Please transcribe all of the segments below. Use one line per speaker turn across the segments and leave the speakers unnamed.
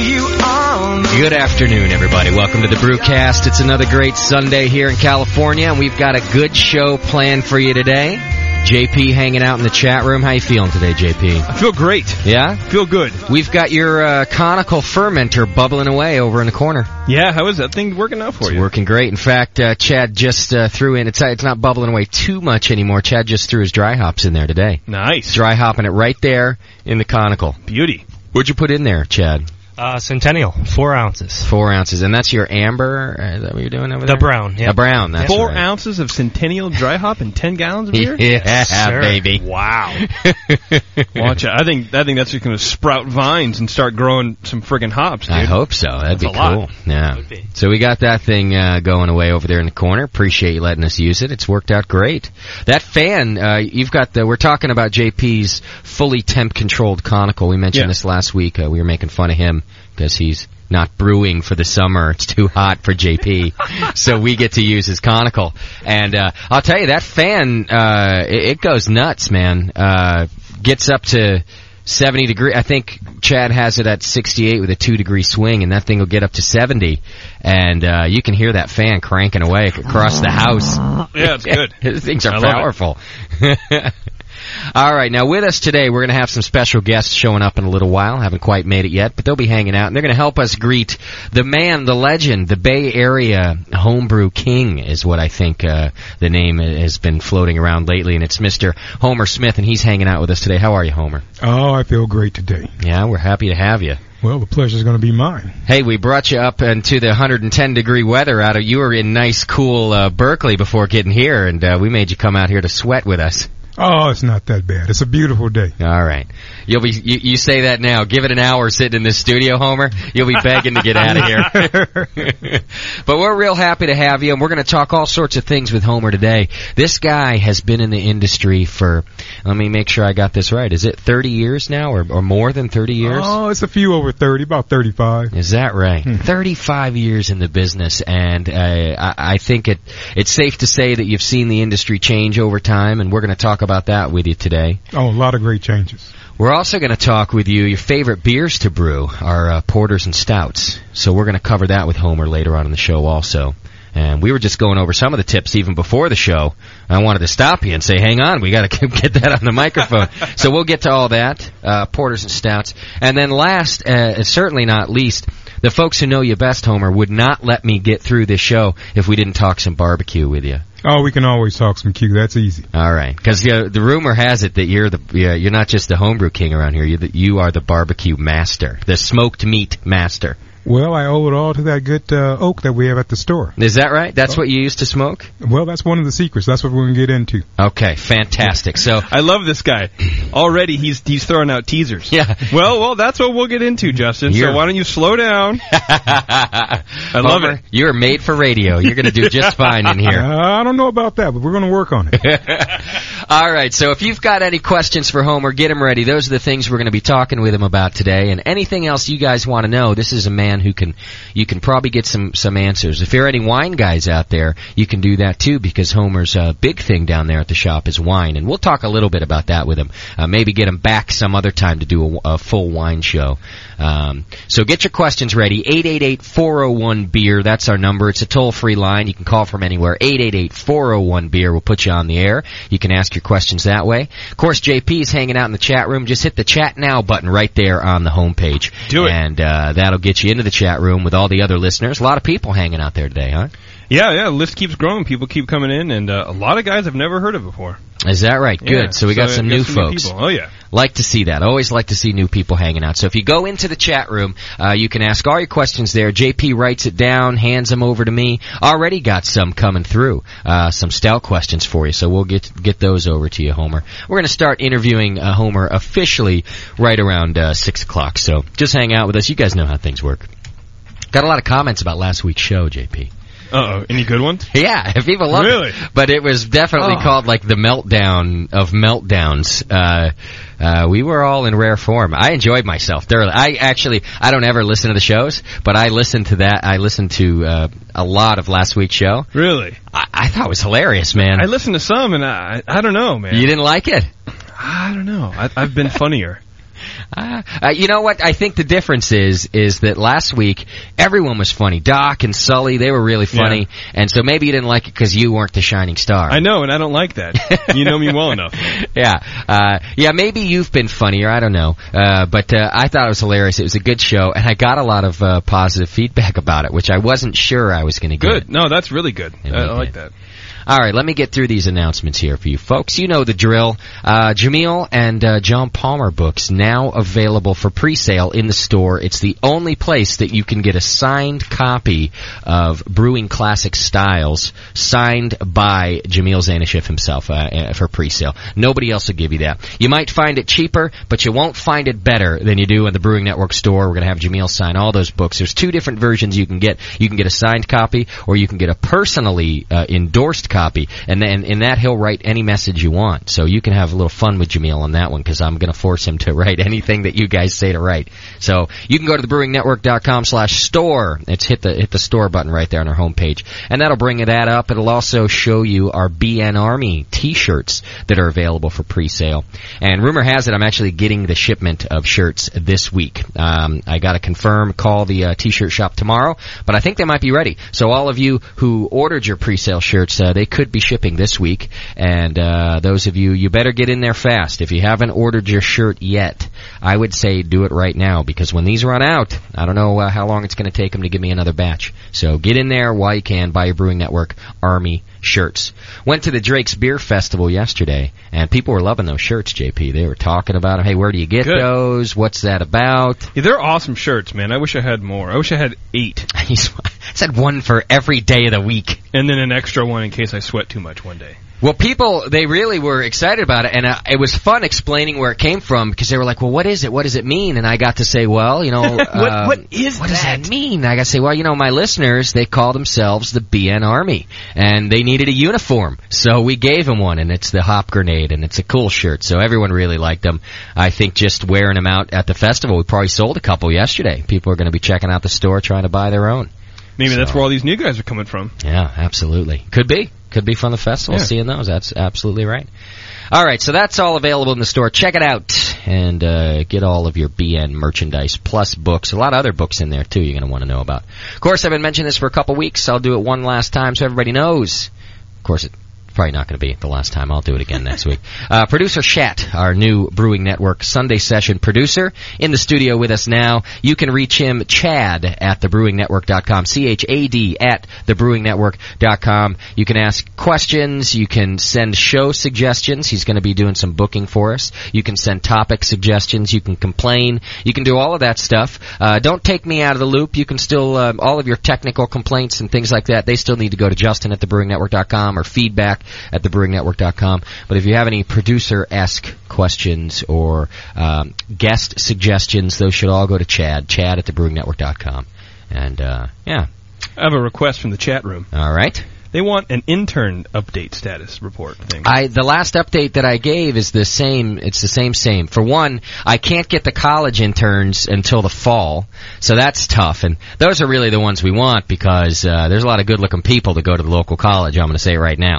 Good afternoon, everybody. Welcome to the Brewcast. It's another great Sunday here in California, and we've got a good show planned for you today. JP hanging out in the chat room. How you feeling today, JP?
I feel great.
Yeah?
Feel good.
We've got your uh, conical fermenter bubbling away over in the corner.
Yeah, how is that thing working out for
It's working great. In fact, uh, Chad just uh, threw in. It's it's not bubbling away too much anymore. Chad just threw his dry hops in there today.
Nice.
Dry hopping it right there in the conical.
Beauty.
What'd you put in there, Chad?
Uh, Centennial, four ounces.
Four ounces, and that's your amber. uh, Is that what you're doing over
The
there?
brown, yeah.
The brown. That's
Four
right.
ounces of Centennial Dry Hop and 10 gallons of beer?
Yeah,
sir.
baby.
Wow. Watch out. I think I think that's just going to sprout vines and start growing some friggin' hops, dude.
I hope so. That'd
That's
be
a lot.
cool. Yeah.
Would be.
So we got that thing uh, going away over there in the corner. Appreciate you letting us use it. It's worked out great. That fan, uh, you've got the. We're talking about JP's fully temp controlled conical. We mentioned
Yeah.
this last week. Uh, we were making fun of him because he's not brewing for the summer. It's too hot for JP, so we get to use his conical. And uh, I'll tell you, that fan, uh, it, it goes nuts, man. Uh, gets up to. 70 degree. I think Chad has it at 68 with a two degree swing, and that thing will get up to 70, and uh, you can hear that fan cranking away across the house.
Yeah, it's good.
Those things are
I love it.
powerful. All right, now with us today, we're going to have some special guests showing up in a little while. Haven't quite made it yet, but they'll be hanging out, and they're going to help us greet the man, the legend, the Bay Area homebrew king is what I think uh, the name has been floating around lately, and it's Mr. Homer Smith, and he's hanging out with us today. How are you, Homer?
Oh, I feel great today.
Yeah, we're happy to have you.
Well, the pleasure's going to be mine.
Hey, we brought you up into the 110 degree weather out of you were in nice cool uh, Berkeley before getting here and uh, we made you come out here to sweat with us.
Oh, it's not that bad. It's a beautiful day.
All right. You'll be you, you say that now. Give it an hour sitting in this studio, Homer. You'll be begging to get out of here. but we're real happy to have you and we're going to talk all sorts of things with Homer today. This guy has been in the industry for let me make sure I got this right. Is it 30 years now or or more than 30 years?
Oh, it's a few over 30, about 35.
Is that right? 35 years in the business, and uh, I, I think it it's safe to say that you've seen the industry change over time, and we're going to talk about that with you today.
Oh, a lot of great changes.
We're also going to talk with you. Your favorite beers to brew are uh, porters and stouts, so we're going to cover that with Homer later on in the show, also. And we were just going over some of the tips even before the show. I wanted to stop you and say, "Hang on, we got to get that on the microphone." so we'll get to all that, uh, porters and stouts, and then last, uh, and certainly not least, the folks who know you best, Homer, would not let me get through this show if we didn't talk some barbecue with you.
Oh, we can always talk some Q. That's easy.
All right, because the, the rumor has it that you're the yeah, you're not just the homebrew king around here. You're the, you are the barbecue master, the smoked meat master.
Well, I owe it all to that good uh, oak that we have at the store.
Is that right?
Oh.
That's what you used to smoke?
Well, that's one of the secrets. That's what we're going to get into.
Okay, fantastic. So,
I love this guy. Already he's he's throwing out teasers.
Yeah.
Well, well, that's what we'll get into, Justin.
You're-
So why don't you slow down? I love
Homer,
it.
You're made for radio. Oh, You're going to do just fine in here.
Uh, I don't know about that, but we're going to work on it.
All right, so if you've got any questions for Homer, get him ready. Those are the things we're going to be talking with him about today, and anything else you guys want to know. This is a man who can you can probably get some some answers. If there are any wine guys out there, you can do that too because Homer's uh, big thing down there at the shop is wine, and we'll talk a little bit about that with him. Uh, maybe get him back some other time to do a, a full wine show. Um, so get your questions ready. 888-401-BEER. That's our number. It's a toll-free line. You can call from anywhere. 888-401-BEER. We'll put you on the air. You can ask your questions that way. Of course, JP is hanging out in the chat room. Just hit the chat now button right there on the homepage.
Do it.
And uh, that'll get you into the chat room with all the other listeners. A lot of people hanging out there today, huh?
Yeah, yeah. The list keeps growing. People keep coming in, and uh, a lot of guys I've never heard of before.
Is that right? Good.
Yeah,
so we got some new folks.
people. oh yeah.
Like to see that. Always like to see new people hanging out. So if you go into the chat room, uh, you can ask all your questions there. JP writes it down, hands them over to me. Already got some coming through, uh, some stout questions for you. So we'll get get those over to you, Homer. We're going to start interviewing uh, Homer officially right around uh, six o'clock. So just hang out with us. You guys know how things work. Got a lot of comments about last week's show, JP.
Uh oh. Any good ones?
Yeah, people love
Really?
it. But it was definitely
Oh.
called like the meltdown of meltdowns. Uh, uh, we were all in rare form. I enjoyed myself thoroughly. I actually, I don't ever listen to the shows, but I listened to that. I listened to uh, a lot of last week's show.
Really?
I, I thought it was hilarious, man.
I listened to some, and I I don't know, man.
you didn't like it?
I don't know. I, I've been funnier.
Ah, uh, you know what? I think the difference is is that last week everyone was funny. Doc and Sully, they were really funny, and so maybe you didn't like it because you weren't the shining star.
I know, and I don't like that. You know me well enough.
yeah, uh, yeah. Maybe you've been funnier. I don't know, uh, but uh, I thought it was hilarious. It was a good show, and I got a lot of uh, positive feedback about it, which I wasn't sure I was going to get.
Good. No, that's really good. I,
we
I like
did.
that.
All right, let me get through these announcements here for you folks. You know the drill. Uh, Jameel and uh, John Palmer books now available for pre-sale in the store. It's the only place that you can get a signed copy of Brewing Classic Styles signed by Jameel Zanishev himself uh, uh, for pre-sale. Nobody else will give you that. You might find it cheaper, but you won't find it better than you do in the Brewing Network store. We're going to have Jameel sign all those books. There's two different versions you can get. You can get a signed copy, or you can get a personally uh, endorsed copy, and then in that he'll write any message you want. So you can have a little fun with Jameel on that one because I'm going to force him to write anything that you guys say to write. So you can go to thebrewingnetwork.com slash store. It's hit the hit the store button right there on our homepage, and that'll bring that up. It'll also show you our BN Army T-shirts that are available for pre-sale. And rumor has it I'm actually getting the shipment of shirts this week. Um, I got to confirm, call the uh, T-shirt shop tomorrow, but I think they might be ready. So all of you who ordered your pre-sale shirts, uh, they could be shipping this week. And uh, those of you, you better get in there fast. If you haven't ordered your shirt yet, I would say do it right now because when these run out, I don't know uh, how long it's going to take them to give me another batch. So get in there while you can. Buy your Brewing Network Army shirts. Went to the Drake's Beer Festival yesterday, and people were loving those shirts. JP, they were talking about them. Hey, where do you get
Good.
those? What's that about?
Yeah, they're awesome shirts, man. I wish I had more. I wish I had eight,
He said one for every day of the week.
and then an extra one in case I sweat too much one day.
Well, people, they really were excited about it, and uh, it was fun explaining where it came from because they were like, "Well, what is it? What does it mean?" And I got to say, "Well, you know, um,
what is
what does that
that?
mean?" I got to say, "Well, you know, my listeners, they call themselves the BN Army, and they needed a uniform, so we gave them one, and it's the Hop Grenade, and it's a cool shirt, so everyone really liked them. I think just wearing them out at the festival, we probably sold a couple yesterday. People are going to be checking out the store trying to buy their own.
Maybe that's
So-
where all these new guys are coming from.
Yeah, absolutely. Could be. Could be from the festival
Yeah.
seeing those. That's absolutely right. All right, so that's all available in the store. Check it out and uh, get all of your BN merchandise plus books. A lot of other books in there too. You're going to want to know about. Of course, I've been mentioning this for a couple weeks. I'll do it one last time so everybody knows. Of course, it, probably not going to be the last time. I'll do it again next week. Uh, producer Shat, our new Brewing Network Sunday session producer, in the studio with us now. You can reach him, Chad, at thebrewingnetwork.com. C-H-A-D at thebrewingnetwork.com. You can ask questions. You can send show suggestions. He's going to be doing some booking for us. You can send topic suggestions. You can complain. You can do all of that stuff. Uh, don't take me out of the loop. You can still, um, all of your technical complaints and things like that, they still need to go to Justin at thebrewingnetwork.com or feedback at thebrewingnetwork.com. But if you have any producer-esque questions or um, guest suggestions, those should all go to Chad, chad at thebrewingnetwork.com. And, uh, yeah.
I have a request from the chat room.
All right.
They want an intern update status report thing.
I the last update that I gave is the same. It's the same same. For one, I can't get the college interns until the fall, so that's tough. And those are really the ones we want because uh, there's a lot of good-looking people to go to the local college. I'm going to say right now.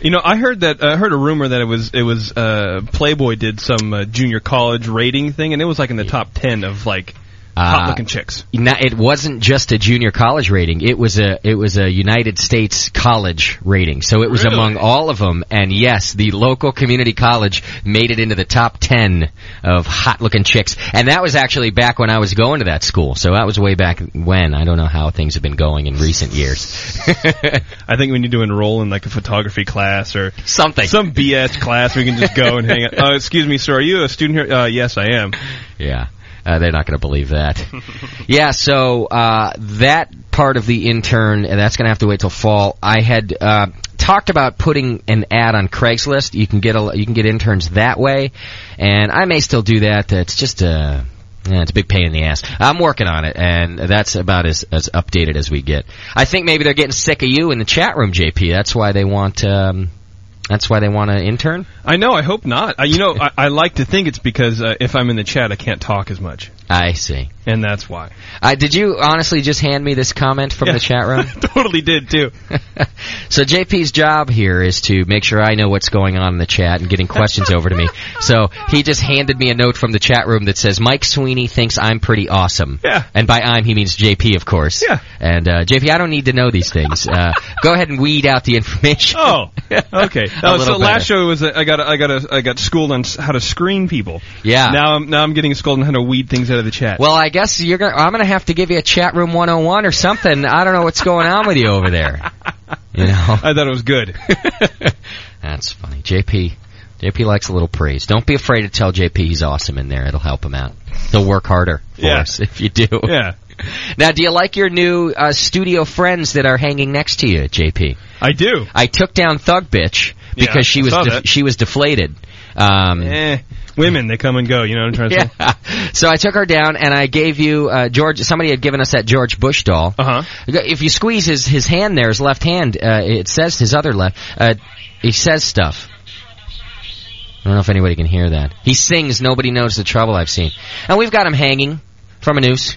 You know, I heard that I heard a rumor that it was it was uh, Playboy did some uh, junior college rating thing, and it was like in the top ten of like
Ah.
hot looking chicks.
No, it wasn't just a junior college rating. It was a it was a United States college rating. So it was
Really?
among all of them. And yes, the local community college made it into the top ten of hot looking chicks. And that was actually back when I was going to that school. So that was way back when. I don't know how things have been going in recent years.
I think we need to enroll in like a photography class or
Something.
some BS class. We can just go and hang out. Oh, excuse me, sir. Are you a student here? Uh, yes, I am.
Yeah. Uh, they're not going to believe that. yeah, so uh, that part of the intern, uh, that's going to have to wait till fall. I had uh, talked about putting an ad on Craigslist. You can get a, you can get interns that way, and I may still do that. It's just a yeah, it's a big pain in the ass. I'm working on it, and that's about as, as updated as we get. I think maybe they're getting sick of you in the chat room, JP. That's why they want. Um, that's why they want an intern.
I know. I hope not. I, you know, I, I like to think it's because uh, if I'm in the chat, I can't talk as much,
I see.
and that's why.
Uh, did you honestly just hand me this comment from
Yeah.
the chat room?
totally did too.
so JP's job here is to make sure I know what's going on in the chat and getting questions over to me. So he just handed me a note from the chat room that says Mike Sweeney thinks I'm pretty awesome.
Yeah.
And by I'm he means JP, of course.
Yeah.
And uh, JP, I don't need to know these things. Uh, go ahead and weed out the information.
Oh, okay.
A
Uh, so
little
last
better.
show was uh, I got I got I got schooled on s- how to screen people.
Yeah.
Now I'm now I'm getting schooled on how to weed things out of the chat.
Well, I guess you're gonna. I'm gonna have to give you a chat room 101 or something. I don't know what's going on with you over there. You know.
I thought it was good.
That's funny. JP. JP likes a little praise. Don't be afraid to tell JP he's awesome in there. It'll help him out. He'll work harder for
Yeah.
us if you do.
yeah.
Now, do you like your new uh, studio friends that are hanging next to you, JP?
I do.
I took down Thug Bitch
Yeah,
because she
I
was
saw
def-
that.
she was deflated. Um,
Eh, women, they come and go. You know what I'm trying to say?
yeah. So I took her down and I gave you uh, George. Somebody had given us that George Bush doll.
Uh-huh.
If you squeeze his his hand there, his left hand, uh, it says his other left. Uh, he says stuff. I don't know if anybody can hear that. He sings. Nobody knows the trouble I've seen. And we've got him hanging from a noose.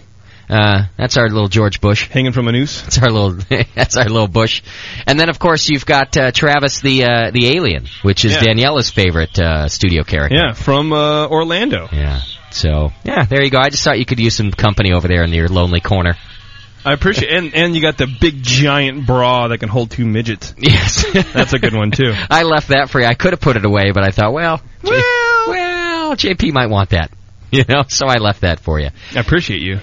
Uh, that's our little George Bush.
Hanging from a noose.
That's our little. that's our little Bush. And then of course you've got uh, Travis the uh, the alien, which is
Yeah.
Daniela's favorite uh, studio character.
Yeah, from uh, Orlando.
Yeah. So yeah, there you go. I just thought you could use some company over there in your lonely corner.
I appreciate and and you got the big giant bra that can hold two midgets.
Yes,
That's a good one too.
I left that for you. I could have put it away, but I thought, well, J- well, JP might want that. You know, so I left that for you.
I appreciate you.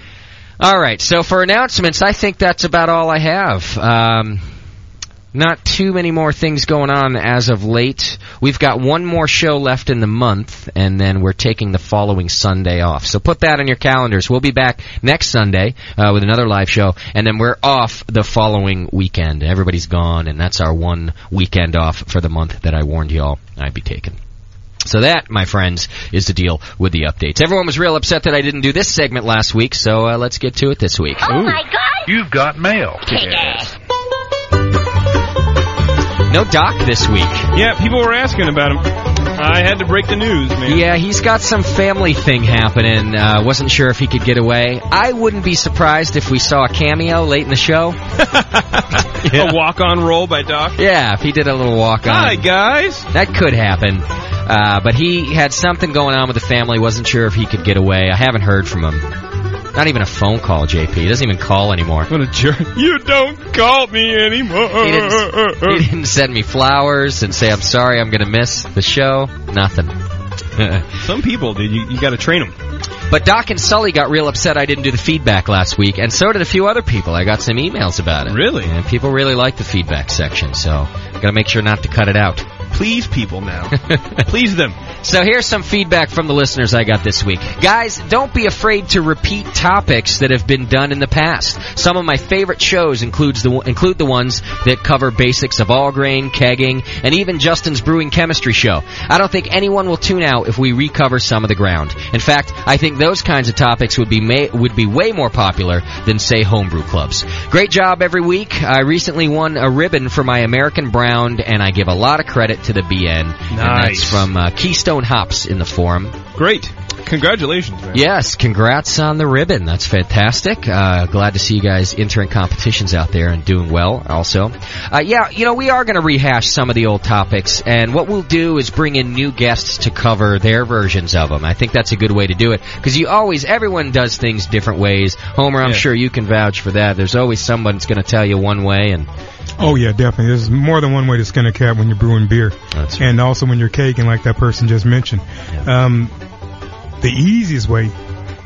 All right. So for announcements, I think that's about all I have. Um, not too many more things going on as of late. We've got one more show left in the month, and then we're taking the following Sunday off. So put that on your calendars. We'll be back next Sunday uh, with another live show, and then we're off the following weekend. Everybody's gone, and that's our one weekend off for the month that I warned y'all I'd be taking. So that, my friends, is the deal with the updates. Everyone was real upset that I didn't do this segment last week, so uh, let's get to it this week.
Oh my god! You've got mail.
No Doc this week.
Yeah, people were asking about him. I had to break the news, man.
Yeah, he's got some family thing happening. Uh, wasn't sure if he could get away. I wouldn't be surprised if we saw a cameo late in the show.
A walk-on roll by Doc.
Yeah, if he did a little walk on.
Hi guys.
That could happen. Uh, but he had something going on with the family. Wasn't sure if he could get away. I haven't heard from him. Not even a phone call, JP. He doesn't even call anymore.
What a jerk. You don't call me
He didn't, he
anymore.
didn't send me flowers and say, I'm sorry, I'm going to miss the show. Nothing.
Some people, dude, you, you got to train them.
But Doc and Sully got real upset I didn't do the feedback last week, and so did a few other people. I got some emails about it.
Really?
And people really like the feedback section, so gotta make sure not to cut it out.
Please people now. Please them.
So here's some feedback from the listeners I got this week. Guys, don't be afraid to repeat topics that have been done in the past. Some of my favorite shows includes the include the ones that cover basics of all grain, kegging, and even Justin's brewing chemistry show. I don't think anyone will tune out if we recover some of the ground. In fact, I think those kinds of topics would be ma- would be way more popular than say homebrew clubs. Great job every week. I recently won a ribbon for my American Brown and I give a lot of credit to the BN. And that's
Nice.
from from uh, Keystone Hops in the forum.
Great. Congratulations, man.
Yes, congrats on the ribbon. That's fantastic. Uh, glad to see you guys entering competitions out there and doing well also. Uh, yeah, you know, we are going to rehash some of the old topics, and what we'll do is bring in new guests to cover their versions of them. I think that's a good way to do it because you always, everyone does things different ways. Homer, I'm
Yeah.
sure you can vouch for that. There's always someone that's going to tell you one way, and
Oh yeah, definitely. There's more than one way to skin a cat when you're brewing beer,
That's right.
and also when you're caking, like that person just mentioned. Um, the easiest way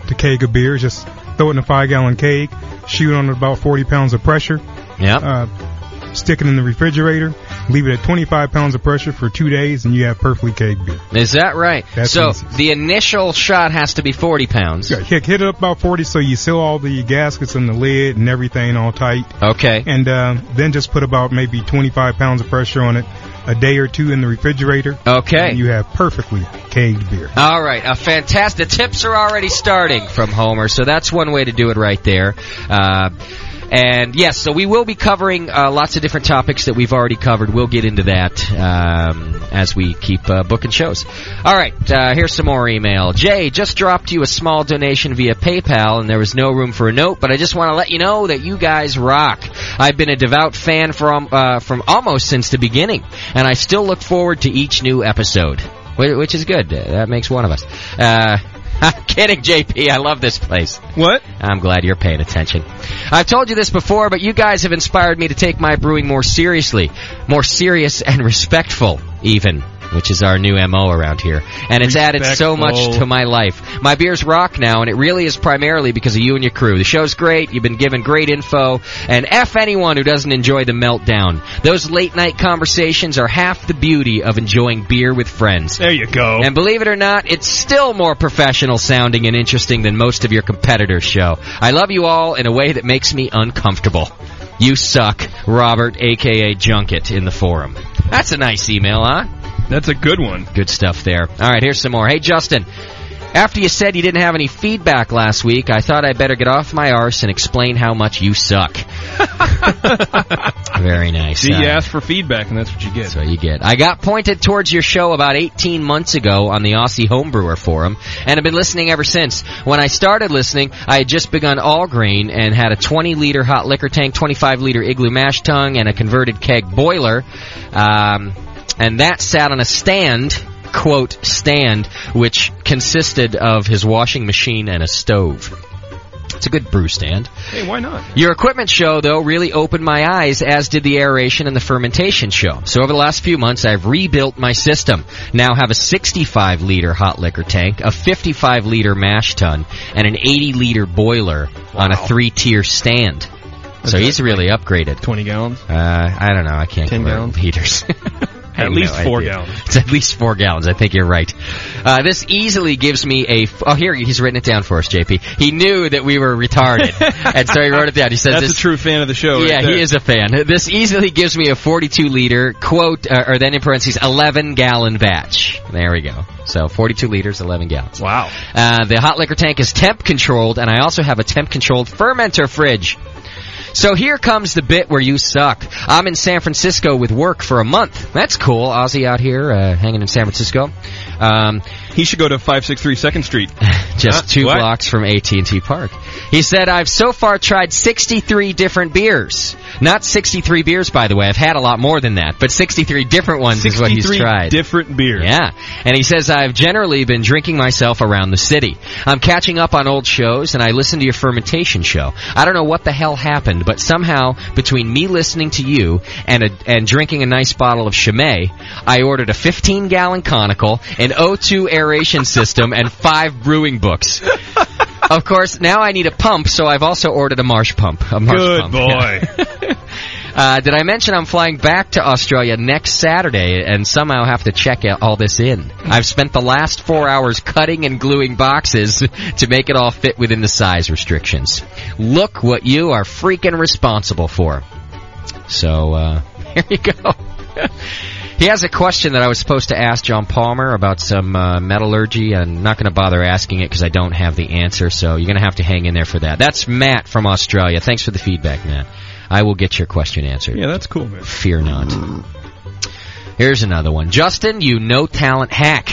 to cake a beer is just throw it in a five gallon keg, shoot on about 40 pounds of pressure,
yeah,
uh, stick it in the refrigerator, leave it at 25 pounds of pressure for two days, and you have perfectly caked beer.
is that right?
That's
So
easy.
the initial shot has to be 40 pounds.
Yeah, hit, hit it up about 40 so you seal all the gaskets and the lid and everything all tight.
Okay.
And uh, then just put about maybe 25 pounds of pressure on it a day or two in the refrigerator.
Okay.
And you have perfectly caged beer.
All right, a fantastic. The tips are already starting from Homer, so that's one way to do it right there. Uh, and yes, so we will be covering uh, lots of different topics that we've already covered. We'll get into that um, as we keep uh, booking shows. All right, uh, here's some more email. Jay just dropped you a small donation via PayPal, and there was no room for a note, but I just want to let you know that you guys rock. I've been a devout fan from uh, from almost since the beginning, and I still look forward to each new episode. Wh- which is good. Uh, That makes one of us. Uh, I'm kidding, JP. I love this place.
What?
I'm glad you're paying attention. I've told you this before, but you guys have inspired me to take my brewing more seriously, more serious and respectful, even. Which is our new MO around here. And it's added so much
Respectful.
to my life. My beers rock now, and it really is primarily because of you and your crew. The show's great, you've been given great info, and F anyone who doesn't enjoy the meltdown. Those late night conversations are half the beauty of enjoying beer with friends.
There you go.
And believe it or not, it's still more professional sounding and interesting than most of your competitors' show. I love you all in a way that makes me uncomfortable. You suck, Robert, aka Junket, in the forum. That's a nice email, huh?
That's a good one.
Good stuff there. All right, here's some more. Hey, Justin. After you said you didn't have any feedback last week, I thought I'd better get off my arse and explain how much you suck. Very nice.
See, you
Uh,
ask for feedback, and that's what you get.
that's what you get. I got pointed towards your show about 18 months ago on the Aussie Homebrewer Forum, and have been listening ever since. When I started listening, I had just begun all grain and had a 20 liter hot liquor tank, 25 liter igloo mash tung, and a converted keg boiler, um, and that sat on a stand. Quote stand, which consisted of his washing machine and a stove. It's a good brew stand.
Hey, why not?
Your equipment show, though, really opened my eyes, as did the aeration and the fermentation show. So over the last few months, I've rebuilt my system. Now have a 65 liter hot liquor tank, a 55 liter mash tun, and an 80 liter boiler on a three tier stand. so he's really upgraded.
20 gallons.
Uh, I don't know. I can't
10
convert
gallons?
liters. I
At
have
least
no
four
idea.
gallons.
It's at least four gallons. I think you're right. Uh, this easily gives me a. F- oh, here he's written it down for us, JP. He knew that we were retarded, and so he wrote it down. He says
That's
this.
a true fan of the show.
yeah,
right there.
he is a fan. This easily gives me a 42 liter quote, uh, or then in parentheses, 11 gallon batch. There we go. So 42 liters, 11 gallons.
Wow.
Uh, the hot liquor tank is temp controlled, and I also have a temp controlled fermenter fridge. So here comes the bit where you suck. I'm in San Francisco with work for a month. That's cool. Aussie out here uh, hanging in San Francisco. Uh, Um,
He should go to 563 Second Street.
just
Huh?
two
What?
blocks from AT&T Park. He said, "I've so far tried 63 different beers. Not 63 beers, by the way. I've had a lot more than that, but 63 different ones is what he's
63
tried.
different beers.
Yeah. And he says, I've generally been drinking myself around the city. I'm catching up on old shows and I listen to your fermentation show. I don't know what the hell happened, but somehow between me listening to you and a, and drinking a nice bottle of Chimay, I ordered a 15 gallon conical, an O2 aeration system, and five brewing books. Of course, now I need a pump, so I've also ordered a marsh pump. A marsh
Good
pump.
boy.
Uh, did I mention I'm flying back to Australia next Saturday and somehow have to check out all this in? I've spent the last four hours cutting and gluing boxes to make it all fit within the size restrictions. Look what you are freaking responsible for. So, uh, here you go. he has a question that I was supposed to ask John Palmer about some uh, metallurgy. I'm not going to bother asking it because I don't have the answer, so you're going to have to hang in there for that. That's Matt from Australia. Thanks for the feedback, Matt. I will get your question answered.
yeah, that's cool, man.
Fear not. Here's another one. Justin, you no talent hack.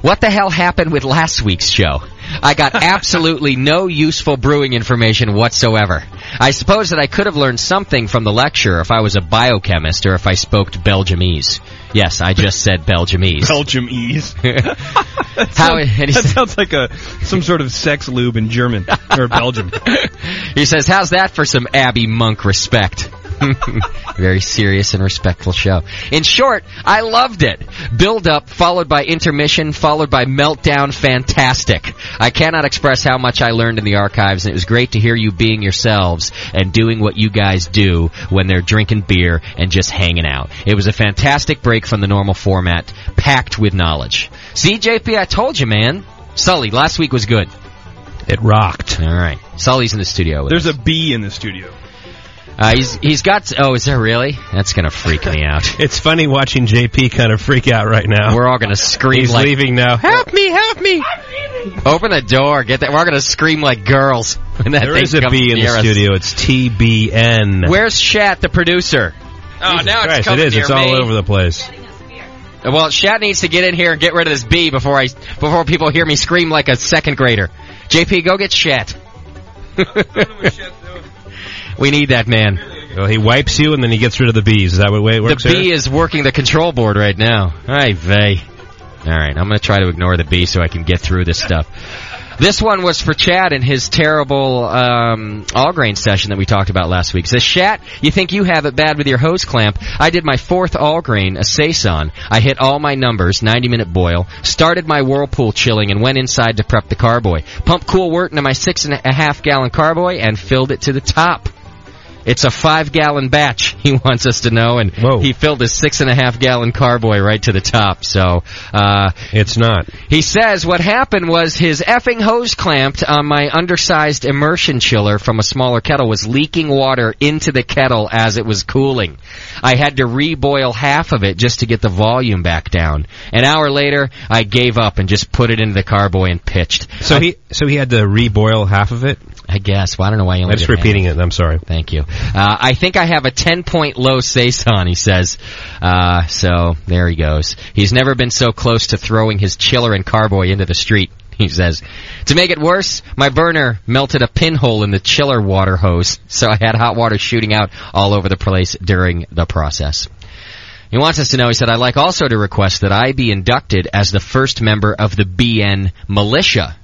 What the hell happened with last week's show? I got absolutely no useful brewing information whatsoever. I suppose that I could have learned something from the lecture if I was a biochemist or if I spoke Belgiumese. Yes, I just said Belgiumese.
Belgium ease.
How, and he
That
said-
sounds like a some sort of sex lube in German or Belgium.
He says, "How's that for some Abby Monk respect?" Very serious and respectful show. In short, I loved it. Build up, followed by intermission, followed by meltdown. Fantastic. I cannot express how much I learned in the archives, and it was great to hear you being yourselves and doing what you guys do when they're drinking beer and just hanging out. It was a fantastic break from the normal format, packed with knowledge. See, JP, I told you, man. Sully, last week was good.
It rocked.
All right. Sully's in the studio with
There's
us.
a bee in the studio.
Uh, he's he's got. Oh, is there really? That's gonna freak me out.
It's funny watching JP kind of freak out right now.
We're all gonna scream
He's
like,
leaving now. Help me! Help me!
open the door, get that. We're all gonna scream like girls when that
There
thing
is a
comes
B in the
near us.
studio. It's TBN.
Where's Shat, the producer? Oh, now
Christ,
it's coming
it is.
near
It's all
me.
over the place.
Well, Shat needs to get in here and get rid of this bee before I before people hear me scream like a second grader. JP, go get Shat. we need that man.
Well, he wipes you and then he gets rid of the bees. Is that what way it
The
works?
bee
here?
is working the control board right now. Hi, Vay. All right, I'm going to try to ignore the bee so I can get through this stuff. This one was for Chad and his terrible um, all grain session that we talked about last week. Says, Shat, you think you have it bad with your hose clamp? I did my fourth all grain, a Saison. I hit all my numbers, 90 minute boil, started my whirlpool chilling, and went inside to prep the carboy. Pumped cool wort into my six and a half gallon carboy and filled it to the top. It's a five gallon batch, he wants us to know, and
Whoa.
he filled his six and a half gallon carboy right to the top. So, uh,
It's not.
he says what happened was his effing hose clamped on my undersized immersion chiller from a smaller kettle was leaking water into the kettle as it was cooling. I had to reboil half of it just to get the volume back down. An hour later, I gave up and just put it into the carboy and pitched.
So he so he had to reboil half of it.
I guess. Well, I don't know why you only
I'm just
did half.
repeating it. I'm sorry.
Thank you. Uh, I think I have a 10 point low Saison, he says. Uh, so there he goes. He's never been so close to throwing his chiller and carboy into the street. He says, to make it worse, my burner melted a pinhole in the chiller water hose, so I had hot water shooting out all over the place during the process. He wants us to know, he said, I'd like also to request that I be inducted as the first member of the BN militia.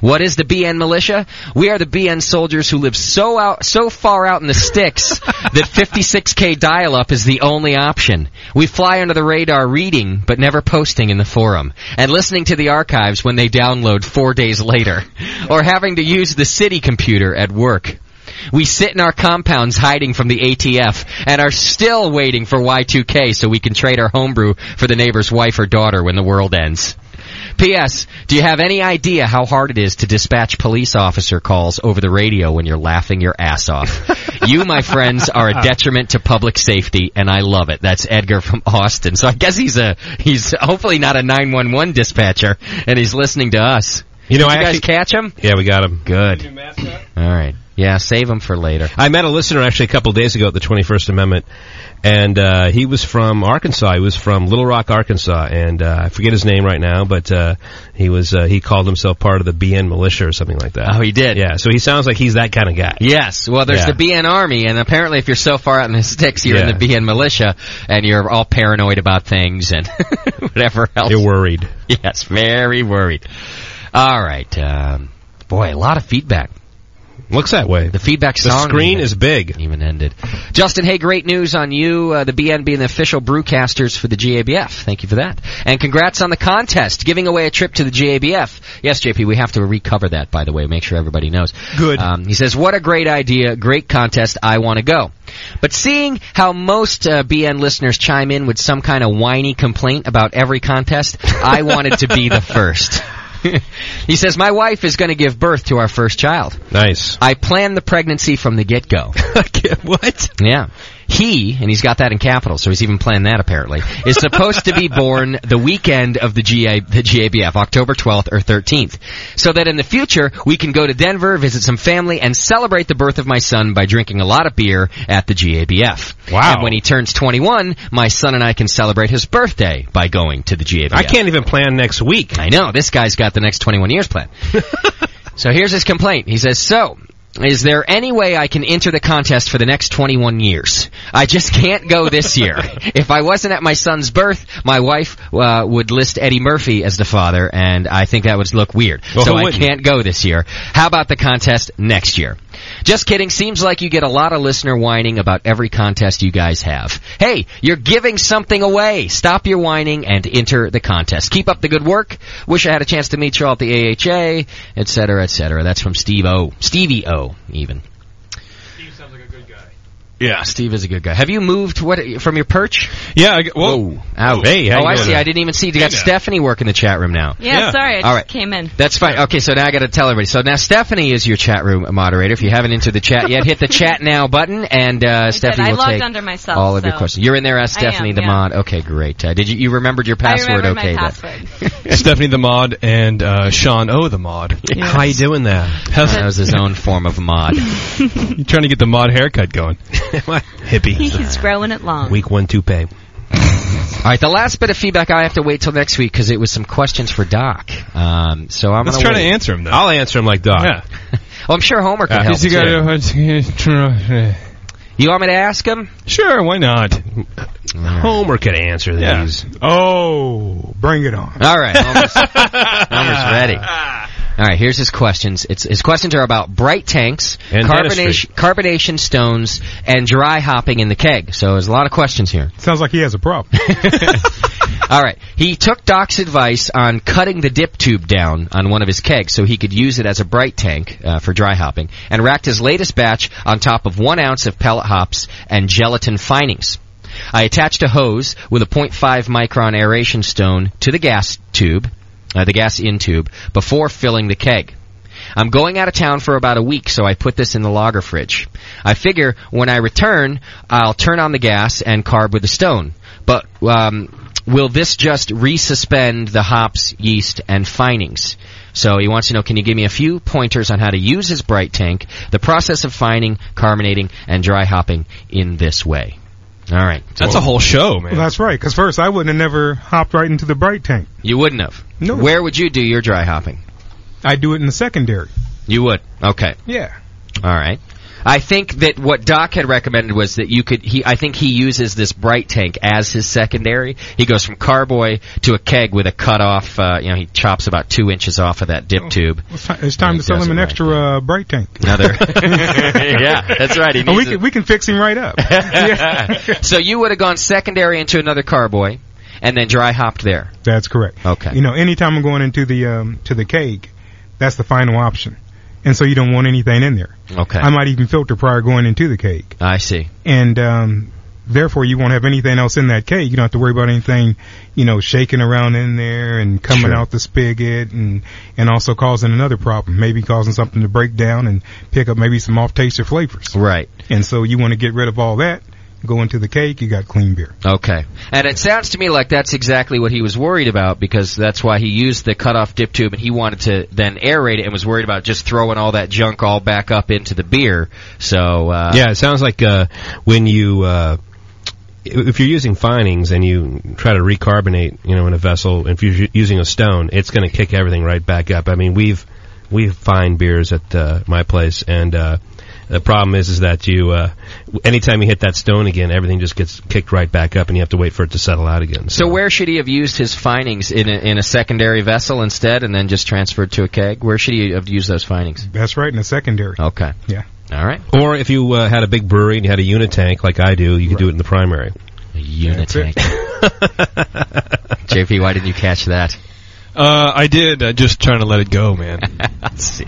What is the BN militia? We are the BN soldiers who live so out, so far out in the sticks that 56k dial-up is the only option. We fly under the radar reading, but never posting in the forum, and listening to the archives when they download four days later, or having to use the city computer at work. We sit in our compounds hiding from the ATF and are still waiting for Y2K so we can trade our homebrew for the neighbor's wife or daughter when the world ends. P.S. Do you have any idea how hard it is to dispatch police officer calls over the radio when you're laughing your ass off? you, my friends, are a detriment to public safety, and I love it. That's Edgar from Austin. So I guess he's a he's hopefully not a 911 dispatcher, and he's listening to us.
You know,
Did
I
you guys
actually-
catch him?
Yeah, we got him.
Good. All right. Yeah, save them for later.
I met a listener actually a couple days ago at the 21st Amendment, and uh, he was from Arkansas. He was from Little Rock, Arkansas, and uh, I forget his name right now, but uh, he was uh, he called himself part of the BN militia or something like that.
Oh, he did.
Yeah, so he sounds like he's that kind of guy.
Yes. Well, there's
Yeah.
the BN Army, and apparently, if you're so far out in the sticks, you're
Yeah.
in the BN militia, and you're all paranoid about things and whatever else.
You're worried.
Yes, very worried. All right. Um, boy, a lot of feedback.
Looks that way.
The feedback
The
song
screen
even-
is big.
even ended. Justin, hey, great news on you. Uh, the BN being the official brewcasters for the GABF. Thank you for that. And congrats on the contest, giving away a trip to the GABF. Yes, JP, we have to recover that, by the way, make sure everybody knows.
Good.
Um, he says, what a great idea, great contest, I want to go. But seeing how most uh, BN listeners chime in with some kind of whiny complaint about every contest, I wanted to be the first. he says, my wife is going to give birth to our first child.
Nice.
I planned the pregnancy from the get-go.
what?
Yeah. He, and he's got that in capital, so he's even planned that apparently, is supposed to be born the weekend of the, GA, the GABF, October 12th or 13th, so that in the future we can go to Denver, visit some family, and celebrate the birth of my son by drinking a lot of beer at the GABF.
Wow.
And when he turns 21, my son and I can celebrate his birthday by going to the GABF.
I can't even plan next week.
I know. This guy's got the next 21 years plan. so here's his complaint. He says, so. Is there any way I can enter the contest for the next 21 years? I just can't go this year. if I wasn't at my son's birth, my wife uh, would list Eddie Murphy as the father, and I think that would look weird.
Well,
so
who
I
wouldn't?
can't go this year. How about the contest next year? Just kidding. Seems like you get a lot of listener whining about every contest you guys have. Hey, you're giving something away. Stop your whining and enter the contest. Keep up the good work. Wish I had a chance to meet you all at the AHA, et cetera, et cetera. That's from Steve O. Stevie O, even.
Yeah.
Steve is a good guy. Have you moved what from your perch?
Yeah. I, g- whoa.
Ouch.
Hey, how
oh,
you
I
doing
see.
now?
I didn't even see. You got
now.
Stephanie working the chat room now.
Yeah,
Yeah.
sorry, I just
All right.
came in.
That's fine. Okay, so now I got to tell everybody. So now Stephanie is your chat room moderator. If you haven't entered the chat yet, hit the chat now button, and uh,
But
Stephanie
I
will
logged
take
under myself.
all of
so
your questions. You're in there as
I am,
Stephanie the
yeah.
mod. Okay, great. Uh, did you you remembered your
I
password?
remember
okay,
my
then.
password.
Stephanie the mod and uh, Sean O the mod.
How you doing there?
that was his own form of mod.
You're trying to get the mod haircut going. Hippie.
He's growing it long.
Week one toupee.
All right, the last bit of feedback I have to wait till next week because it was some questions for Doc. Um, so I'm
Let's
gonna
try to
wait.
answer him though.
I'll answer him like Doc.
yeah.
Well, Oh, I'm sure Homer
Uh,
can
Yeah.
help.
Is he
too.
Yeah.
You want me to ask him?
Sure. Why not?
Homer could answer
Yeah.
these.
Oh, bring it on.
All right, Homer's, Homer's ready. All right, here's his questions. It's, his questions are about bright tanks,
And
carbonation, carbonation stones, and dry hopping in the keg. So there's a lot of questions here.
Sounds like he has a problem.
All right, he took Doc's advice on cutting the dip tube down on one of his kegs so he could use it as a bright tank uh, for dry hopping, and racked his latest batch on top of one ounce of pellet hops and gelatin finings. I attached a hose with a 0.5 micron aeration stone to the gas tube, uh, the gas in tube, before filling the keg. I'm going out of town for about a week, so I put this in the lager fridge. I figure when I return, I'll turn on the gas and carb with the stone. But um, will this just resuspend the hops, yeast, and finings? So he wants to know, can you give me a few pointers on how to use his bright tank, the process of fining, carbonating, and dry hopping in this way? All right.
That's a whole
Oh,
show, man.
Well, that's right. Because first, I wouldn't have never hopped right into the bright tank.
You wouldn't have.
No.
Where would you do your dry hopping?
I do it in the secondary.
You would. Okay.
Yeah.
All right. I think that what Doc had recommended was that you could. He, I think he uses this bright tank as his secondary. He goes from carboy to a keg with a cutoff. Uh, you know, he chops about two inches off of that dip tube.
It's ti- it's time
Yeah,
to sell
does
him
it
an
right
extra uh, bright tank.
Another. yeah, that's right. He
And we
needs a-
can, we can fix him right up. Yeah.
so you would have gone secondary into another carboy, and then dry hopped there.
That's correct.
Okay.
You know, anytime I'm going into the um, to the cake, that's the final option, and so you don't want anything in there.
Okay.
I might even filter prior going into the cake,
I see.
and um, therefore you won't have anything else in that cake. You don't have to worry about anything, you know, shaking around in there and coming
Sure.
out the spigot, and and also causing another problem, maybe causing something to break down and pick up maybe some off taste or flavors.
Right.
And so you want to get rid of all that. Go into the cake, you got clean beer.
Okay. And it sounds to me like that's exactly what he was worried about because that's why he used the cutoff dip tube and he wanted to then aerate it and was worried about just throwing all that junk all back up into the beer. So, uh,
yeah, it sounds like uh, when you uh, if you're using finings and you try to recarbonate, you know, in a vessel, if you're using a stone, it's going to kick everything right back up. I mean, we've we find beers at uh, my place, and uh, the problem is is that you uh, anytime you hit that stone again, everything just gets kicked right back up, and you have to wait for it to settle out again.
So where should he have used his findings in a, in a secondary vessel instead, and then just transferred to a keg? Where should he have used those findings?
That's right, in the secondary.
Okay.
Yeah.
All right.
Or if you uh, had a big brewery and you had a unit tank like I do, you could do it in the primary.
A unit tank. JP, why didn't you catch that?
Uh, I did. Uh, just trying to let it go, man.
I see.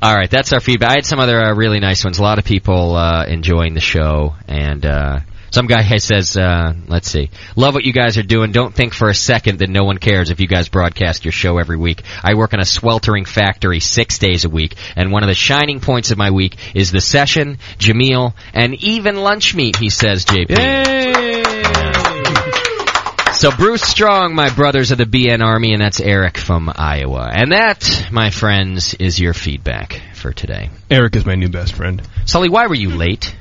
All right, that's our feedback. I had some other uh, really nice ones. A lot of people uh, enjoying the show, and uh, some guy has- says, uh, "Let's see, love what you guys are doing. Don't think for a second that no one cares if you guys broadcast your show every week. I work in a sweltering factory six days a week, and one of the shining points of my week is the session, Jameel, and even lunch meat." He says, "JP." So Bruce Strong, my brothers of the BN Army, and that's Eric from Iowa. And that, my friends, is your feedback for today.
Eric is my new best friend.
Sully, why were you late?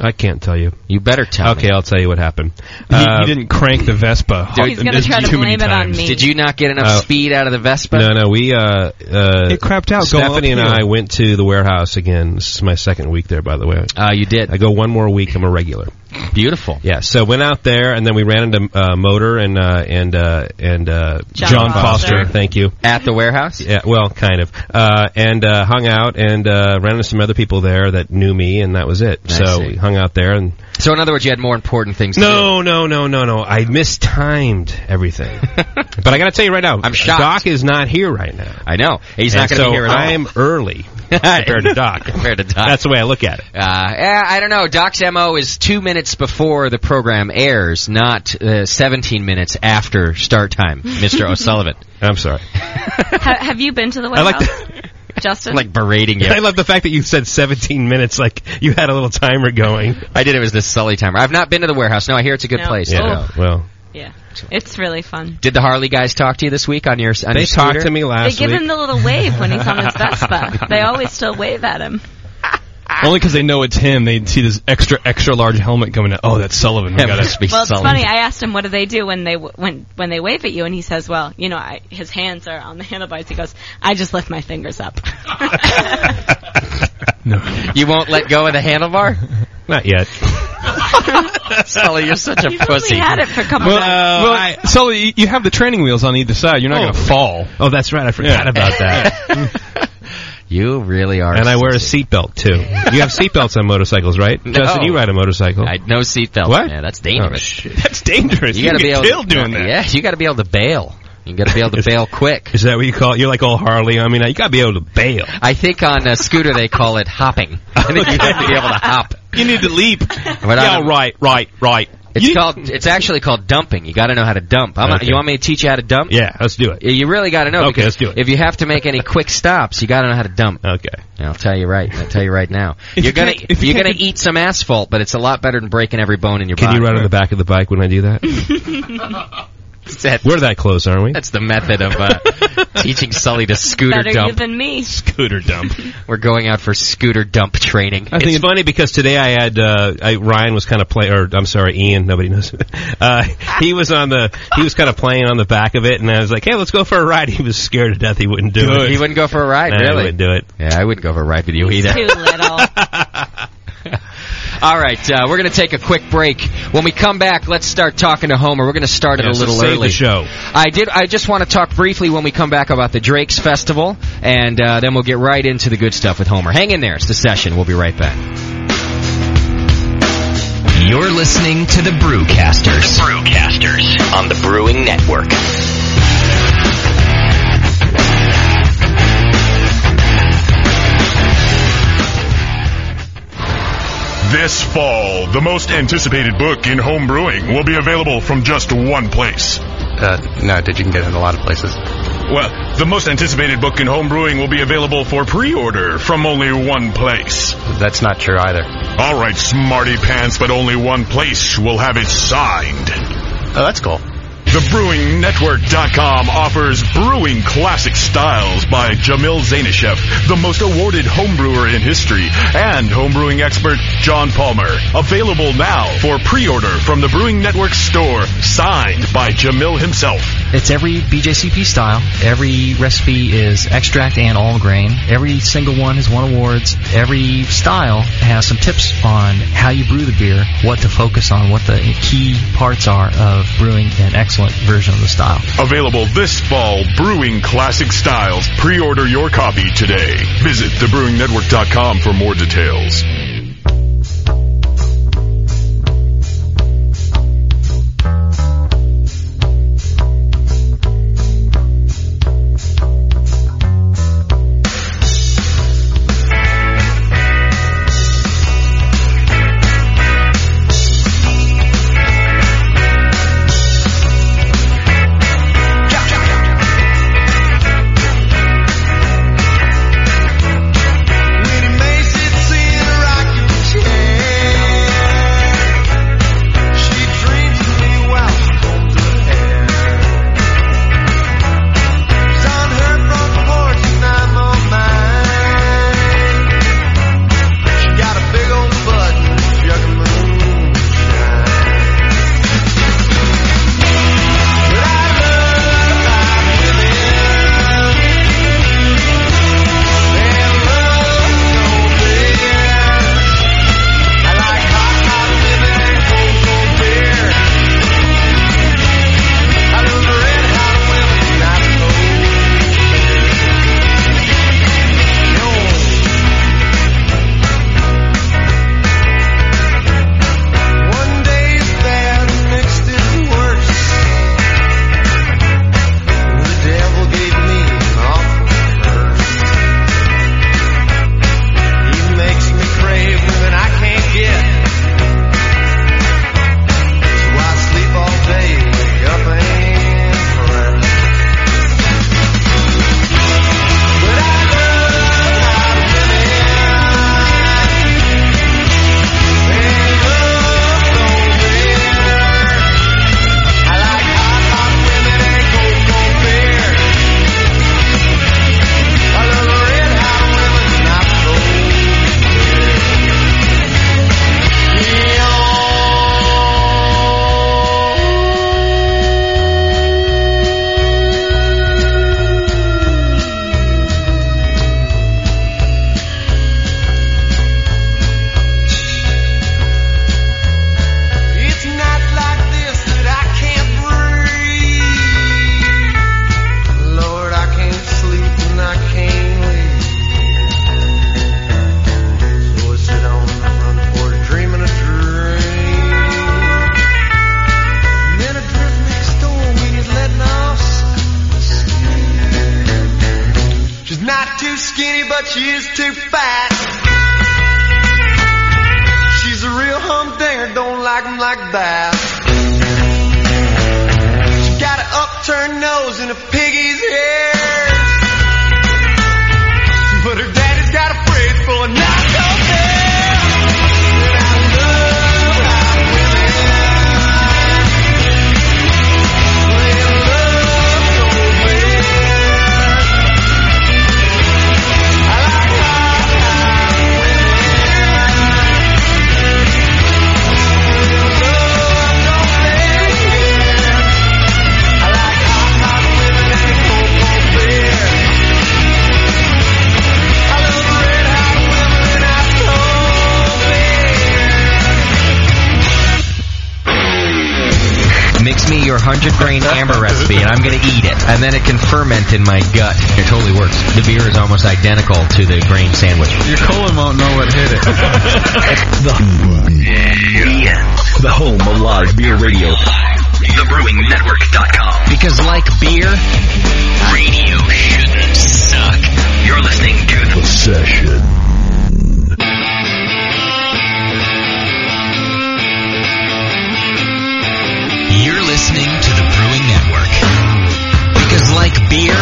I can't tell you.
You better tell
okay, I'll tell you what happened. Uh,
He, he didn't crank the Vespa. hard-
He's gonna
this
try to
too many
blame it on
times.
me.
Did you not get enough
Oh.
speed out of the Vespa?
No, no, we uh, uh,
It crapped out. going
Stephanie and I
uphill.
went to the warehouse again. This is my second week there, by the way.
Uh, you did.
I go one more week. I'm a regular.
Beautiful.
Yeah. So went out there, and then we ran into uh, Motor and uh, and uh, and uh,
John John Foster. Foster.
Thank you.
At the warehouse?
Yeah. Well, kind of. Uh, and uh, hung out and uh, ran into some other people there that knew me, and that was it.
I
so
see.
we hung out there and
So in other words, you had more important things to do.
No, no, no, no, no. I mistimed everything. but I got to tell you right now,
I'm shocked.
Doc is not here right now.
I know. He's
And
not going to
so
be here at all.
I'm early compared to Doc.
Compared to Doc.
That's the way I look at it.
Uh, eh, I don't know. Doc's MO is two minutes before the program airs, not uh, 17 minutes after start time, Mr. O'Sullivan.
I'm sorry.
Ha- have you been to the
I like
warehouse, Justin?
Like berating you.
I love the fact that you said 17 minutes, like you had a little timer going.
I did it was this Sully timer. I've not been to the warehouse. No, I hear it's a good
No.
place.
Yeah.
to
Oh.
go.
Well,
yeah, it's really fun.
Did the Harley guys talk to you this week on your on
they
your
talked
scooter?
to me
They
last
give
week.
him the little wave when he's on his Vespa. they always still wave at him.
Only because they know it's him. They see this extra, extra large helmet coming out. Oh, that's Sullivan. We
That
gotta-
must be
Well, it's
Sully.
funny. I asked him, "What do they do when they w- when when they wave at you?" And he says, "Well, you know, I, his hands are on the handlebars." He goes, "I just lift my fingers up."
You won't let go of the handlebar?
Not yet.
Sully, you're such a
He's
pussy.
only had it for a couple
Well,
of
well, Sully, you- you have the training wheels on either side. You're not going to fall.
Oh, that's right. I forgot
Yeah.
about that.
You really are.
and I wear a
sissy.
seatbelt too. You have seatbelts on motorcycles, right?
No.
Justin, you ride a motorcycle.
I no seatbelt.
What?
Man, that's
oh,
dangerous.
shit.
That's dangerous.
you gotta be
get
able
killed
to,
doing that.
Yeah, you gotta be able to bail. You gotta be able to bail quick.
Is that what you call it? You're like old Harley. I mean, you gotta be able to bail.
I think on a scooter they call it hopping. I think you have to be able to hop.
You need to leap.
But
yeah,
on a-
right, right, right.
It's
You-
called. It's actually called dumping. You gotta know how to dump. I'm
Okay.
you want me to teach you how to dump?
Yeah, let's do it.
You really gotta know.
Okay,
because
let's do it.
If you have to make any quick stops, you gotta know how to dump.
Okay.
I'll tell you right. I'll tell you right now.
If
You're
you
gonna
can't- if you
you're
can't
gonna eat some asphalt, but it's a lot better than breaking every bone in your
Can
body.
you ride on the back of the bike when I do that?
That's,
We're that close, aren't we?
that's the method of uh, teaching Sully to scooter
better you
dump.
than me.
Scooter dump.
We're going out for scooter dump training.
I think it's funny because today I had uh, I, Ryan was kind of play, or I'm sorry, Ian. Nobody knows. Uh, he was on the he was kind of playing on the back of it, and I was like, "Hey, let's go for a ride." He was scared to death. He wouldn't do
Good.
it.
He wouldn't go for a ride,
Nah, he
really.
wouldn't do it.
Yeah, I wouldn't go for a ride with you either.
Too little.
All right, uh, we're going to take a quick break. When we come back, let's start talking to Homer. We're going to start it
Yes,
a little
save the
early.
show.
I did. I just want to talk briefly when we come back about the Drake's Festival, and uh, then we'll get right into the good stuff with Homer. Hang in there; it's the session. We'll be right back.
You're listening to the Brewcasters. Brewcasters on the Brewing Network.
This fall, the most anticipated book in home brewing will be available from just one place.
Uh, no, did you can get it in a lot of places.
Well, the most anticipated book in home brewing will be available for pre-order from only one place.
That's not true either.
All right, smarty pants, but only one place will have it signed.
Oh, that's cool.
TheBrewingNetwork.com offers brewing classic styles by Jamil Zainashev, the most awarded homebrewer in history, and homebrewing expert John Palmer. Available now for pre-order from the Brewing Network store, signed by Jamil himself.
It's every BJCP style. Every recipe is extract and all grain. Every single one has won awards. Every style has some tips on how you brew the beer, what to focus on, what the key parts are of brewing an excellent version of the style.
Available this fall, Brewing Classic Styles. Pre-order your copy today. Visit thebrewingnetwork.com for more details.
It's not like this that I can't breathe. Lord, I can't sleep and I can't leave. So I sit on the front porch dreaming a dream. And then a drift next door we just letting off steam. She's not too skinny, but she is too fat. She's a real humdinger, don't like 'em like that. She got an upturned nose and a piggy's hair. But her daddy's got a fridge full of knockoff beer. And I love how women play a love so fair. I like hot, hot women.
Mix me your 100 grain amber recipe and I'm going to eat it. And then it can ferment in my gut. It totally works. The beer is almost identical to the grain sandwich.
Your colon won't know what hit it.
the, the home of live beer radio.
TheBrewingNetwork.com.
Because like beer,
radio shouldn't suck. You're listening to The Session.
You're listening to the Brewing Network. Because like beer,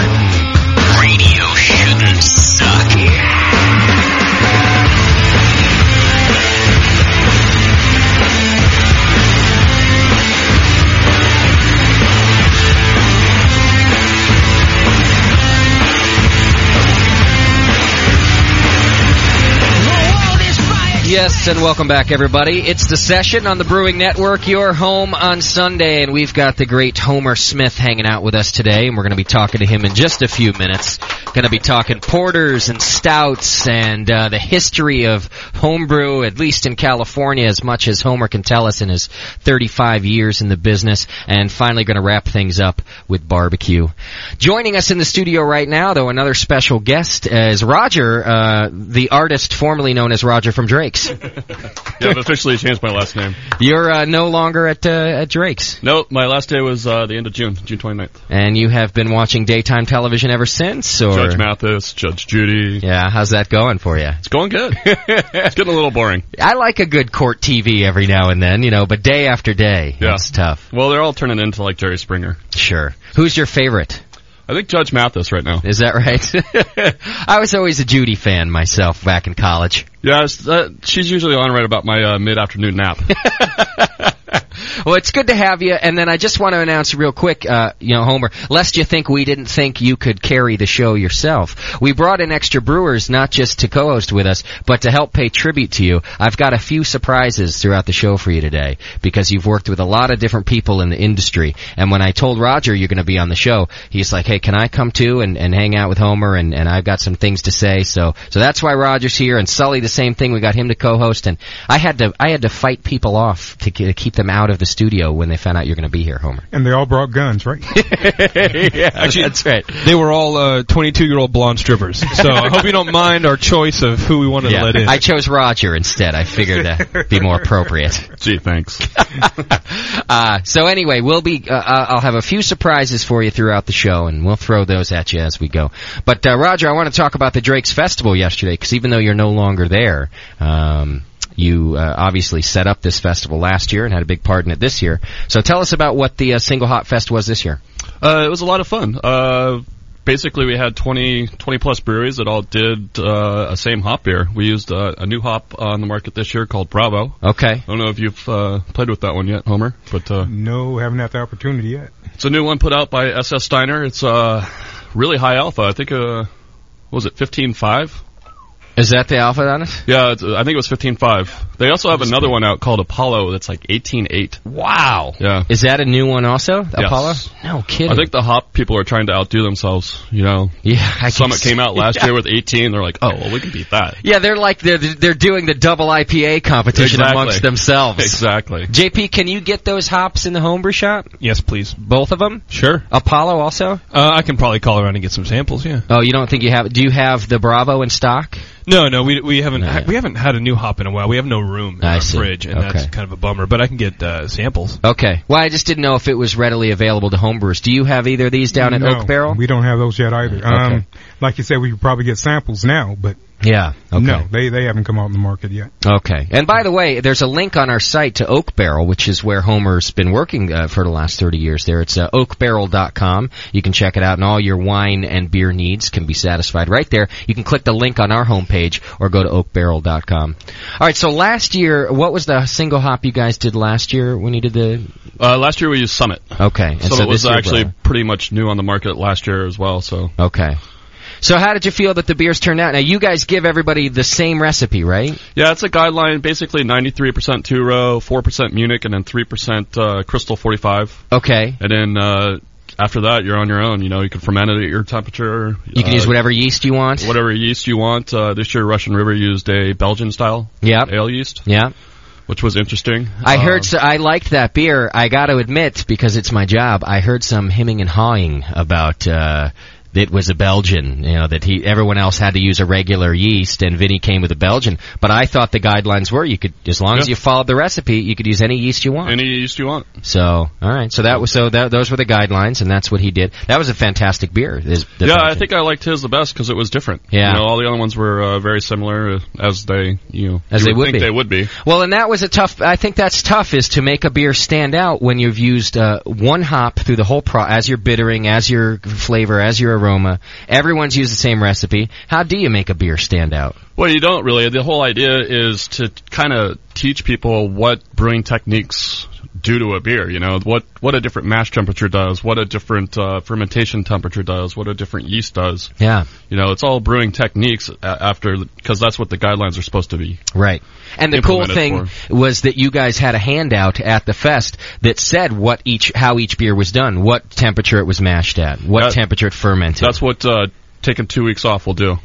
Yes, and welcome back, everybody. It's the session on the Brewing Network, your home on Sunday, and we've got the great Homer Smith hanging out with us today, and we're going to be talking to him in just a few minutes. Going to be talking porters and stouts and uh, the history of homebrew, at least in California, as much as Homer can tell us in his 35 years in the business, and finally going to wrap things up with barbecue. Joining us in the studio right now, though, another special guest uh, is Roger, uh, the artist formerly known as Roger from Drake's.
Yeah, I've officially changed my last name.
You're uh, no longer at uh, at Drake's,
Nope, my last day was uh, the end of June, June 29th.
and you have been watching daytime television ever since. Or
Judge Mathis, Judge Judy.
Yeah, how's that going for you?
It's going good. it's getting a little boring.
I like a good court TV every now and then, you know, but day after day,
Yeah.
it's tough.
Well, they're all turning into like Jerry Springer.
Sure. Who's your favorite?
I think Judge Mathis right now.
Is that right? I was always a Judy fan myself back in college.
Yeah, it's, uh, she's usually on right about my uh, mid-afternoon nap.
Well, it's good to have you. And then I just want to announce real quick, uh, you know, Homer, lest you think we didn't think you could carry the show yourself. We brought in extra brewers not just to co-host with us, but to help pay tribute to you. I've got a few surprises throughout the show for you today because you've worked with a lot of different people in the industry. And when I told Roger you're going to be on the show, he's like, "Hey, can I come too and, and hang out with Homer?" And, and I've got some things to say. So so that's why Roger's here. And Sully, the same thing. We got him to co-host, and I had to I had to fight people off to, ke- to keep them out of the studio when they found out you're going to be here, Homer.
And they all brought guns, right?
yeah, that's right.
They were all uh, 22-year-old blonde strippers. So I hope you don't mind our choice of who we wanted to let in.
I chose Roger instead. I figured that'd be more appropriate.
Gee, thanks.
uh, so anyway, we'll be. Uh, uh, I'll have a few surprises for you throughout the show, and we'll throw those at you as we go. But uh, Roger, I want to talk about the Drake's Festival yesterday because even though you're no longer there. Um, you uh, obviously set up this festival last year and had a big part in it this year. So tell us about what the uh, Single Hot Fest was this year.
Uh, it was a lot of fun. Uh, basically, we had 20, 20 plus breweries that all did uh, a same hop beer. We used uh, a new hop on the market this year called Bravo.
Okay.
I don't know if you've uh, played with that one yet, Homer, but uh,
No, haven't had the opportunity yet.
it's a new one put out by SS Steiner. It's uh, really high alpha. I think uh, what was it fifteen five?
Is that the alpha on it?
Yeah, it's, I think it was fifteen five. They also have another one out called Apollo that's like eighteen eight.
Wow.
Yeah.
Is that a new one also? Apollo?
Yes.
No kidding.
I think the hop people are trying to outdo themselves. You know.
Yeah. I
Summit
can
came out
see
last
that.
year with eighteen. They're like, oh, well, we can beat that.
Yeah, they're like they're they're doing the double IPA competition
Exactly.
amongst themselves.
Exactly.
JP, can you get those hops in the homebrew shop?
Yes, please.
Both of them?
Sure.
Apollo also?
Uh, I can probably call around and get some samples. Yeah.
Oh, you don't think you have? Do you have the Bravo in stock?
No, no, we we haven't ha- we haven't had a new hop in a while. We have no room in
I
our
see.
fridge, and that's
Okay.
kind of a bummer. But I can get uh, samples.
Okay. Well, I just didn't know if it was readily available to homebrewers. Do you have either of these down at
No,
Oak Barrel?
We don't have those yet either.
Okay.
Um, like you said, we could probably get samples now, but
Yeah. Okay.
no, they they haven't come out in the market yet.
Okay. And by the way, there's a link on our site to Oak Barrel, which is where Homer's been working uh, for the last 30 years there. It's uh, oakbarrel.com. You can check it out, and all your wine and beer needs can be satisfied right there. You can click the link on our homepage or go to oakbarrel.com. All right, so last year, what was the single hop you guys did last year when you did the.
Uh, last year we used Summit.
Okay. And
Summit
so
was
this year,
actually
Bravo.
pretty much new on the market last year as well. So
Okay. So how did you feel that the beers turned out? Now, you guys give everybody the same recipe, right?
Yeah, it's a guideline. Basically, 93% two row, 4% Munich, and then 3% uh, Crystal 45.
Okay.
And then uh, after that, you're on your own. You know, you can ferment it at your temperature.
You can
uh,
use whatever yeast you want.
whatever yeast you want. Uh, this year, Russian River used a Belgian style
Yep.
ale yeast.
Yeah.
Which was interesting.
I
Um,
heard. So, I liked that beer. I got to admit, because it's my job. I heard some hemming and hawing about uh, it was a Belgian. You know that he everyone else had to use a regular yeast, and Vinny came with a Belgian. But I thought the guidelines were you could, as long as
Yeah.
you followed the recipe, you could use any yeast you want.
any yeast you want.
so, all right. So that was so that those were the guidelines, and that's what he did. That was a fantastic beer. is the
yeah, I
Belgian.
think I liked his the best because it was different.
Yeah.
You know, all the other ones were uh, very similar uh, as they, you know,
As
you
they would
think
be.
they would be.
Well, and that was a tough. I think that's tough is to make a beer stand out when you've used uh, one hop through the whole pro as your bittering, as your flavor, as your aroma. Everyone's used the same recipe. How do you make a beer stand out?
Well, you don't really. The whole idea is to kind of teach people what brewing techniques do to a beer. You know what what a different mash temperature does, what a different uh, fermentation temperature does, what a different yeast does.
Yeah.
You know, it's all brewing techniques a- after because that's what the guidelines are supposed to be.
Right. And the cool
Implemented
thing was that you guys had a handout at the fest that said what each how each beer was done, what temperature it was mashed at, what
That-
temperature it fermented.
That's what uh, taking two weeks off will do.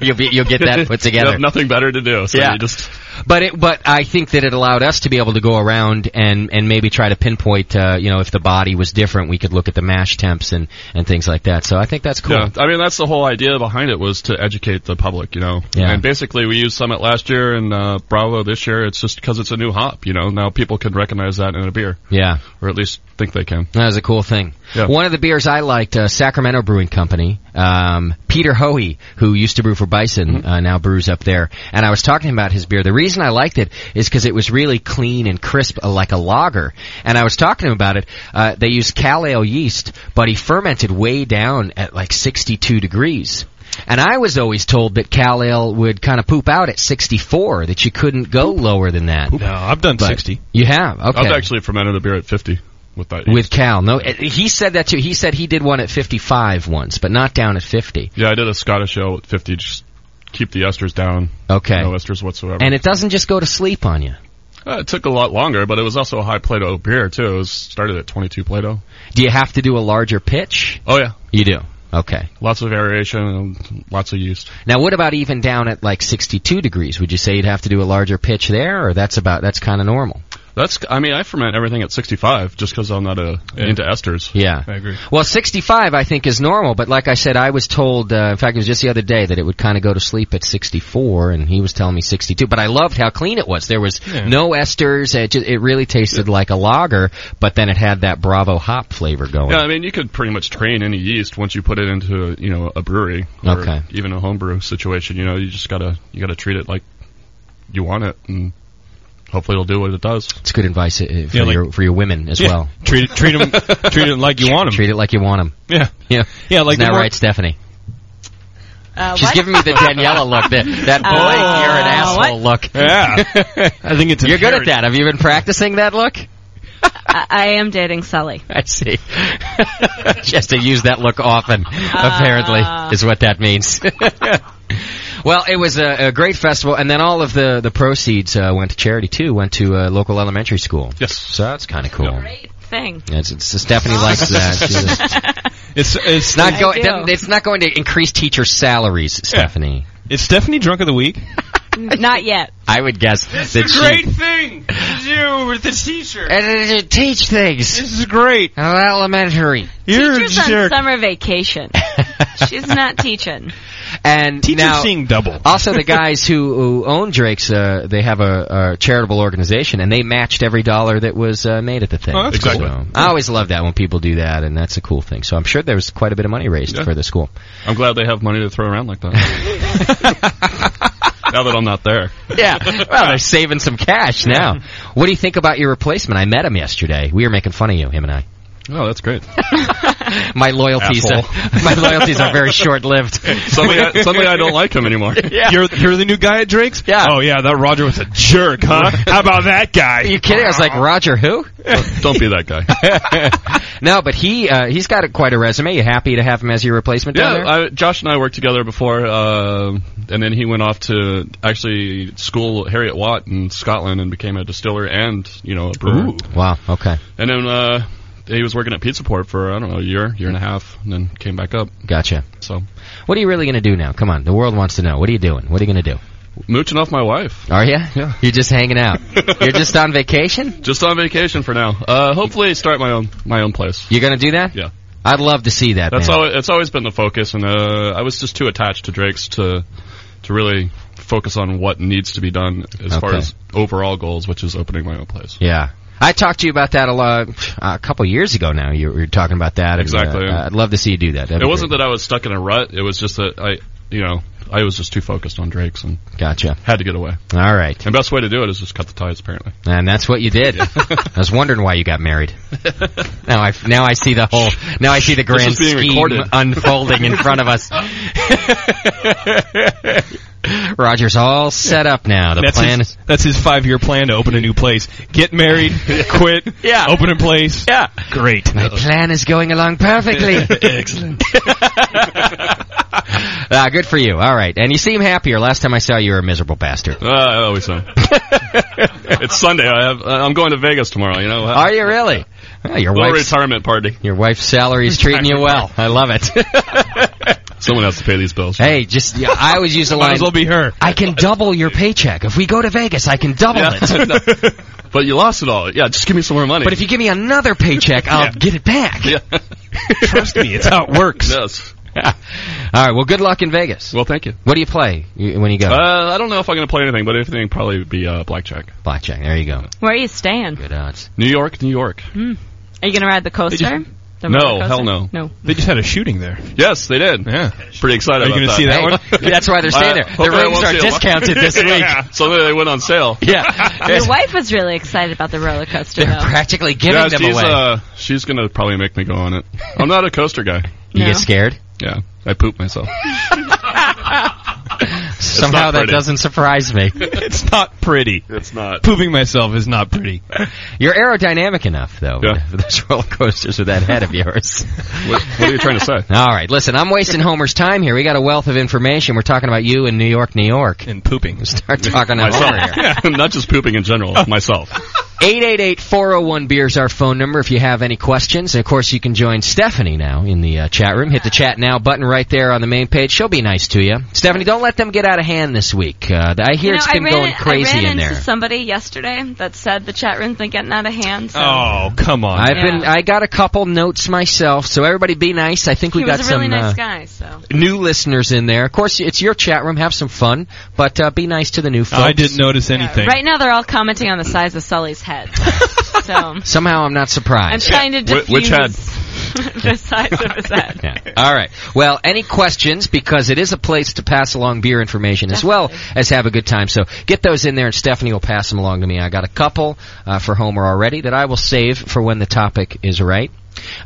you'll, be, you'll get that put
you
together.
have nothing better to do. So
Yeah.
you just
But it, but I think that it allowed us to be able to go around and and maybe try to pinpoint, uh, you know, if the body was different, we could look at the mash temps and and things like that. So I think that's cool.
Yeah, I mean that's the whole idea behind it was to educate the public, you know.
Yeah.
And basically, we used Summit last year and uh, Bravo this year. It's just because it's a new hop, you know. Now people can recognize that in a beer,
Yeah.
or at least think they can.
That was a cool thing. One of the beers I liked, uh, Sacramento Brewing Company, um, Peter Hoey, who used to brew for Bison,
Mm-hmm.
uh, now brews up there. And I was talking to him about his beer. The reason I liked it is because it was really clean and crisp, uh, like a lager. And I was talking to him about it. Uh, they used cal ale yeast, but he fermented way down at like 62 degrees. And I was always told that Cal Ale would kind of poop out at 64, that you couldn't go lower than that. No,
I've done 60.
You have? Okay.
I've actually fermented a beer at 50 with that.
With Cal, no, eh, he said that too. He said he did one at 55 once, but not down at 50.
Yeah, I did a Scottish ale at 50. Just keep the esters down.
Okay.
No esters whatsoever.
And it doesn't just go to sleep on you.
Uh, it took a lot longer, but it was also a high Play-Doh beer too. It was started at 22 Play-Doh.
Do you have to do a larger pitch?
Oh yeah,
You do. Okay.
lots of variation, and lots of yeast.
Now, what about even down at like 62 degrees? Would you say you'd have to do a larger pitch there, or that's about that's kind of normal?
That's. I mean, I ferment everything at 65 just because I'm not a, into esters.
Yeah.
I agree.
Well, 65 I think is normal, but like I said, I was told, uh, in fact, it was just the other day that it would kind of go to sleep at 64, and he was telling me 62. But I loved how clean it was. There was no esters. It, ju it really tasted like a lager, but then it had that Bravo hop flavor going.
Yeah, I mean, you could pretty much train any yeast once you put it into you know a brewery or
Okay.
even a homebrew situation. You know, you just gotta you gotta treat it like you want it, and hopefully it'll do what it does.
It's good advice uh, for
Yeah, like-
your for your women as
Yeah.
well.
Treat it- treat 'em-
treat it like you want 'em.
Treat it like you want them.
Yeah.
Yeah.
Yeah, like
Isn't that
the more-
right, Stephanie?
Uh,
She's
what?
giving me the Daniela look. That that
Uh,
blank, you're an asshole
what?
look.
Yeah. I think it's
You're
inherent.
good at that. Have you been practicing that look?
I, I am dating Sully.
I see. she has to use that look often,
Uh,
apparently, is what that means. well, it was a, a great festival, and then all of the, the proceeds uh, went to charity, too, went to uh, local elementary school.
Yes.
So that's kind of cool.
Thing.
That's, it's, Stephanie
Oh.
likes that. She's a-
It's it's
not going. It's not going to increase teacher salaries, Stephanie.
Is Stephanie drunk of the week?
Not yet.
I would guess that she
thing to do with the teacher.
And, uh, teach things. This
is great.
Elementary.
Teacher's on summer vacation. She's not teaching.
And
Teachers
now,
seeing
double.
also, the guys who, who own Drake's, uh, they have a, a charitable organization, and they matched every dollar that was uh, made at the thing.
Oh, that's
So,
cool.
I always love that when people do that, and that's a cool thing. So I'm sure there was quite a bit of money raised
Yeah.
for the school.
I'm glad they have money to throw around like that. now that I'm not there.
Yeah. Well, they're saving some cash now. What do you think about your replacement? I met him yesterday. We were making fun of you, him and I.
Oh, that's great.
My loyalties, are,
Asshole.
my loyalties are very short lived.
Suddenly, I, suddenly I don't like him anymore.
Yeah.
You're you're the new guy at Drake's.
Yeah.
Oh yeah, that Roger was a jerk, huh? How about that guy?
Are you kidding? I was like, Roger who?
Don't, don't be that guy.
no, but he uh, he's got a, quite a resume. You happy to have him as your replacement down
Yeah,
there?
I, Josh and I worked together before, um and then he went off to actually school at Harriet Watt in Scotland and became a distiller and you know a brewer.
Wow. Okay.
And then uh, he was working at Pizza Port for I don't know a year, year and a half, and then came back up.
Gotcha.
So
What are you really going to do now? Come on, the world wants to know. What are you doing? What are you going to do?
mooching off my wife,
Are you? You're just hanging out. You're just on vacation.
just on vacation for now. Uh, hopefully, start my own my own place.
You're going to do that?
Yeah.
I'd love to see that.
That's
man.
always it's always been the focus, and uh, I was just too attached to Drake's to to really focus on what needs to be done as far
Okay.
as overall goals, which is opening my own place.
Yeah. I talked to you about that a lot a couple years ago. Now you were talking about that. and, uh,
Exactly.
I'd love to see you do that. That'd
it
be
wasn't that I was stuck in a rut. It was just that I, you know, I was just too focused on Drake's and
gotcha.
Had to get away.
All right.
And best way to do it is just cut the ties, apparently.
And that's what you did. I was wondering why you got married. Now I now I see the whole now I see the
This
grand
is being
scheme
recorded.
unfolding in front of us. Roger's all set up now. The
that's
plan
his, that's his five-year plan to open a new place. Get married, quit, yeah. open a place.
Yeah.
Great.
My plan is going along perfectly.
Excellent.
ah, good for you. All right. And you seem happier. Last time I saw you, you were a miserable bastard.
Uh, I always am. it's Sunday. I have. uh, I'm going to Vegas tomorrow. You know.
Are you really? Well, your
Little
wife's-
retirement party.
Your wife's salary's treating you well. I love it.
Someone has to pay these bills.
Hey, just yeah, I always use the
Might
line.
as well be her.
I can double your paycheck if we go to Vegas. I can double
Yeah.
it.
But you lost it all. Yeah, just give me some more money.
But if you give me another paycheck, I'll get it back.
Trust
me, it's how it works.
Yes.
All right. Well, good luck in Vegas.
Well, thank you.
What do you play you- when you go?
Uh, I don't know if I'm going to play anything, but anything would probably be uh, blackjack.
Blackjack. There you go.
Where are you staying?
Good odds.
New York, New York.
Hmm. Are you going to ride the coaster? The
no,
roller
hell
coaster?
no.
No.
They just had a shooting there.
Yes, they did. Yeah. Pretty excited.
Are you gonna
going to
see that one?
That's why they're staying there. The rooms are discounted this week.
So they went on sale.
Yeah.
Your wife was really excited about the roller coaster, though.
practically
yeah, she's, Uh, she's going to probably make me go on it. I'm not a coaster guy.
You get scared?
Yeah. I poop myself.
Somehow
not
that
pretty.
doesn't surprise me.
it's not pretty.
It's not.
Pooping myself is not pretty.
You're aerodynamic enough, though, for those roller coasters with that head of yours.
what, what are you trying to say?
All right, listen, I'm wasting Homer's time here. We got a wealth of information. We're talking about you in New York, New York.
And pooping.
Start talking to Homer here.
myself. not just pooping in general.
Oh.
myself.
888-401-BEER is our phone number if you have any questions. And of course, you can join Stephanie now in the uh, chat room. Hit the chat now button right there on the main page. She'll be nice to you. Stephanie, don't let them get out of hand this week. Uh, I hear
You know,
it's
I
been
ran-
going
I
crazy
ran
in
into
there.
somebody yesterday that said the chat room's been getting out of hand. So
Oh, come on.
I've
Yeah.
been. I got a couple notes myself, so everybody be nice. I think we
he
got
was a really
some uh,
nice guy. So
new listeners in there. Of course, it's your chat room. Have some fun, but uh, be nice to the new folks.
I didn't notice anything.
right now they're all commenting on the size of Sully's head. so
Somehow I'm not
I'm
surprised.
trying to diffuse the size of his head.
All right. Well, any questions because it is a place to pass along beer information as well as have a good time. So get those in there, and Stephanie will pass them along to me. I got a couple uh, for Homer already that I will save for when the topic is right.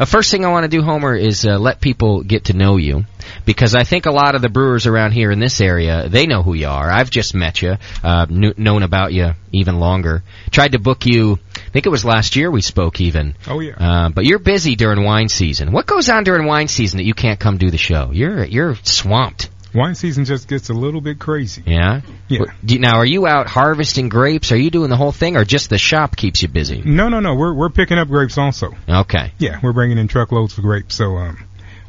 Uh, first thing I want to do, Homer, is uh, let people get to know you because I think a lot of the brewers around here in this area they know who you are. I've just met you, uh, kn- known about you even longer. Tried to book you. I think it was last year we spoke even.
Oh, yeah.
Uh, but you're busy during wine season. What goes on during wine season that you can't come do the show? You're you're swamped.
Wine season just gets a little bit crazy.
Yeah.
Yeah.
Wh- Do you, now, are you out harvesting grapes? Are you doing the whole thing, or just the shop keeps you busy?
No, no, no. We're we're picking up grapes also.
Okay.
Yeah, we're bringing in truckloads of grapes. So um,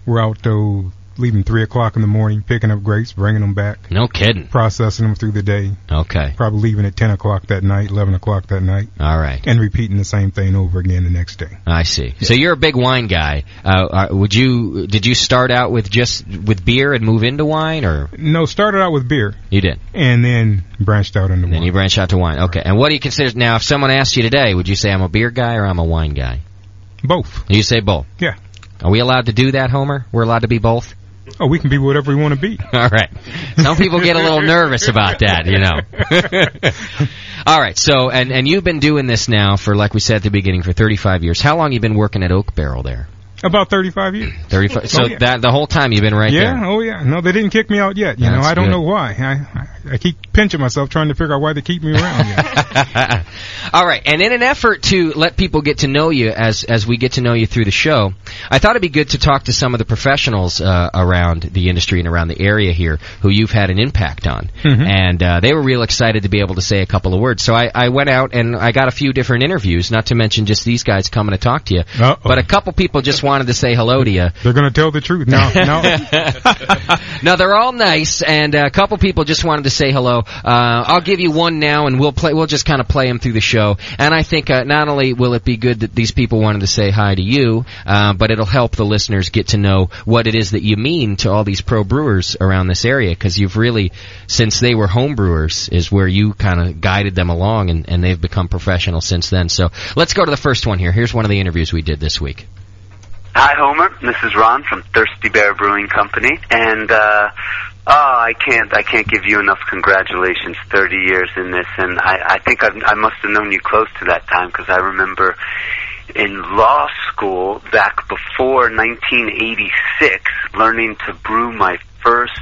we're out though, leaving three o'clock in the morning, picking up grapes, bringing them back,
No kidding.
processing them through the day.
Okay.
Probably leaving at ten o'clock that night, eleven o'clock that night,
All right.
and repeating the same thing over again the next day.
I see. So you're a big wine guy. Uh, uh, would you? Did you start out with just with beer and move into wine, or
No, started out with beer
you did?
and then branched out into
Then you branch out to wine. Okay. And what do you consider now? If someone asked you today, would you say I'm a beer guy or I'm a wine guy?
both.
You say both.
Yeah.
Are we allowed to do that, Homer? We're allowed to be both.
Oh, we can be whatever we want to be.
All right. Some people get a little nervous about that, you know. All right. So, and and you've been doing this now for, like we said at the beginning, for 35 years. How long you been working at Oak Barrel there?
About thirty-five years.
35. So
Oh, yeah.
that the whole time you've been right
yeah,
there.
oh yeah. No, they didn't kick me out yet. You know,
That's
I don't
good.
know why. I, I I keep pinching myself trying to figure out why they keep me around. yet.
All right, and in an effort to let people get to know you as as we get to know you through the show, I thought it'd be good to talk to some of the professionals uh, around the industry and around the area here who you've had an impact on,
Mm-hmm.
Mhm.
and uh, they were real excited to be able to say a couple of words. So I, I went out and I got a few different interviews, not to mention just these guys coming to talk to you,
Uh-oh.
but a couple people just wanted to say hello to you.
They're going to tell the truth. No, no.
No, they're all nice, and uh, a couple people just wanted to say hello. Uh, I'll give you one now, and we'll play. We'll just kind of play them through the show. And I think uh, not only will it be good that these people wanted to say hi to you, uh, but it'll help the listeners get to know what it is that you mean to all these pro brewers around this area, because you've really, since they were home brewers, is where you kind of guided them along, and, and they've become professional since then. So let's go to the first one here. Here's one of the interviews we did this week.
Hi, Homer. This is Ron from Thirsty Bear Brewing Company, and uh, Ah, I can't. I can't give you enough congratulations. Thirty years in this, and I, I think I've, I must have known you close to that time because I remember in law school back before 1986, learning to brew my first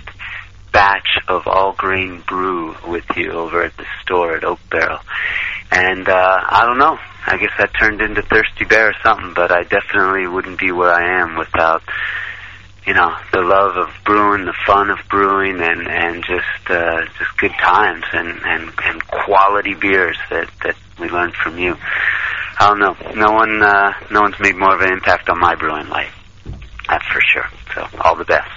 batch of all grain brew with you over at the store at Oak Barrel. And uh, I don't know. I guess that turned into Thirsty Bear or something, but I definitely wouldn't be where I am without you know the love of brewing, the fun of brewing, and and just uh, just good times and and and quality beers that that we learned from you. I don't know. No one uh, no one's made more of an impact on my brewing life. That's for sure. So all the best.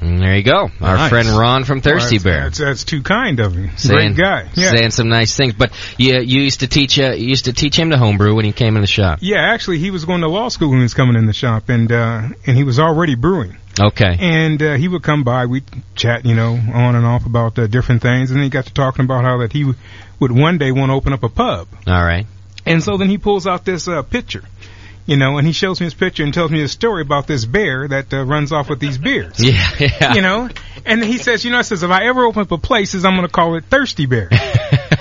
And Mm, there you go. Our
Nice.
friend Ron from Thirsty
Well, that's-
Bear.
That's, that's too kind of you.
Saying,
Great guy. Yeah.
saying some nice things, but you, you used to teach uh, you used to teach him to homebrew when he came in the shop.
yeah, actually, he was going to law school when he was coming in the shop, and uh, and he was already brewing.
Okay,
And uh, he would come by. We'd chat, you know, on and off about uh, different things. And then he got to talking about how that he w- would one day want to open up a pub.
all right.
And so then he pulls out this uh, picture, you know, and he shows me his picture and tells me a story about this bear that uh, runs off with these beers.
Yeah,
You know, and he says, you know, I says if I ever open up a place, says I'm going to call it Thirsty Bear.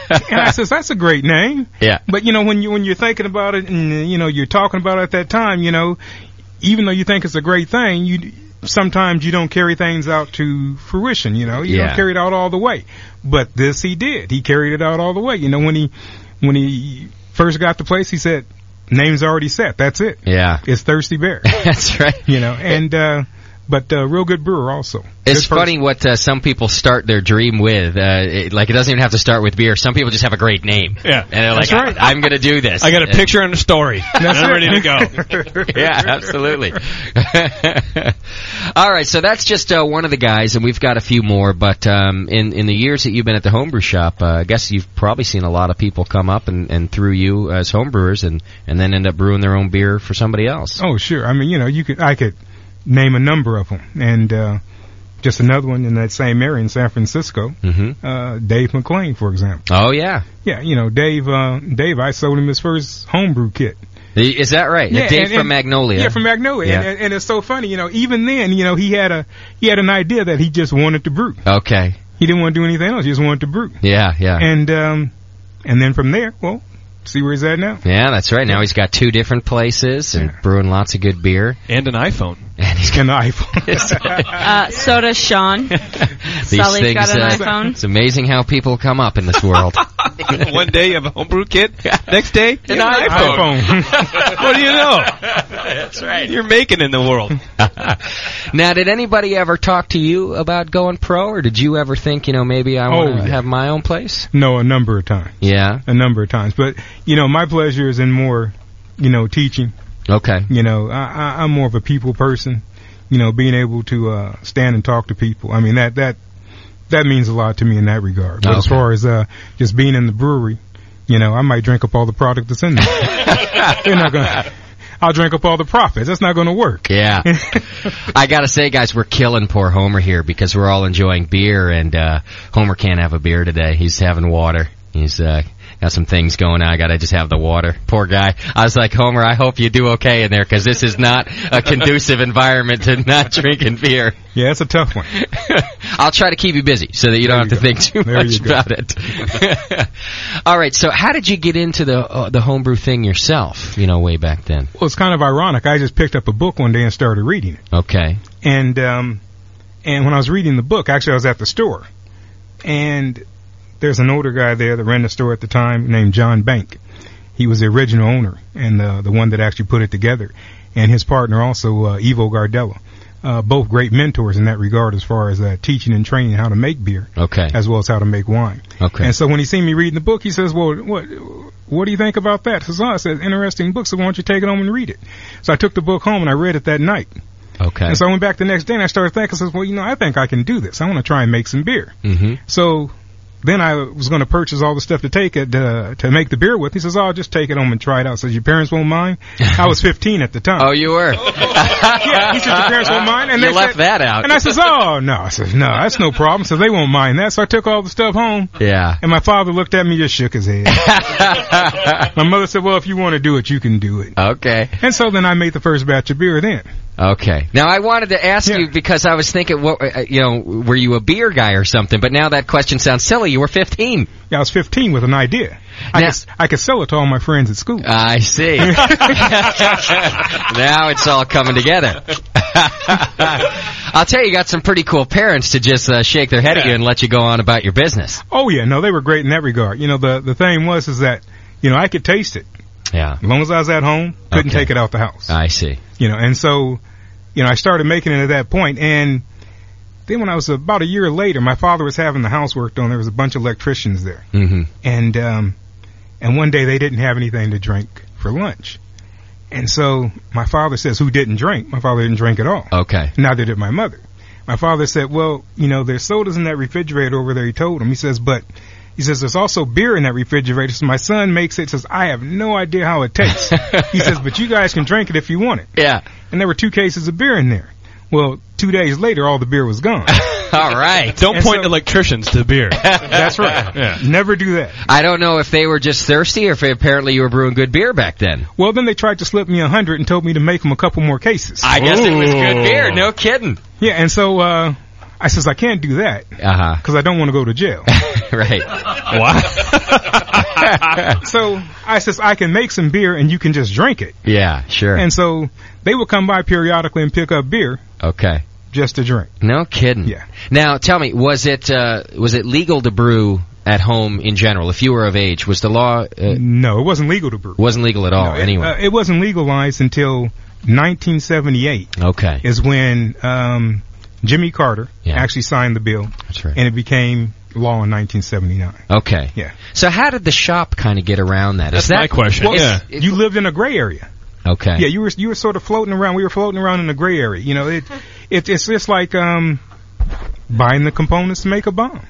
and I says that's a great name.
Yeah.
But you know, when you when you're thinking about it, and uh, you know, you're talking about it at that time, you know, even though you think it's a great thing, you sometimes you don't carry things out to fruition. You know, you
Yeah.
don't carry it out all the way. But this he did. He carried it out all the way. You know, when he when he first got the place, he said, "Name's already set. That's it.
Yeah,
It's Thirsty Bear."
That's right.
You know, and uh, but uh, real good brewer also.
It's funny what uh, some people start their dream with. Uh, it, like it doesn't even have to start with beer. Some people just have a great name.
Yeah.
and they're
That's
like,
right.
I, am going to do this.
I got a
And-
picture and a story. and I'm ready to go.
yeah, absolutely. All right, so that's just uh, one of the guys, and we've got a few more. But um, in in the years that you've been at the homebrew shop, uh, I guess you've probably seen a lot of people come up and, and through you as homebrewers, and and then end up brewing their own beer for somebody else.
Oh, sure. I mean, you know, you could I could name a number of them, and uh, just another one in that same area in San Francisco.
Mm-hmm.
Uh, Dave McLean, for example.
Oh yeah,
Yeah, you know, Dave. Uh, Dave, I sold him his first homebrew kit.
is that right? Dave
and-
from
and-
Magnolia.
Yeah, from Magnolia.
Yeah.
And, and it's so funny, you know. Even then, you know, he had a he had an idea that he just wanted to brew.
okay.
He didn't want to do anything else. He just wanted to brew.
Yeah, yeah.
And um, and then from there, well, see where he's at now.
Yeah, that's right. Now he's got two different places and brewing lots of good beer and an iPhone. And he's
got an iPhone.
Uh, so does Sean.
These
Sully's
things,
got an
uh,
iPhone.
It's amazing how people come up in this world.
One day you have a homebrew kit. Next day, an iPhone. what do you know? That's right. You're making in the world.
now, did anybody ever talk to you about going pro, or did you ever think, you know, maybe I want to
Oh, yeah.
have my own place?
No, a number of times.
Yeah.
A number of times. But, you know, my pleasure is in more, you know, teaching.
Okay.
You know, I, I, I'm more of a people person. You know, being able to uh, stand and talk to people. I mean, that that that means a lot to me in that regard. But as
Okay.
far as uh, just being in the brewery, you know, I might drink up all the product that's in there. They're not gonna. I'll drink up all the profits. That's not going to work.
Yeah. I gotta say, guys, we're killing poor Homer here because we're all enjoying beer, and uh, Homer can't have a beer today. He's having water. He's uh, got some things going on. I gotta just have the water. Poor guy. I was like, Homer, I hope you do okay in there because this is not a conducive environment to not drinking beer.
Yeah, it's a tough one.
I'll try to keep you busy so that you don't have to think too
There
much
you go.
about it. all right. So, how did you get into the uh, the homebrew thing yourself? You know, way back then.
Well, it's kind of ironic. I just picked up a book one day and started reading it.
Okay.
and um, and when I was reading the book, actually I was at the store, and there's an older guy there that ran the store at the time named John Bank. He was the original owner and uh, the one that actually put it together, and his partner also uh, Evo Gardella. Uh, both great mentors in that regard as far as uh, teaching and training how to make beer
Okay.
as well as how to make wine.
Okay.
And so when he seen me reading the book, he says, "Well, what what do you think about that?" So I said, "Interesting book. So why don't you take it home and read it?" So I took the book home and I read it that night.
Okay.
And so I went back the next day and I started thinking, I says, "Well, you know, I think I can do this. I want to try and make some beer."
Mm-hmm.
So then I was going to purchase all the stuff to take it uh, to make the beer with. He says, "Oh, just take it home and try it out." Says your parents won't mind. I was 15 at the time.
Oh, you were.
yeah, he said your parents won't mind, and
you
they
left
said,
that out.
And I says, "Oh no," I says, "No, that's no problem." So they won't mind that. So I took all the stuff home.
Yeah.
And my father looked at me, just shook his head. my mother said, "Well, if you want to do it, you can do it."
Okay.
And so then I made the first batch of beer. Then
Okay. Now I wanted to ask you because I was thinking, what uh, you know, were you a beer guy or something? But now that question sounds silly. You were 15.
Yeah, I was 15 with an idea. I, could, s- I could sell it to all my friends at school.
I see. now it's all coming together. I'll tell you, you got some pretty cool parents to just uh, shake their head at you and let you go on about your business.
Oh yeah, no, they were great in that regard. You know, the the thing was is that you know I could taste it.
Yeah.
As long as I was at home, couldn't
Okay.
take it out the house.
I see.
You know, and so you know I started making it at that point, and then when I was about a year later, my father was having the house worked on. There was a bunch of electricians there,
Mm-hmm.
and um, and one day they didn't have anything to drink for lunch. And so my father says, "Who didn't drink?" My father didn't drink at all.
Okay.
Neither did my mother. My father said, "Well, you know, there's sodas in that refrigerator over there." He told him. He says, "But." He says, there's also beer in that refrigerator. So my son makes it, says, I have no idea how it tastes. he says, but you guys can drink it if you want it.
Yeah.
And there were two cases of beer in there. Well, two days later, all the beer was
All
gone.
right.
Don't
And
point
so-
electricians to beer.
That's right. Never do that.
I don't know if they were just thirsty or if apparently you were brewing good beer back then.
Well, then they tried to slip me a hundred and told me to make them a couple more cases.
I guess it was good beer. No kidding.
Yeah, and so uh, I says I can't do that
Uh
because I don't want to go to jail.
huh. right. What?
so I says I can make some beer and you can just drink it.
Yeah. Sure.
And so they would come by periodically and pick up beer
okay.
just to drink.
No kidding. Yeah. Now tell me, was it uh, was it legal to brew at home in general if you were of age? Was the law? Uh,
no, it wasn't legal to brew.
Wasn't legal at all. anyway.
Uh, it wasn't legalized until 1978.
okay.
is when um, Jimmy Carter
Yeah.
actually signed the bill.
That's right.
And it became law in 1979.
Okay.
uh, Yeah.
So how did the shop kind of get around that? Is
That's
that
my question.
Well,
Yeah.
it-
You lived in a gray area.
okay.
Yeah, you were you were sort of floating around. We were floating around in a gray area. You know, it, it it's just like um, buying the components to make a bomb.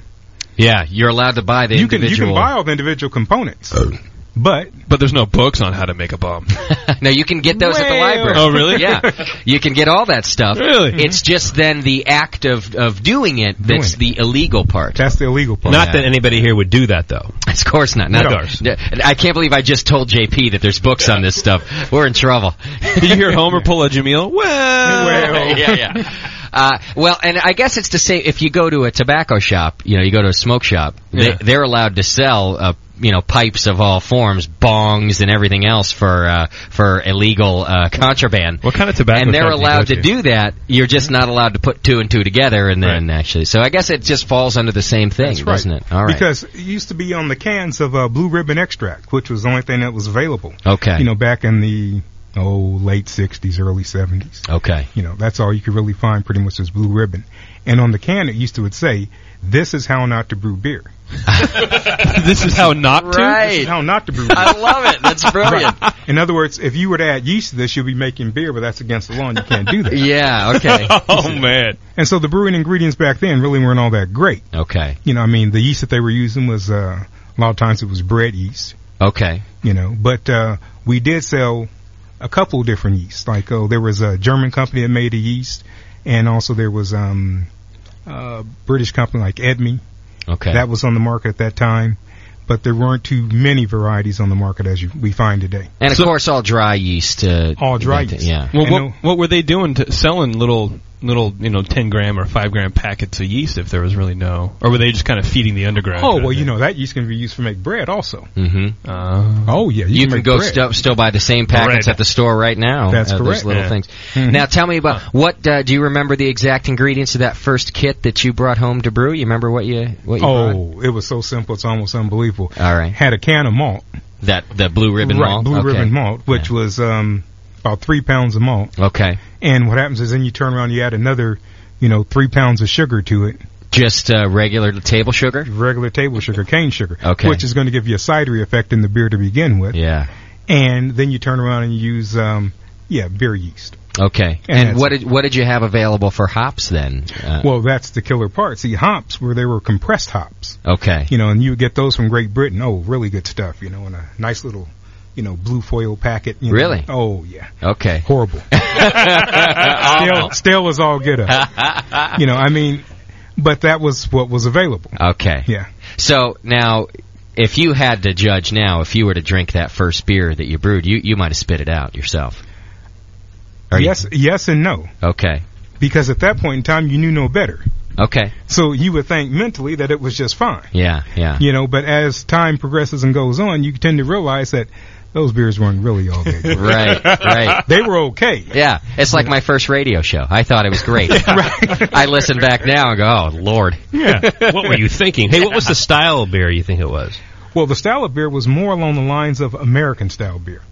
Yeah, You're allowed to buy the
you can you
individual.
can buy all the individual components. But
but there's no books on how to make a bomb.
no, you can get those at the
Well.
library.
Oh, really?
yeah. You can get all that stuff.
Really?
It's just then the act of of doing it that's the illegal part.
That's the illegal part.
Not that anybody here would do that, though.
Of course not. Not
Of course.
I can't believe I just told JP that there's books on this stuff. We're in trouble.
Did you hear Homer pull a Jameel? Well,
yeah, yeah. Uh, well, and I guess it's to say if you go to a tobacco shop, you know, you go to a smoke shop,
Yeah.
they, they're allowed to sell, uh, you know, pipes of all forms, bongs, and everything else for uh, for illegal uh, contraband.
What kind of tobacco?
And
shop
they're
do you
allowed
go
to do that. You're just not allowed to put two and two together, and then actually, so I guess it just falls under the same thing,
That's right.
doesn't it? All right.
Because it used to be on the cans of uh, Blue Ribbon Extract, which was the only thing that was available.
Okay.
You know, back in the oh late '60s, early '70s.
Okay.
You know, that's all you could really find pretty much was Blue Ribbon, and on the can it used to would say, "This is how not to brew beer."
this is how not
to. This is how not to brew. Beer.
I love it. That's brilliant.
In other words, if you were to add yeast to this, you'd be making beer, but that's against the law, and you can't do that.
Yeah. Okay.
oh man.
And so the brewing ingredients back then really weren't all that great.
Okay.
You know, I mean, the yeast that they were using was uh, a lot of times it was bread yeast.
Okay.
You know, but uh, we did sell a couple different yeasts. Like, oh, there was a German company that made a yeast, and also there was um, a British company like Edme.
Okay.
That was on the market at that time, but there weren't too many varieties on the market as you, we find today.
and of course, all dry yeast. Uh,
All dry
that-
yeast.
Yeah.
Well,
I
what,
know-
what were they doing to selling little little you know ten gram or five gram packets of yeast if there was really no, or were they just kind of feeding the underground?
Oh well, you know that yeast can be used to make bread also.
Mm-hmm.
Uh,
oh yeah, you,
You, can,
make
go
bread.
stu- still buy the same packets
Bread.
at the store right now.
That's
uh, Those
correct.
little
Yeah.
things. Now, tell me about what uh, do you remember the exact ingredients of that first kit that you brought home to brew? You remember what you what you brought?
Oh, it was so simple; it's almost unbelievable.
All right.
Had a can of malt,
That the blue ribbon
right?
malt.
Blue
Okay.
ribbon malt, which was um, about three pounds of malt.
Okay.
And what happens is then you turn around, you add another, you know, three pounds of sugar to it,
Just uh, regular table sugar.
regular table sugar, cane sugar,
Okay.
which is going to give you a cidery effect in the beer to begin with.
Yeah.
And then you turn around and you use, um, yeah, beer yeast.
Okay.
And
And,
that's
what did what did you have available for hops then? Uh,
Well, that's the killer part. See, hops where they were compressed hops.
okay.
you know, and you would get those from Great Britain. Oh, really good stuff, you know, in a nice little, you know, blue foil packet. you know.
Really?
Oh, yeah.
Okay.
Horrible. Still, still was all good up. you know, I mean, but that was what was available.
Okay.
Yeah.
So now, if you had to judge now, if you were to drink that first beer that you brewed, you you might have spit it out yourself. Are you-
yes, yes, and no.
Okay.
Because at that point in time, you knew no better.
Okay.
So you would think mentally that it was just fine.
Yeah. Yeah.
You know, but as time progresses and goes on, you tend to realize that those beers weren't really all that good.
Right, right.
They were okay.
Yeah, it's like my first radio show. I thought it was great. I listen back now and go, "Oh Lord."
Yeah. what were you thinking? Hey, what was the style of beer you think it was?
Well, the style of beer was more along the lines of American style beer.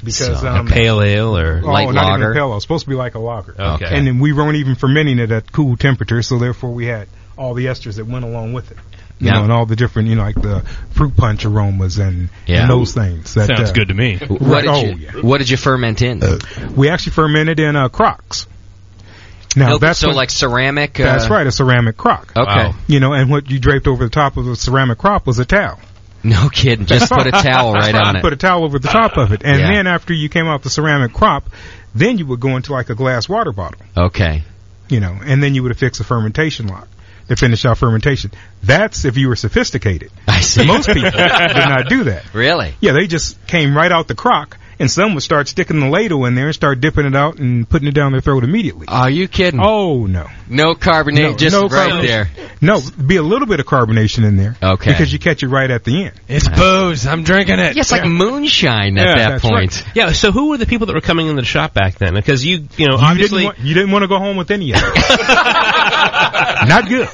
Because
So,
um,
a pale ale or
oh, not even pale ale. It's supposed to be like a lager.
Okay.
And then we weren't even fermenting it at cool temperature, so therefore we had all the esters that went along with it. You
Yeah.
know, and all the different, you know, like the fruit punch aromas and,
Yeah.
and those things. That, uh,
What
Right,
did
oh, Uh,
you What did you ferment in?
we actually fermented in uh, crocks. Now
Nope,
that's
so
what-
like ceramic. Uh,
that's right, a ceramic crock.
Okay. Wow.
You know, and what you draped over the top of the ceramic crock was a towel.
No kidding. Just put a towel
That's
right
right,
on
you
it.
Put a towel over the top of it, and
Yeah.
then after you came out the ceramic crop, then you would go into like a glass water bottle,
Okay.
you know, and then you would affix a fermentation lock to finish out fermentation. That's if you were sophisticated.
I see.
Most people did not do that.
Really?
Yeah, they just came right out the crock, and some would start sticking the ladle in there and start dipping it out and putting it down their throat immediately.
Are you kidding?
Oh no.
No carbonate,
No,
just
no
right
carbonation.
there.
No, be a little bit of carbonation in there.
Okay.
Because you catch it right at the end.
It's booze. I'm drinking it.
Yeah, it's like moonshine at that point.
Yeah. So who were the people that were coming in the shop back then? Because you, you know,
You didn't,
obviously.
want, you didn't want to go home with any of it. Not good.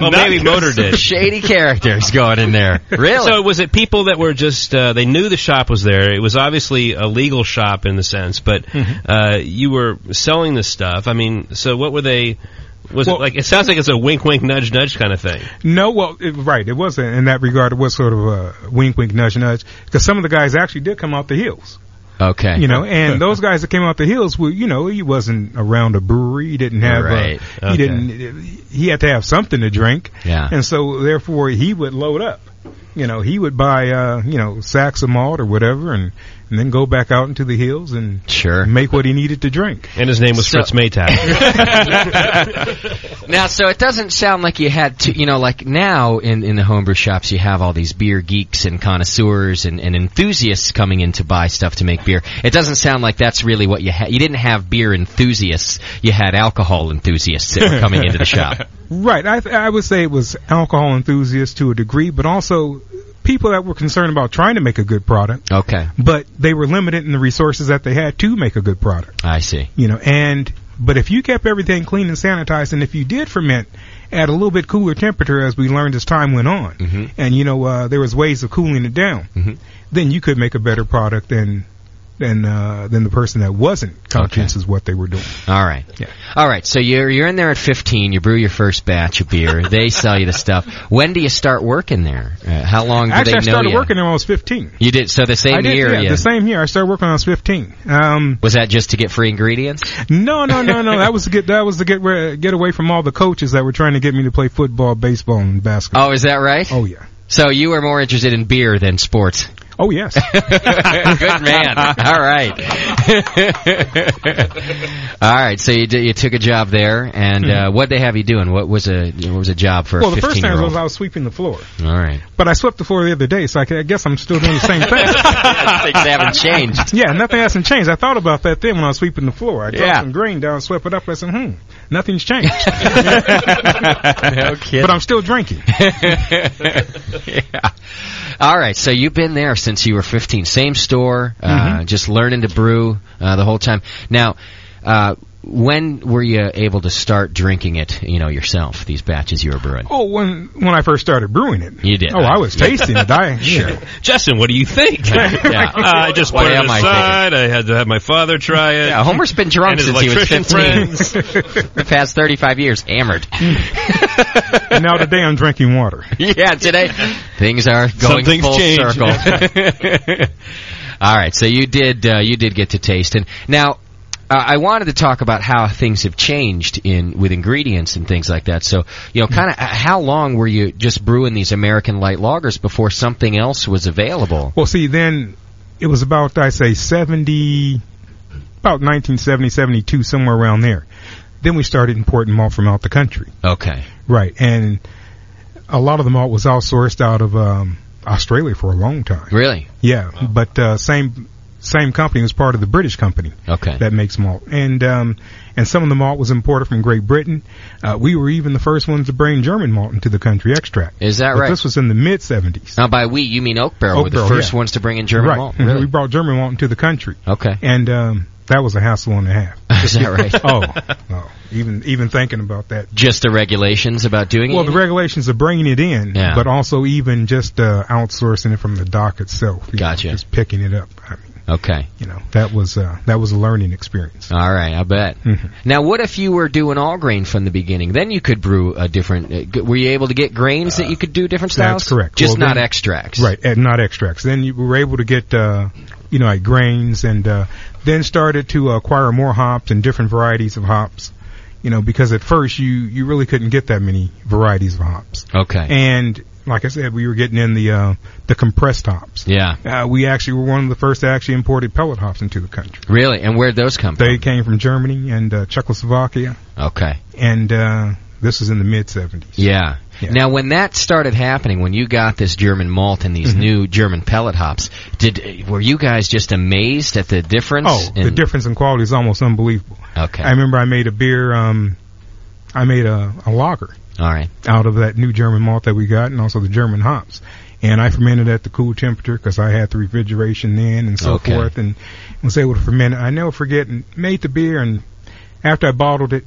well, maybe Motor did.
Shady characters going in there. Really?
So was it people that were just uh, they knew the shop was there? It was obviously a legal shop in the sense, but
Mm-hmm.
uh, you were selling this stuff. I mean, so what were they? Was it like? It sounds like it's a wink, wink, nudge, nudge kind of thing.
No, well, it, right. It wasn't in that regard. It was sort of a wink, wink, nudge, nudge. Because some of the guys actually did come out the hills.
Okay.
You know, and those guys that came out the hills were, you know, he wasn't around a brewery. He didn't have,
Right.
a,
Okay.
he didn't, he had to have something to drink.
Yeah.
And so therefore he would load up. You know, he would buy, uh, you know, sacks of malt or whatever and, and then go back out into the hills and
sure
make what he needed to drink.
And his name was
So-
Fritz Maytag.
Now, so it doesn't sound like you had to, you know, like now in, in the homebrew shops, you have all these beer geeks and connoisseurs and, and enthusiasts coming in to buy stuff to make beer. It doesn't sound like that's really what you had. You didn't have beer enthusiasts. You had alcohol enthusiasts that were coming into the shop.
Right. I, th- I would say it was alcohol enthusiasts to a degree, but also people that were concerned about trying to make a good product,
Okay.
but they were limited in the resources that they had to make a good product.
I see.
You know, and, but if you kept everything clean and sanitized and if you did ferment at a little bit cooler temperature as we learned as time went on,
Mm-hmm.
and you know, uh, there was ways of cooling it down, then you could make a better product than, than, uh, than the person that wasn't conscious is what they were doing.
All right. All right. So you're you're in there at 15. You brew your first batch of beer. they sell you the stuff. When do you start working there? Uh, how long do
Actually,
they
I
know
started
you?
working there when I was 15.
You did so the same
I did,
year.
Yeah,
you-
the same year. I started working when I was 15. Um,
was that just to get free ingredients?
no, no, no, no. that was to get that was to get re- get away from all the coaches that were trying to get me to play football, baseball, and basketball.
Oh, is that right?
Oh yeah.
So you were more interested in beer than sports.
Oh yes.
Good man. All right. All right. So you d- you took a job there, and uh, what they have you doing? What was a what was a job for
Mm-hmm. well,
a
the first
fifteen
time
year
was
old?
I was sweeping the floor,
All right.
but I swept the floor the other day, so I, ca- I guess I'm still doing the same thing.
Things haven't changed.
yeah, nothing hasn't changed. I thought about that then when I was sweeping the floor. I dropped
Yeah.
some grain down, swept it up. I said, "Hmm, nothing's changed." But I'm still drinking.
yeah. All right. So you've been there since you were 15. Same store, uh,
Mm-hmm.
just learning to brew uh, the whole time. Now, uh, when were you able to start drinking it? You know yourself these batches you were brewing.
Oh, when when I first started brewing it,
You did.
Oh, I was tasting it. I, sure.
Justin, what do you think?
Yeah.
Uh, I just
What
put it
am I
aside. I, had to have my father try it.
Yeah, Homer's been drunk
And his
since he was
electrician
15.
friends.
the past 35 years, hammered.
And now today I'm drinking water.
yeah, today things are going
Something's
full
changed.
circle. All right, so you did uh, you did get to taste, and now uh, I wanted to talk about how things have changed in with ingredients and things like that. So you know, kind of how long were you just brewing these American light lagers before something else was available?
Well, see, then it was about I say seventy, about 1970, 72, somewhere around there. Then we started importing malt from out the country,
Okay,
right? And a lot of the malt was outsourced out of um, Australia for a long time.
really?
Yeah, but uh, same same company was part of the British company
Okay.
that makes malt, and um, and some of the malt was imported from Great Britain. Uh, we were even the first ones to bring German malt into the country, extract.
Is that
But
right?
This was in the mid '70s.
Now, by we, you mean Oak Barrel
Oak
were the
Barrel,
first
yeah.
ones to bring in German
right.
malt.
Mhm.
Really?
We brought German malt into the country.
Okay.
And um, that was a hassle and a half.
Is that right?
oh, no. Even even thinking about that.
Just the regulations about doing
Well,
it.
the regulations are bringing it in,
Yeah.
but also even just uh, outsourcing it from the dock itself. you know,
Gotcha.
just picking it up. I mean,
okay.
you know, that was uh, that was a learning experience.
All right, I bet. Now, what if you were doing all grain from the beginning? Then you could brew a different. Uh, g- were you able to get grains that you could do different styles?
Uh, That's correct.
Just
Well,
not
then-
extracts.
Right, and not extracts. Then you were able to get, uh, you know, like grains and, uh, then started to acquire more hops and different varieties of hops, you know, because at first you, you really couldn't get that many varieties of hops.
Okay.
And, like I said, we were getting in the, uh, the compressed hops.
yeah.
Uh, we actually were one of the first that actually imported pellet hops into the country.
Really? And where'd those come
They came from Germany and, uh, Czechoslovakia,
from? Okay.
and, uh, this was in the mid 70s.
Yeah. Now, when that started happening, when you got this German malt and
Mm-hmm.
these new German pellet hops, did were you guys just amazed at the difference?
Oh, the
in-
difference in quality is almost unbelievable.
Okay.
I remember I made a beer. Um, I made a, a lager
All right.
out of that new German malt that we got, and also the German hops. And I fermented at the cool temperature because I had the refrigeration then and so
Okay.
forth, and was able to ferment it. I never forget and made the beer, and after I bottled it,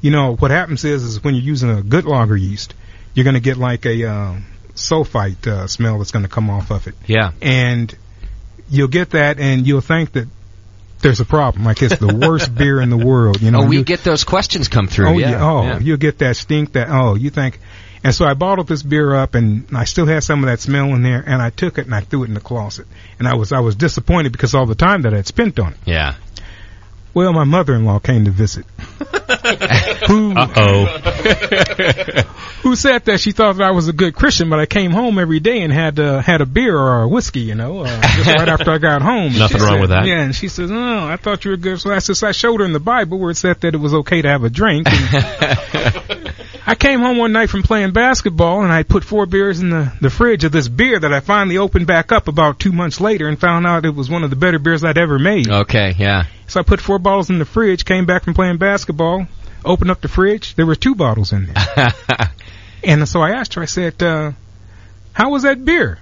you know what happens is is when you're using a good lager yeast, you're going to get like a um, sulfite uh, smell that's going to come off of it
Yeah.
and you'll get that, and you'll think that there's a problem. Like it's the worst beer in the world. You know,
oh, we
You-
get those questions come through.
Oh,
yeah.
Oh,
yeah.
you'll get that stink. That oh, you think. And so I bottled this beer up, and I still had some of that smell in there. And I took it and I threw it in the closet. And I was I was disappointed because all the time that I'd spent on it.
Yeah.
Well, my mother-in-law came to visit. who? who said that she thought that I was a good Christian, but I came home every day and had uh, had a beer or a whiskey, you know, uh, just right after I got home. And
Nothing
she
wrong
said-
with that.
Yeah, and she says, "No, I thought you were good." So I says, "I showed her in the Bible where it said that it was okay to have a drink." And I came home one night from playing basketball, and I put four beers in the the fridge of this beer that I finally opened back up about two months later, and found out it was one of the better beers I'd ever made.
Oh,
Okay. Yeah.
So I put four bottles in the fridge, came back from playing basketball, opened up the fridge, there were two bottles in there. and so I asked her, I said, uh, how was that beer?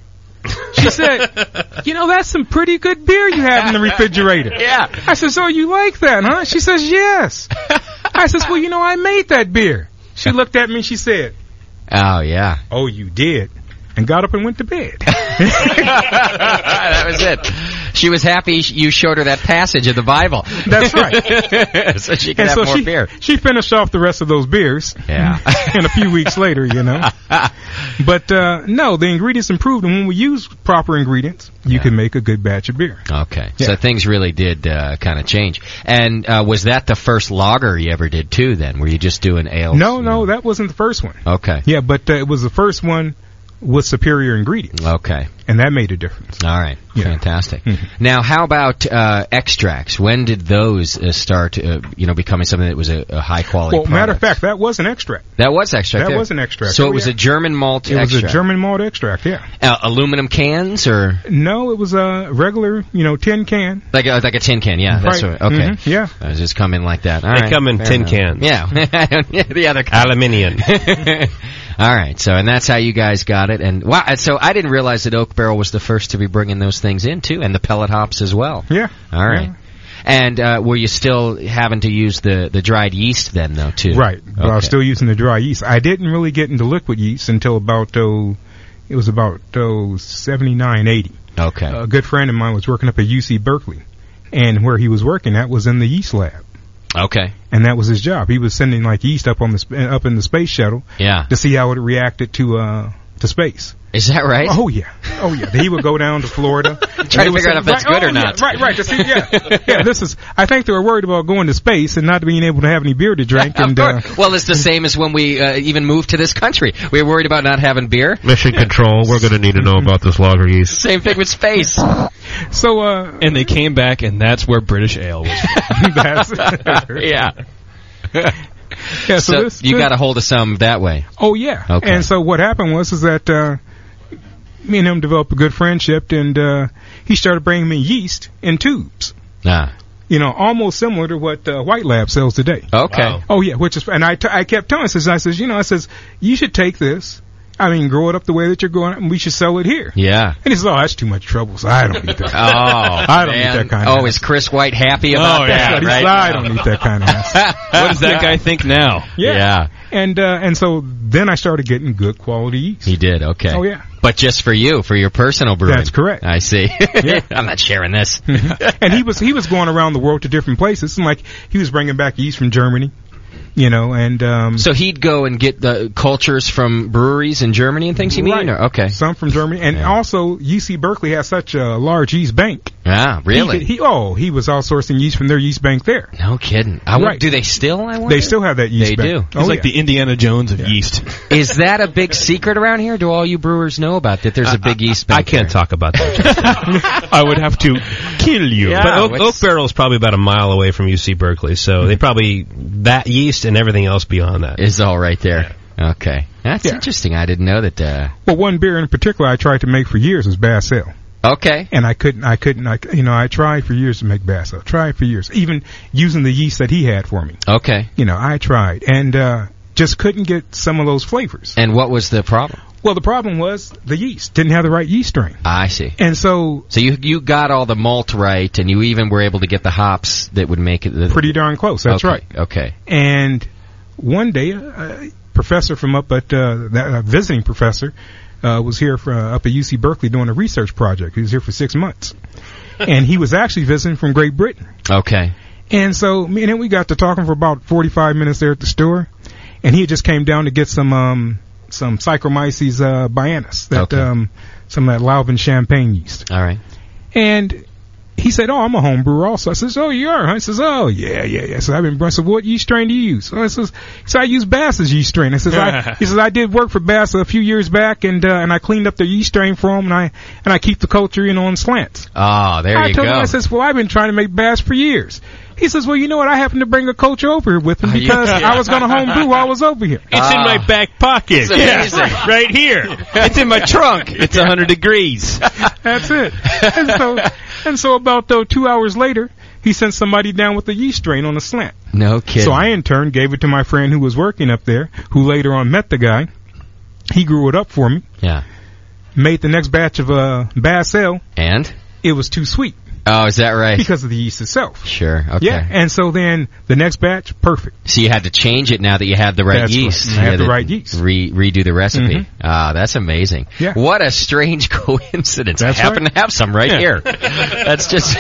She said, you know, that's some pretty good beer you have in the refrigerator.
Yeah.
I said, so you like that, huh? She says, yes. I says, well, you know, I made that beer. She looked at me and she said,
Oh, yeah.
oh, you did. And got up and went to bed.
that was it. She was happy sh- you showed her that passage of the Bible.
That's right.
so she could have more
she,
beer.
She finished off the rest of those beers.
Yeah.
and a few weeks later, you know. but uh, no, the ingredients improved, and when we use proper ingredients, you can make a good batch of beer.
Okay. So things really did uh, kind of change. And uh, was that the first lager you ever did too? Then were you just doing ales?
No, no, that wasn't the first one.
Okay.
Yeah, but uh, it was the first one with superior ingredients,
Okay.
and that made a difference.
All right. Fantastic.
Mm-hmm.
Now, how about uh, extracts? When did those uh, start? Uh, you know, becoming something that was a, a high quality.
well, matter of fact, that was an extract.
that was extract.
that
there.
was an extract.
So
Oh,
it was
yeah.
a German malt
It
extract.
was a German malt extract. Yeah.
Uh, aluminum cans or
No, it was a regular, you know, tin can.
like a, like a tin can? Yeah. That's
Right.
what, okay.
Mhm. Yeah.
Uh, just come in like that. All
They
right.
come in
Fair
tin
enough.
cans.
Yeah. the other kind.
Aluminium.
All right, so and that's how you guys got it, and wow! and So I didn't realize that Oak Barrel was the first to be bringing those things in too, and the pellet hops as well.
Yeah.
All right. And uh, were you still having to use the the dried yeast then though too?
Right, but I was
Okay.
still using the dry yeast. I didn't really get into liquid yeast until about oh, it was about oh seventy nine eighty.
Okay.
A good friend of mine was working up at UC Berkeley, and where he was working at was in the yeast lab,
okay.
and that was his job. He was sending like yeast up on the sp- up in the space shuttle
Yeah.
to see how it reacted to uh to space.
Is that right?
Oh yeah, oh yeah. He would go down to Florida, and
Try
they
to
would
figure out
say,
if that's
right,
good
oh,
or not.
Yeah, right, right. To see, yeah, yeah. This is. I think they were worried about going to space and not being able to have any beer to drink. And uh,
Well, it's the same as when we uh, even moved to this country. We were worried about not having beer.
Mission control, we're going to need to know about this lager yeast.
Same thing with space.
So, uh,
and they came back, and that's where British ale was. From.
that's
yeah.
yeah. So, this,
you
this-
got a hold of some that way.
Oh yeah.
Okay.
And so what happened was is that uh, me and him developed a good friendship, and uh, he started bringing me yeast in tubes.
Nah.
You know, almost similar to what uh, White Lab sells today.
Okay.
Oh yeah, which is and I, t- I kept telling him, I says, you know, I says you should take this. I mean, grow it up the way that you're growing it, and we should sell it here.
Yeah.
And he says, oh, that's too much trouble. So I don't need
Oh,
that. I don't
man.
need that kind of.
Oh, is Chris White happy about
oh,
that?
yeah,
right?
I don't need that kind of.
What does that guy think now?
Yeah. And uh, and so then I started getting good quality yeast.
He did. Okay.
Oh, yeah.
But just for you, for your personal brewing.
That's correct.
I see.
Yeah.
I'm not sharing this.
and he was he was going around the world to different places, and like he was bringing back yeast from Germany, you know, and um,
So he'd go and get the cultures from breweries in Germany and things. You mean?
Right.
Or, okay.
some from Germany, and also UC Berkeley has such a large yeast bank.
Ah, really?
He, he- oh, he was outsourcing yeast from their yeast bank there.
No kidding. I wonder-
Right.
Do they still? I wonder?
They still have that yeast
They
bank.
do.
Oh,
He's like
yeah.
The Indiana Jones of yeast.
Is that a big secret around here? Do all you brewers know about that? There's a big yeast. I can't
talk about that.
I would have to kill you.
but Oak, Oak Barrel is probably about a mile away from UC Berkeley, so they probably that yeast and everything else beyond that
is all right there. Okay, that's interesting. I didn't know that. Uh,
Well, one beer in particular I tried to make for years was Bass Ale.
Okay.
And I couldn't, I couldn't, I, you know, I tried for years to make Bass Ale. Tried for years. Even using the yeast that he had for me.
Okay.
You know, I tried. And, uh, just couldn't get some of those flavors.
And what was the problem?
Well, the problem was the yeast. Didn't have the right yeast strain.
I see.
And so
So you you got all the malt right, and you even were able to get the hops that would make it the,
Pretty darn close, that's
Okay,
right.
Okay.
And one day, uh, a professor from up at uh, that a visiting professor uh, was here for, uh, up at UC Berkeley doing a research project. He was here for six months, and he was actually visiting from Great Britain.
Okay.
And so, me and him, we got to talking for about forty-five minutes there at the store, and he had just came down to get some um, some Saccharomyces uh, bianus, that um, some of that Lauven champagne yeast.
All right.
And he said, "Oh, I'm a home brewer also." I says, "Oh, you are?" Huh? He says, "Oh, yeah, yeah, yeah." So I've been brewing. So what yeast strain do you use? So I says, "He said, I use Bass's yeast strain." I says, I, "He says I did work for Bass a few years back, and uh, and I cleaned up their yeast strain for them, and I and I keep the culture in on slants."
Ah, there
I
you
told
go.
him, I says, "Well, I've been trying to make Bass for years." He says, "Well, you know what? I happened to bring a culture over here
Uh,
with me
yeah.
because I was going to home brew while I was over here.
It's in my
Ah.
back pocket.
It's amazing.
Yeah.
right here. It's in my trunk. It's 100 degrees.
That's it. And so, and so about though two hours later, he sent somebody down with a yeast strain on a slant.
No kidding.
So I in turn gave it to my friend who was working up there, who later on met the guy. He grew it up for me.
Yeah.
Made the next batch of uh Bass Ale.
And
It was too sweet
oh, is that right?
because of the yeast itself.
Sure. Okay.
Yeah. And so then the next batch, perfect.
So you had to change it now that you had the right
That's right.
yeast.
I
You
had
had
the
to
right yeast.
Re- redo the recipe.
Mhm.
Ah, that's amazing.
Yeah.
What a strange coincidence.
That's
I happen
right.
to have some right
Yeah.
here. That's just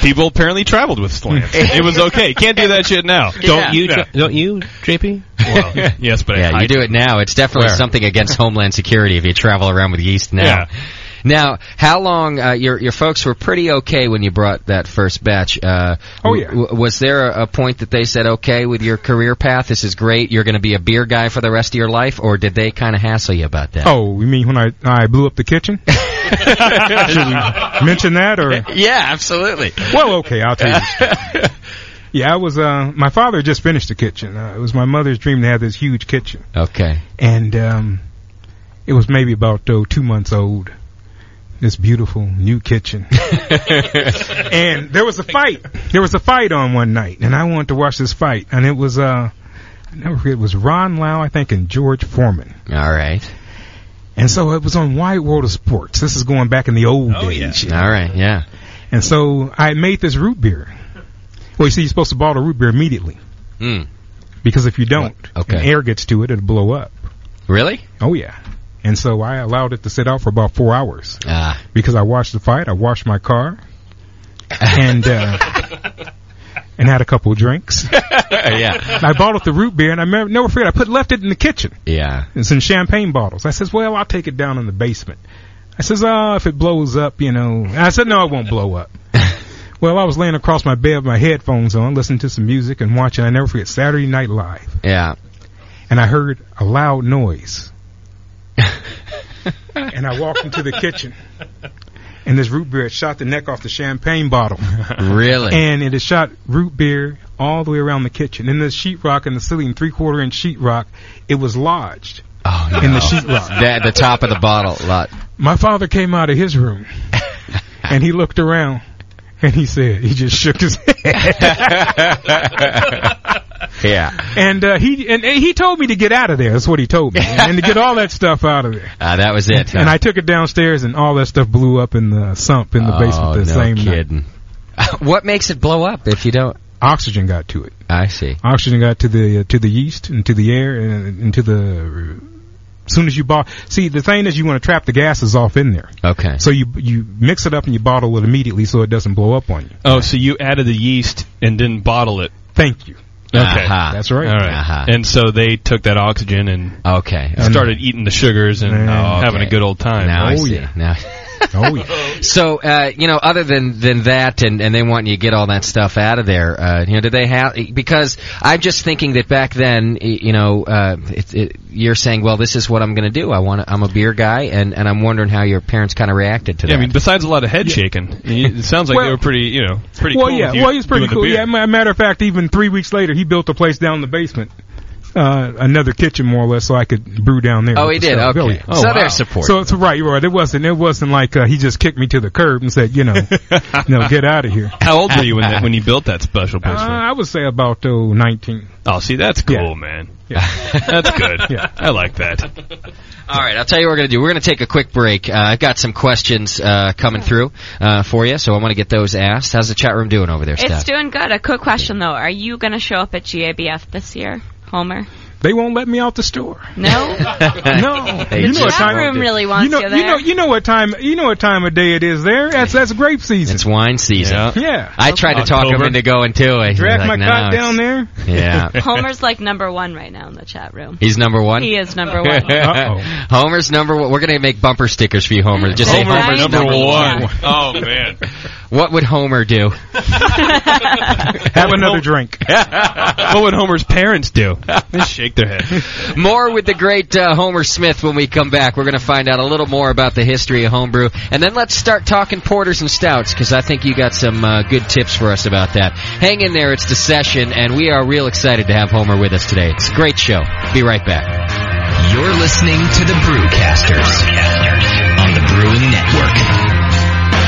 People apparently traveled with slants. it was okay. Can't do that shit now.
Don't you?
Yeah.
Don't you, JP?
Well, yes, but I
yeah, you
hide
do it now. It's definitely
Where?
something against Homeland Security if you travel around with yeast now.
Yeah.
Now, how long? Uh, your your folks were pretty okay when you brought that first batch. Uh, oh yeah. was there a, a point that they said, "Okay, with your career path, this is great. You're going to be a beer guy for the rest of your life," or did they kind of hassle you about that?
Oh, you mean when I I blew up the kitchen? Should we mention that or?
Yeah, absolutely.
Well, okay, I'll tell you. the story. yeah, I was. Uh, my father had just finished the kitchen. Uh, it was my mother's dream to have this huge kitchen,
Okay.
and um, it was maybe about oh, two months old. This beautiful new kitchen. and there was a fight. There was a fight on one night, and I wanted to watch this fight. And it was, uh, I never forget, it was Ron Lau, I think, and George Foreman.
All right.
And so it was on Wide World of Sports. This is going back in the old days.
All right, yeah.
And so I made this root beer. Well, you see, you're supposed to bottle root beer immediately
Mm.
because if you don't,
Okay.
and air gets to it, it'll blow up.
Really?
Oh yeah. And so I allowed it to sit out for about four hours
Ah.
because I watched the fight. I washed my car and uh, and had a couple of drinks.
yeah.
And I bottled the root beer, and I remember, never forget. I put left it in the kitchen.
Yeah.
It's in champagne bottles. I says, well, I'll take it down in the basement. I says, oh, if it blows up, you know. And I said, no, it won't blow up. well, I was laying across my bed with my headphones on, listening to some music and watching. I never forget Saturday Night Live,
Yeah.
and I heard a loud noise. and I walked into the kitchen, and this root beer had shot the neck off the champagne bottle.
Really?
And it had shot root beer all the way around the kitchen. In the sheetrock and the ceiling, three quarter inch sheetrock, it was lodged.
Oh,
in the sheetrock.
That- the top of the bottle lot.
My father came out of his room and he looked around and he said, he just shook his head.
Yeah.
and uh, he and, and he told me to get out of there. That's what he told me, and to get all that stuff out of there.
Uh, that was it.
And I took it downstairs, and all that stuff blew up in the sump in the
Oh,
basement
no
the same
kidding. night. what makes it blow up if you don't?
Oxygen got to it.
I see.
Oxygen got to the uh, to the yeast and to the air and uh, into the. As soon as you bottle, see the thing is you want to trap the gases off in there.
Okay.
So you you mix it up and you bottle it immediately so it doesn't blow up on you.
Oh, so you added the yeast and didn't bottle it.
Thank you.
Okay,
Uh-huh.
Aha. That's right.
All right.
Aha.
And so they took that oxygen and
okay
started eating the sugars and
Yeah. Oh,
having
okay.
a good old time.
Now I see. Now.
oh yeah.
So uh, you know, other than than that, and and they want you to get all that stuff out of there. Uh, you know, do they have? Because I'm just thinking that back then, y- you know, uh, it, it, you're saying, well, this is what I'm going to do. I want. I'm a beer guy, and and I'm wondering how your parents kind of reacted to
Yeah, I
that.
mean, besides a lot of head shaking, it sounds like they
Well-
were pretty, you know, pretty
well,
cool.
yeah.
with you
well, he was pretty
doing the
cool.
beer.
Yeah. ma- Matter of fact, even three weeks later, he built a place down in the basement, uh, another kitchen more or less, so I could brew down there.
Oh,
with
he
the
did?
stuff.
Okay.
Oh, yeah.
So Oh, there's wow. support.
So it's right, right. It wasn't. It wasn't like uh, he just kicked me to the curb and said, you know, no, get out of here.
How old were you when that, when you built that special
Uh,
place?
I would say about oh, 19.
oh, see, that's cool, man. that's good.
Yeah.
I like that.
All right, I'll tell you what we're going to do. We're going to take a quick break. Uh, I've got some questions uh, coming through uh, for you, so I want to get those asked. How's the chat room doing over there,
It's
Steph?
doing good. A quick question though: Are you going to show up at GABF this year, Homer?
They won't let me out the store.
No.
no,
They
you know what
just
time
won't. Room really wants
you know,
you
You know,
there.
you know what time. You know what time of day it is there. That's that's grape season.
It's wine season.
Yeah.
I tried to talk him
October.
into going too. I
Drag my
like, no,
cot
it's-
down there.
Yeah.
Homer's like number one right now in the chat room.
He's number one.
He is number one.
Homer's number one. We're gonna make bumper stickers for you, Homer. Just say
Homer
Homer's
number
one.
Oh man.
What would Homer do?
Have another drink.
what would Homer's parents do? They shake their head.
More with the great uh, Homer Smith when we come back. We're going to find out a little more about the history of homebrew, and then let's start talking porters and stouts because I think you got some uh, good tips for us about that. Hang in there; it's the session, and we are real excited to have Homer with us today. It's a great show. Be right back.
You're listening to the Brewcasters on the Brewing Network.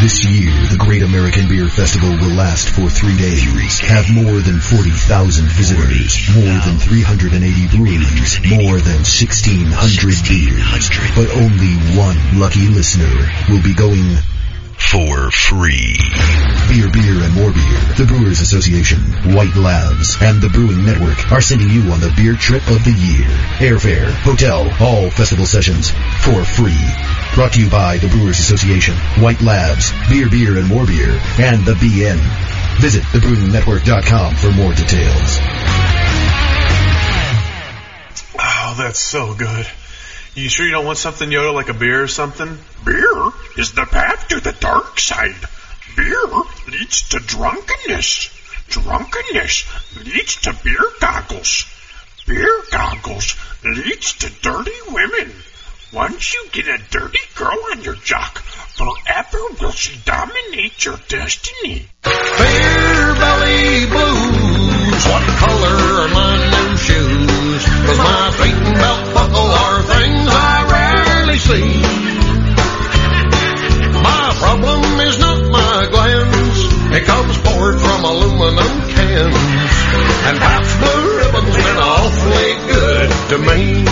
This year, the Great American Beer Festival will last for three days, have more than 40,000 visitors, more than 380 breweries, more than 1,600 beers. But only one lucky listener will be going for free. Beer, beer, and more beer. The Brewers Association, White Labs, and the Brewing Network are sending you on the beer trip of the year. Airfare, hotel, all festival sessions for free. Brought to you by the Brewers Association, White Labs, Beer, beer, and more beer, and the BN. Visit thebrewingnetwork.com for more details.
Oh, that's so good. You sure you don't want something, Yoda, like a beer or something? Beer is the path to the dark side. Beer leads to drunkenness. Drunkenness leads to beer goggles. Beer goggles leads to dirty women. Once you get a dirty girl on your jock, forever will she dominate your destiny.
Beer belly blues. What color are my new shoes? 'Cause my feet and belt buckle are things I rarely see. My problem is not my glands. It comes poured from aluminum cans. And Pabst Blue Ribbon's been awfully good to me.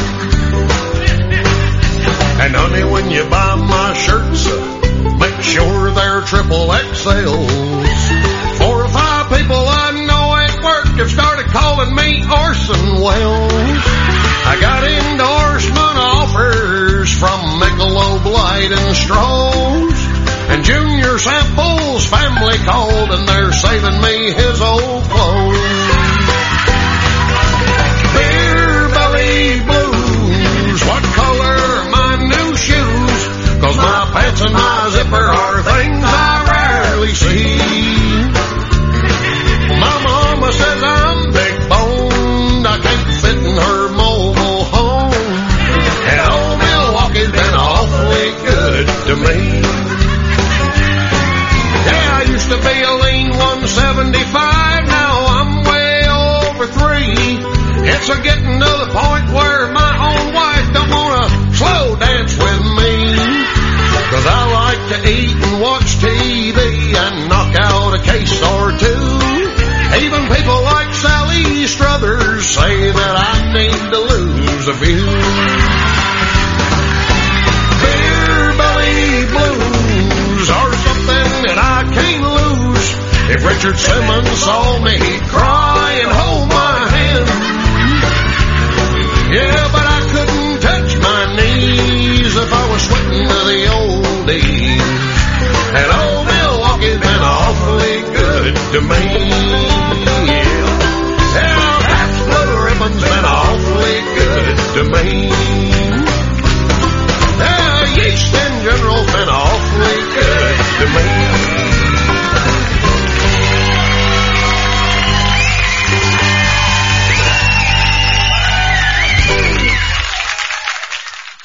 And honey, when you buy my shirts, make sure they're triple XLs. Four or five people I know at work have started calling me Orson Welles. I got endorsement offers from Michelob Light and Strolls. And Junior Sample's family called and they're saving me his old clothes. Beer belly blues, what color are my new shoes? Cause my pants and my zipper are things I rarely see. My mama says I'm big boned. I can't fit in her mobile home. And all me. Yeah, I used to be a lean 175, now I'm way over three. It's a getting to the point where my own wife don't wanna slow dance with me. Cause I like to eat and watch TV and knock out a case or two. Even people like Sally Struthers say that I need to lose a few. Beer belly blues are something that I can't lose. If Richard Simmons saw me, he'd cry and hold my hand. Yeah, but I couldn't touch my knees if I was sweating to the old days. And old Milwaukee's been awfully good to me. Yeah, yeah Pat's Blue Ribbon's been awfully good to me. Yeah, yeast in general's been awfully good to me.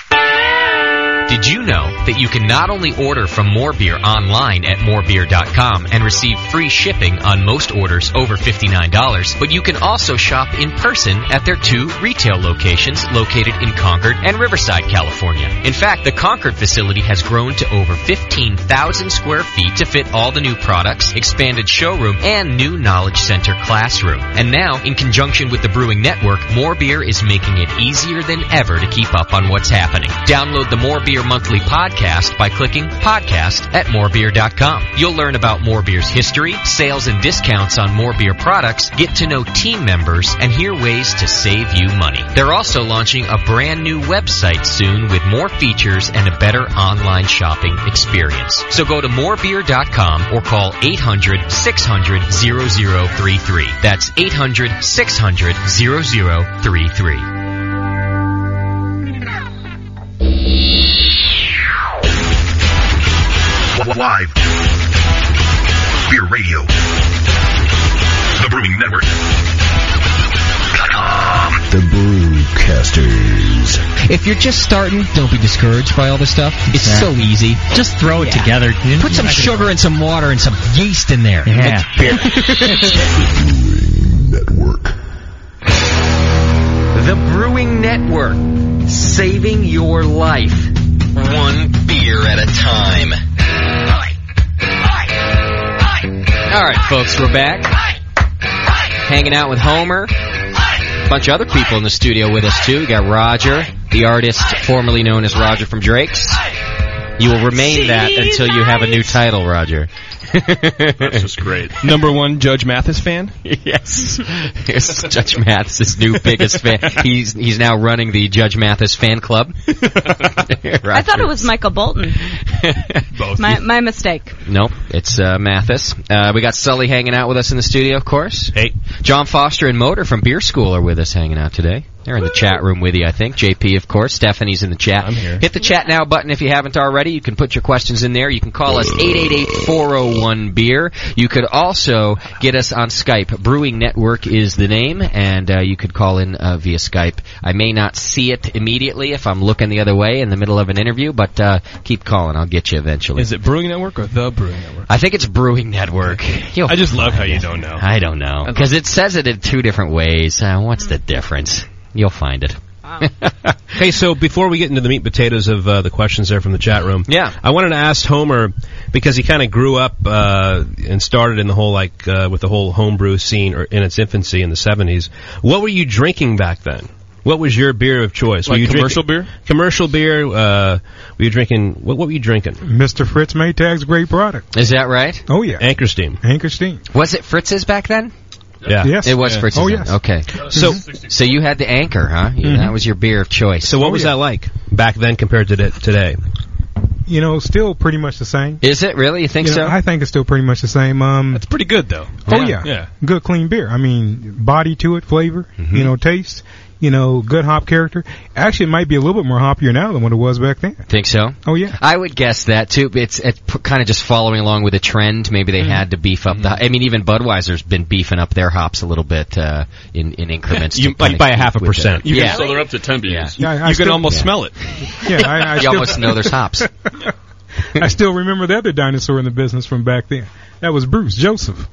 Did you know that you can not only order from More Beer online at morebeer.com and receive free shipping on most orders over $59, but you can also shop in person at their two retail locations located in Concord and Riverside, California. In fact, the Concord facility has grown to over 15,000 square feet to fit all the new products, expanded showroom, and new Knowledge Center classroom. And now, in conjunction with the Brewing Network, More Beer is making it easier than ever to keep up on what's happening. Download the More Beer Monthly podcast by clicking podcast at morebeer.com. You'll learn about More Beer's history, sales and discounts on More Beer products, get to know team members, and hear ways to save you money. They're also launching a brand new website soon with more features and a better online shopping experience. So go to morebeer.com or call 800 600 0033. That's 800 600 0033.
Live. Beer Radio. The Brewing Network.
The Brewcasters.
If you're just starting, don't be discouraged by all this stuff. It's so easy. Just throw it together. Put some sugar and some water and some yeast in there. Yeah.
The Brewing Network, saving your life one beer at a time. All right, folks, we're back. Hanging out with Homer. A bunch of other people in the studio with us, too. We got Roger, the artist formerly known as Roger from Drake's. You will remain that until you have a new title, Roger. That's
just great.
Number one Judge Mathis fan?
Yes. Here's Judge Mathis' new biggest fan. He's he's now running the Judge Mathis fan club.
I thought it was Michael Bolton.
Both.
My my mistake.
Nope, it's uh, Mathis. Uh, we got Sully hanging out with us in the studio, of course. Hey. John Foster and Motor from Beer School are with us hanging out today. They're in the chat room with you, I think. JP, of course. Stephanie's in the chat. I'm here. Hit the chat now button if you haven't already. You can put your questions in there. You can call us 888-401-BEER. E You could also get us on Skype. Brewing Network is the name, and uh, you could call in uh, via Skype. I may not see it immediately if I'm looking the other way in the middle of an interview, but uh, keep calling. I'll get you eventually.
Is it Brewing Network or The Brewing Network?
I think it's Brewing Network. You'll
I just love how you
find it.
don't know.
I don't know because it says it in two different ways. Uh, what's the difference? You'll find it.
hey, so before we get into the meat and potatoes of uh, the questions there from the chat room, yeah, I wanted to ask Homer because he kind of grew up uh, and started in the whole like uh, with the whole homebrew scene or in its infancy in the seventies. What were you drinking back then? What was your beer of choice?
Like
were you
commercial
drinking, beer? Commercial beer. Uh, were you drinking? What, what were you drinking?
Mr. Fritz Maytag's great product.
Is that right?
Oh yeah.
Anchor Steam.
Anchor Steam.
Was it Fritz's back then?
Yeah. Yes.
It was
Yeah.
Fritz's.
Oh,
then.
yes.
Okay.
So-
so you had the anchor, huh? Yeah,
Mhm.
That was your beer of choice.
So what was that like back then compared to th- today?
You know, still pretty much the same.
Is it really? You think
You know,
so?
I think it's still pretty much the same. Um, That's
pretty good though.
Oh yeah.
Yeah.
Good clean beer. I mean, body to it, flavor,
Mm-hmm.
you know, taste, you know, good hop character. Actually, it might be a little bit more hoppier now than what it was back then.
Think so?
Oh yeah.
I would guess that too. It's, it's kind of just following along with a trend. Maybe
Mm-hmm.
they had to beef up the. I mean, even Budweiser's been beefing up their hops a little bit uh, in in increments.
You-
to kinda
like by a
keep
half a
with it.
percent. You
Yeah.
So they're up to 10 beers.
Yeah, I- I
you can
still-
almost
yeah.
smell it.
Yeah, I, I
you
still,
almost know there's hops.
I still remember the other dinosaur in the business from back then. That was Bruce Joseph,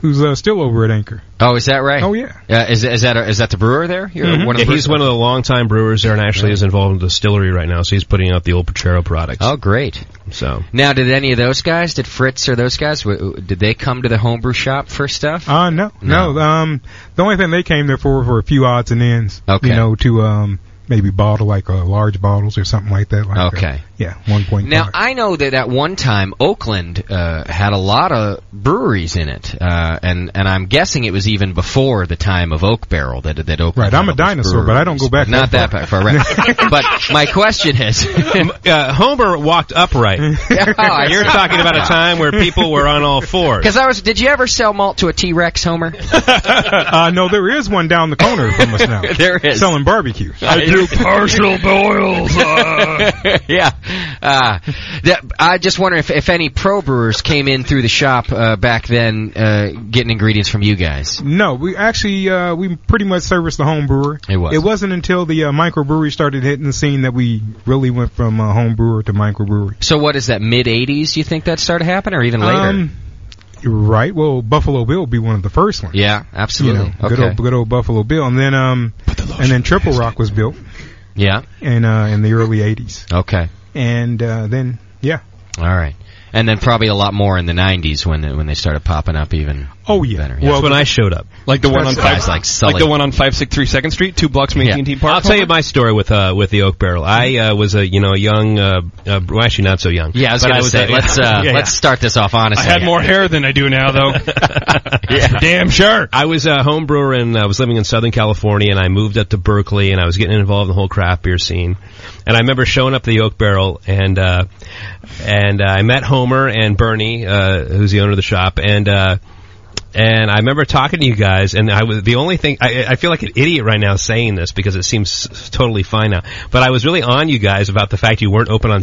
who's uh, still over at Anchor.
Oh, is that right?
Oh yeah.
Uh, is is that a, is that the brewer there? You're
Mhm.
Mm-hmm. one of
yeah,
the
he's one of the longtime brewers there, and actually is involved in the distillery right now. So he's putting out the old Pachero products.
Oh, great!
So
Now, did any of those guys, did Fritz or those guys, w- w- did they come to the homebrew shop for stuff?
Uh, no, no, Um, the only thing they came there for were a few odds and ends.
Okay.
You know, to um maybe bottle like uh, large bottles or something like that. Like uh,
Okay.
yeah, one point.
Now I know that at one time Oakland uh, had a lot of breweries in it, uh, and and I'm guessing it was even before the time of Oak Barrel that that Oakland.
Right, I'm
had
a
all those
dinosaur, but I don't go
breweries.
back that
Not that far, right? but my question is, Oh,
uh, Homer walked upright. You're talking about a time where people were on all fours.
Because I was, did you ever sell malt to a T Rex, Homer?
uh, no, there is one down the corner from us now.
there is
selling barbecue.
I do partial
boils.
yeah. Uh, that, I just wonder if, if any pro brewers came in through the shop uh, back then uh, getting ingredients from you guys.
No, we actually uh, we pretty much serviced the home brewer.
It was.
It wasn't until the uh, microbrewery started hitting the scene that we really went from uh, home brewer to microbrewery.
So what is that, mid 80s, you think that started happening, or even later?
Um, right. Well, Buffalo Bill would be one of the first ones.
yeah, absolutely.
You know, good
okay.
old good old Buffalo Bill, and then um, and then Triple Rock was built
yeah.
in uh, in the early '80s,
Okay.
and uh, then yeah,
All right. And then probably a lot more in the 90s when when they started popping up even.
Oh yeah.
Better,
Well,
when I showed up,
like the one on
Guys
five,
like
like
Sully.
the one on five six three second street, two blocks from AT and T Park.
I'll tell you my story with uh, with the oak barrel. I uh, was a you know young, uh, uh, well, actually not so young.
Yeah, I was
but
gonna say
a-
let's uh,
Yeah,
let's
yeah.
start this off honestly.
I had more
hair than I do now, though.
Damn sure. I was a home brewer and I was living in Southern California and I moved up to Berkeley and I was getting involved in the whole craft beer scene. And I remember showing up to the Oak Barrel and, uh, and uh, I met Homer and Bernie, uh, who's the owner of the shop and, uh, and I remember talking to you guys, and I was the only thing. I, I feel like an idiot right now saying this because it seems s- totally fine now. But I was really on you guys about the fact you weren't open on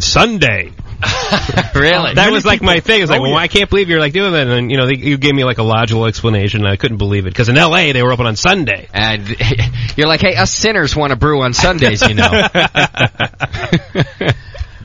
Sunday.
really?
That was like my thing. It was like,
Oh,
well,
yeah.
I can't believe you're like doing that. And then, you know, they, you gave me like a logical explanation. And I couldn't believe it because in L.A. they were open on Sunday.
And you're like, hey, us sinners want to brew on Sundays, you know.
but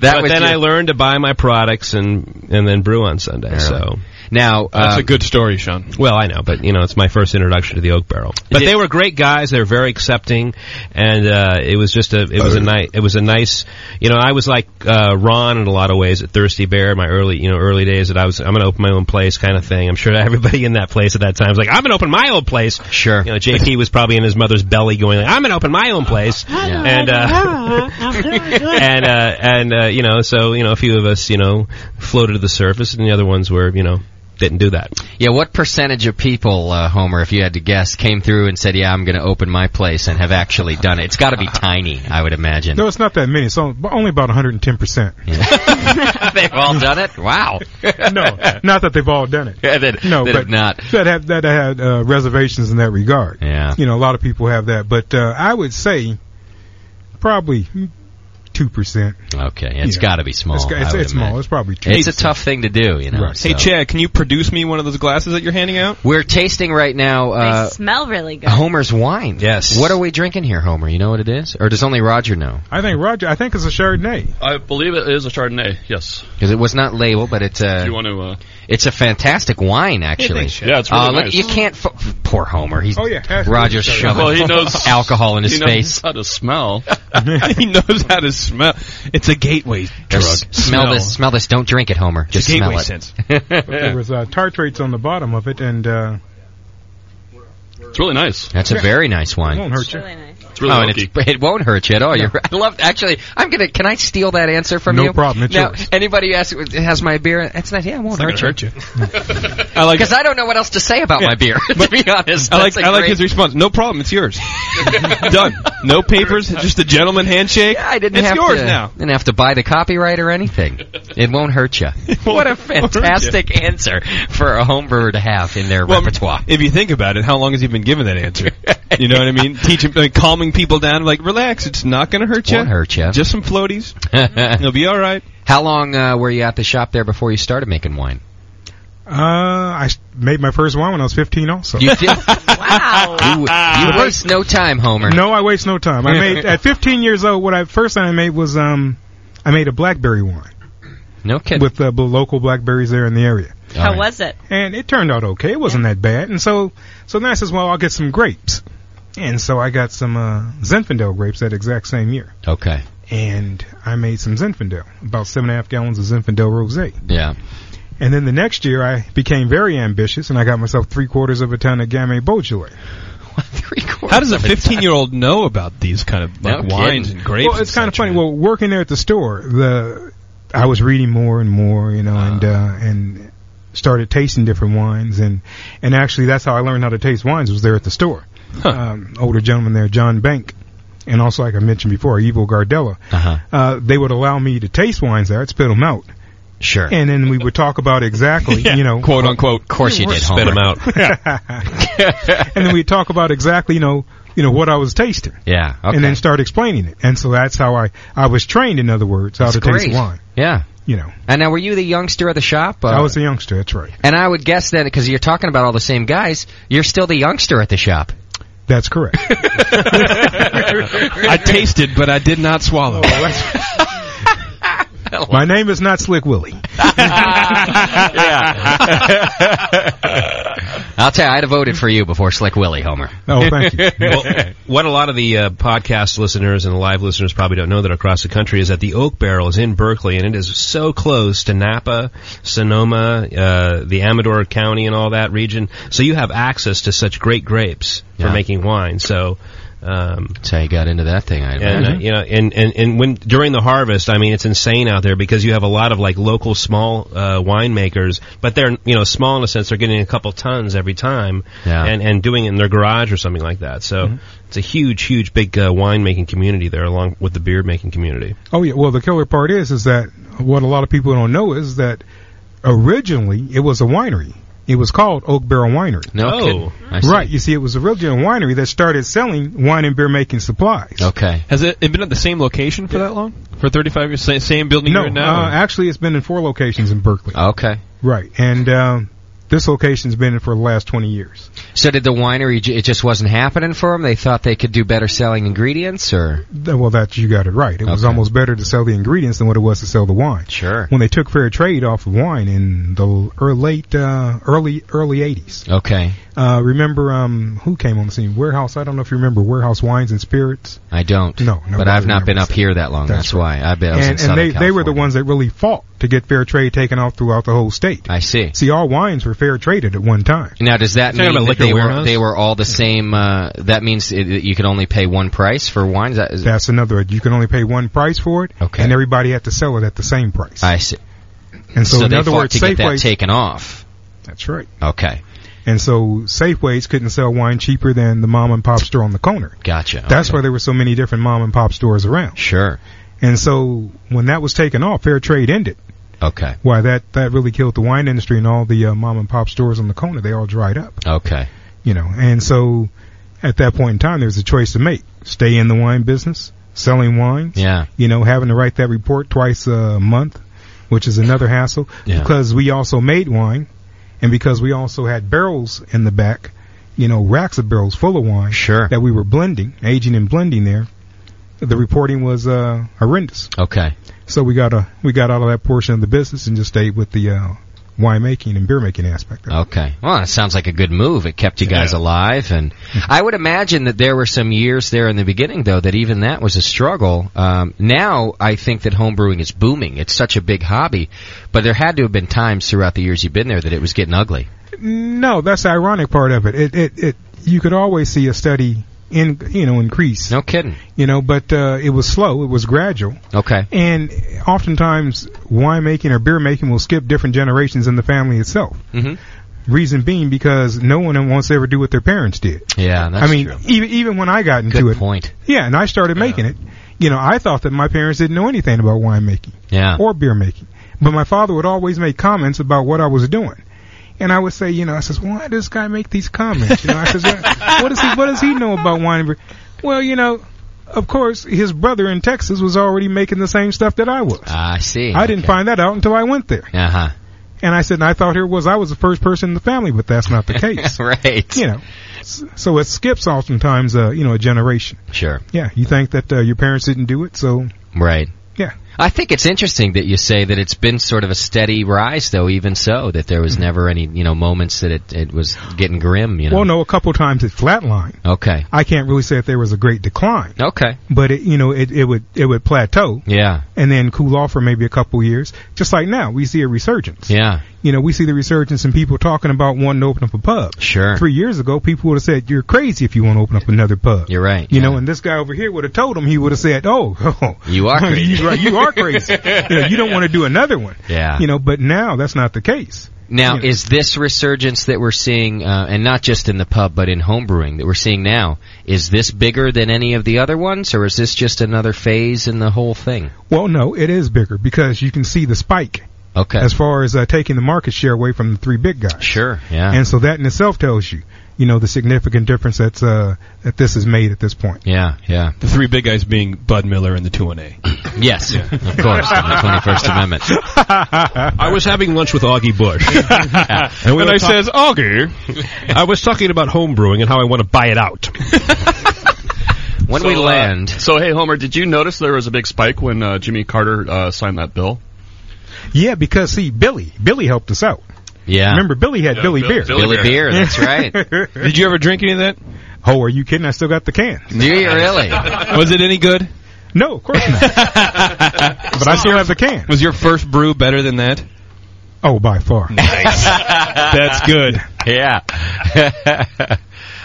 was
then
your-
I learned to buy my products and and then brew on Sunday. So
now
that's
um,
a good story, Sean. Well, I know, but you know, it's my first introduction to the Oak Barrel. But they were great guys. They were very accepting, and uh, it was just a it was a nice it was a nice you know I was like uh, Ron in a lot of ways at Thirsty Bear my early you know early days that I was I'm going to open my own place kind of thing. I'm sure everybody in that place at that time was like I'm going to open my own place.
Sure.
You know, JP was probably in his mother's belly going like I'm going to open my own place, and. Uh, and uh, and uh, you know, so you know, a few of us, you know, floated to the surface, and the other ones were, you know, didn't do that.
yeah, what percentage of people, uh, Homer, if you had to guess, came through and said, "Yeah, I'm going to open my place," and have actually done it? It's got to be tiny, I would imagine.
no, it's not that many. It's only, only about 110 percent.
They've all done it. Wow.
no, not that they've all done it.
Yeah, that,
no,
that
but
have not.
that have that had uh, reservations in that regard.
Yeah.
You know, a lot of people have that, but uh, I would say probably two percent.
Okay, it's got to be small.
It's, it's,
I would
it's small.
imagine.
It's probably two.
It's a tough thing to do, you know.
Hey,
so.
Chad, can you produce me one of those glasses that you're handing out?
We're tasting right now. Uh,
they smell really good.
Homer's wine. Yes. What are we drinking here, Homer? You know what it is, or does only Roger know?
I think Roger. I think it's a Chardonnay.
I believe it is a Chardonnay. Yes.
Because it was not labeled, but it's a.
Do you want to? Uh,
It's a fantastic wine, actually.
thanks, Chad. Yeah, it's really
uh, look,
nice.
You can't. F- poor Homer. He's
Oh, yeah.
Roger's shoving
Well, he knows-
alcohol in his
he knows
face.
how to smell.
he knows how to smell. It's a gateway drug.
Just Smell, this. Smell this. Don't drink it, Homer. Just smell it.
But There was uh, tartrates on the bottom of it, and uh,
It's really nice.
That's a very nice
it
wine.
won't hurt you.
It's really
oh, and it's, it won't hurt you at all. You're right. I love. Actually, I'm gonna. Can I steal that answer from
No
you?
problem, it's
now,
yours.
anybody who asks, has my beer? It's not. Yeah, it won't
It's not
hurt you.
gonna I like
Because I don't know what else to say about
Yeah.
my beer. to be honest,
I like
That's a
I like
great-
his response. No problem, it's yours. Done. No papers, just a gentleman handshake.
I didn't
it's
have
yours
to,
now.
Didn't have to buy the copyright or anything. It won't hurt you. what a fantastic answer for a home brewer to have in their repertoire.
If you think about it, how long has he been given that answer? You know what I mean? Teaching, like, calming people down, like relax. It's not going to hurt you.
Won't hurt you.
Just some floaties. You'll be all right.
How long uh, were you at the shop there before you started making wine?
Uh, I s- made my first wine when I was 15. Also,
You did. wow. You, you waste no time, Homer.
No, I waste no time. I made at 15 years old. What I first thing I made was um, I made a blackberry wine.
No kidding.
With the local blackberries there in the area.
How was it?
And it turned out okay. It wasn't that bad. And so, so then I says, well, I'll get some grapes. And so I got some uh, Zinfandel grapes that exact same year.
Okay.
And I made some Zinfandel, about seven and a half gallons of Zinfandel rosé.
Yeah.
And then the next year, I became very ambitious, and I got myself three quarters of a ton of Gamay Beaujolais.
How does a 15 year old know about these kind of like,
No
wines
kidding.
and grapes?
Well, it's kind of funny. Well, working there at the store, the I was reading more and more, you know, and uh, and started tasting different wines, and and actually that's how I learned how to taste wines was there at the store. Um, older gentleman there, John Bank, and also like I mentioned before, Evo Gardella.
Uh-huh.
Uh, they would allow me to taste wines there. I'd spit them out.
Sure.
And then we would talk about exactly, you know,
Quote, unquote. Of course you did,
Spit
Homer.
'em and then we'd talk about exactly, you know, you know what I was tasting.
Yeah. Okay.
and then start explaining it. And so that's how I I was trained, in other words, how
That's
to
great.
taste wine.
Yeah.
You know,
And now, were you the youngster at the shop? Uh,
I was a youngster. That's right.
And I would guess then, because you're talking about all the same guys, you're still the youngster at the shop.
That's correct.
I tasted, but I did not swallow.
Oh, My name is not Slick Willie.
I'll tell you, I'd have voted for you before Slick Willie, Homer.
Oh, thank you.
well, what a lot of the uh, podcast listeners and live listeners probably don't know that across the country is that the Oak Barrel is in Berkeley, and it is so close to Napa, Sonoma, uh, the Amador County, and all that region. So you have access to such great grapes for
Yeah.
making wine. So. Um,
That's how you got into that thing, I
and uh,
imagine.
you know, and, and and when during the harvest, I mean, it's insane out there because you have a lot of like local small uh, winemakers, but they're you know small in a sense. They're getting a couple tons every time,
Yeah. Mm-hmm.
and and doing it in their garage or something like that. So it's a huge, huge, big uh, winemaking community there, along with the beer making community.
Oh yeah. Well, the killer part is is that what a lot of people don't know is that originally it was a winery. It was called Oak Barrel Winery.
No Oh. kidding. I see.
right. You see, it was originally a winery that started selling wine and beer making supplies.
Okay.
Has it, it been at the same location for that long? For 35 years? Sa- Same building
No,
you're in now?
uh, actually, it's been in four locations in Berkeley.
Okay.
Right, and um, this location's been in for the last twenty years.
So did the winery? j- It just wasn't happening for them. They thought they could do better selling ingredients, or
Th- Well, that you got it right. It was
Okay.
almost better to sell the ingredients than what it was to sell the wine.
Sure.
When they took fair trade off of wine in the l- er- late uh, early early eighties.
okay.
Uh, remember um, who came on the scene? Warehouse. I don't know if you remember Warehouse Wines and Spirits.
I don't.
No,
but
nobody
I've not been
remembers
up here that long. That's, why I've been. I was in
and and
Southern
they, they
California.
were the ones that really fought to get fair trade taken off throughout the whole state.
I see.
See, all wines were fair traded at one time.
Now, does that
Talking
mean
about
that
liquor
they were
warehouse?
they were all the same? Uh, that means it, that you could only pay one price for wines. That is,
That's another. You can only pay one price for it,
Okay.
and everybody had to sell it at the same price.
I see.
And so, in
they
other
fought
words,
to get that
Safeway.
taken off.
That's right.
Okay,
And so Safeways couldn't sell wine cheaper than the mom and pop store on the corner.
gotcha.
That's why there were so many different mom and pop stores around.
Oh, Sure.
And so when that was taken off, fair trade ended.
Okay.
Why that that really killed the wine industry and all the uh, mom and pop stores on the corner. They all dried up.
Okay.
you know. And so at that point in time, there was a choice to make: stay in the wine business, selling wines,
Yeah.
you know, having to write that report twice a month, which is another hassle
Yeah.
because we also made wine, and because we also had barrels in the back, you know, racks of barrels full of wine
sure.
that we were blending, aging and blending there. The reporting was uh, horrendous,
Okay.
so we got a we got out of that portion of the business and just stayed with the uh, wine making and beer making aspect.
Okay. Well, that sounds like a good move. It kept you guys alive, and I would imagine that there were some years there in the beginning, though, that even that was a struggle. Um, now I think that homebrewing is booming. It's such a big hobby, but there had to have been times throughout the years you've been there that it was getting ugly.
No, that's the ironic part of it. It, it, it you could always see a steady in, you know, increase.
No kidding.
You know, but uh, it was slow. It was gradual.
Okay.
And oftentimes, winemaking or beer making will skip different generations in the family itself.
Mm-hmm.
Reason being because no one wants to ever do what their parents did.
Yeah, that's
I mean,
true.
even even when I got into
Good
it,
point.
yeah, and I started making it. You know, I thought that my parents didn't know anything about winemaking
Yeah.
or beer making. But my father would always make comments about what I was doing. And I would say, you know, I says, why does this guy make these comments? You know, I says, what, what does he, what does he know about wine? and beer? Well, you know, of course, his brother in Texas was already making the same stuff that I was.
I see.
I didn't find that out until I went there.
Uh huh.
And I said, and I thought here was I was the first person in the family, but that's not the case.
right.
You know, S- so it skips oftentimes, uh, you know, a generation.
Sure.
Yeah, you think that uh, your parents didn't do it, so
Right.
yeah.
I think it's interesting that you say that it's been sort of a steady rise, though. Even so, that there
Mm-hmm.
was never any you know moments that it, it was getting grim. You know.
Well, no, a couple times it flatlined.
Okay.
I can't really say that there was a great decline,
Okay.
but it, you know, it, it would it would plateau
Yeah.
and then cool off for maybe a couple years. Just like now, we see a resurgence.
Yeah.
You know, we see the resurgence in people talking about wanting to open up a pub.
Sure.
Three years ago, people would have said, "You're crazy if you want to open up another pub."
You're right.
You know, and this guy over here would have told him. He would have said, "Oh,
You are crazy.
you, right, you are crazy. you, know, you don't want to do another one."
Yeah.
You know, but now that's not the case.
Now, is this resurgence that we're seeing, uh, and not just in the pub, but in homebrewing that we're seeing now, is this bigger than any of the other ones, or is this just another phase in the whole thing?
Well, no, it is bigger because you can see the spike
Okay.
as far as uh, taking the market share away from the three big guys.
Sure. Yeah.
And so that in itself tells you, you know, the significant difference that's uh, that this has made at this point.
Yeah, yeah.
The three big guys being Bud Miller and the 2NA.
yes, of course, in the 21st Amendment.
I was having lunch with Augie Bush. and
And I says,
Augie, I was talking about home brewing and how I want to buy it out.
When
So,
we
uh,
land,
so hey, Homer, did you notice there was a big spike when uh, Jimmy Carter uh, signed that bill?
Yeah, because see, Billy, Billy helped us out.
Yeah.
Remember, Billy had
Yeah,
Billy
Bill-
Beer.
Billy Billy Beer. Beer, that's right.
Did
you ever drink any of that?
Oh, are you kidding? I still got the can.
Do you really?
Was it any good?
No, of course not. but I still have the can.
Was your first brew better than that?
Oh, by far.
That's good.
Yeah.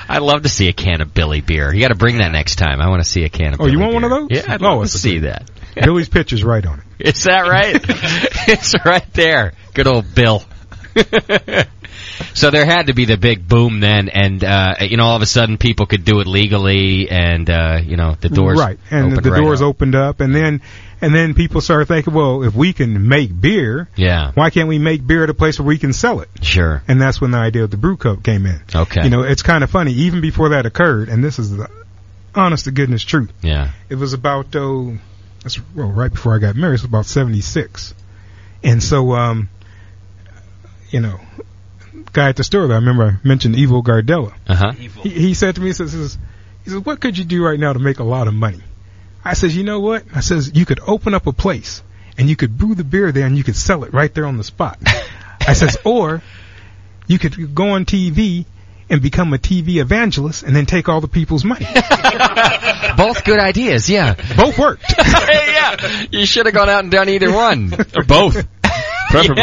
I'd love to see a can of Billy beer. You got to bring that next time. I want to see a can of.
Oh,
Billy
you want
beer.
one of those?
Yeah, I'd
Oh,
love to
it's a
see
good-
that.
Billy's picture's right on it.
Is that right? it's right there. Good old Bill. so there had to be the big boom then, and uh, you know, all of a sudden people could do it legally, and uh, you know, the doors
right, and the,
opened
the
right
doors
up.
opened up, and then and then people started thinking, well, if we can make beer,
Yeah,
why can't we make beer at a place where we can sell it?
sure.
And that's when the idea of the brew cup came in.
Okay.
You know, it's kind of funny. Even before that occurred, and this is the honest to goodness truth.
Yeah.
It was about oh, that's well right before I got married. It was about seventy six, and so um, you know, guy at the store that I remember I mentioned Evo Gardella.
Uh huh.
He, he said to me, he says, he says- he says, what could you do right now to make a lot of money? I says, you know what? I says, you could open up a place and you could brew the beer there and you could sell it right there on the spot. I says, or you could go on TV and become a TV evangelist and then take all the people's money.
Both good ideas, yeah.
Both worked.
hey, yeah. You should have gone out and done either one. or both.
Preferably.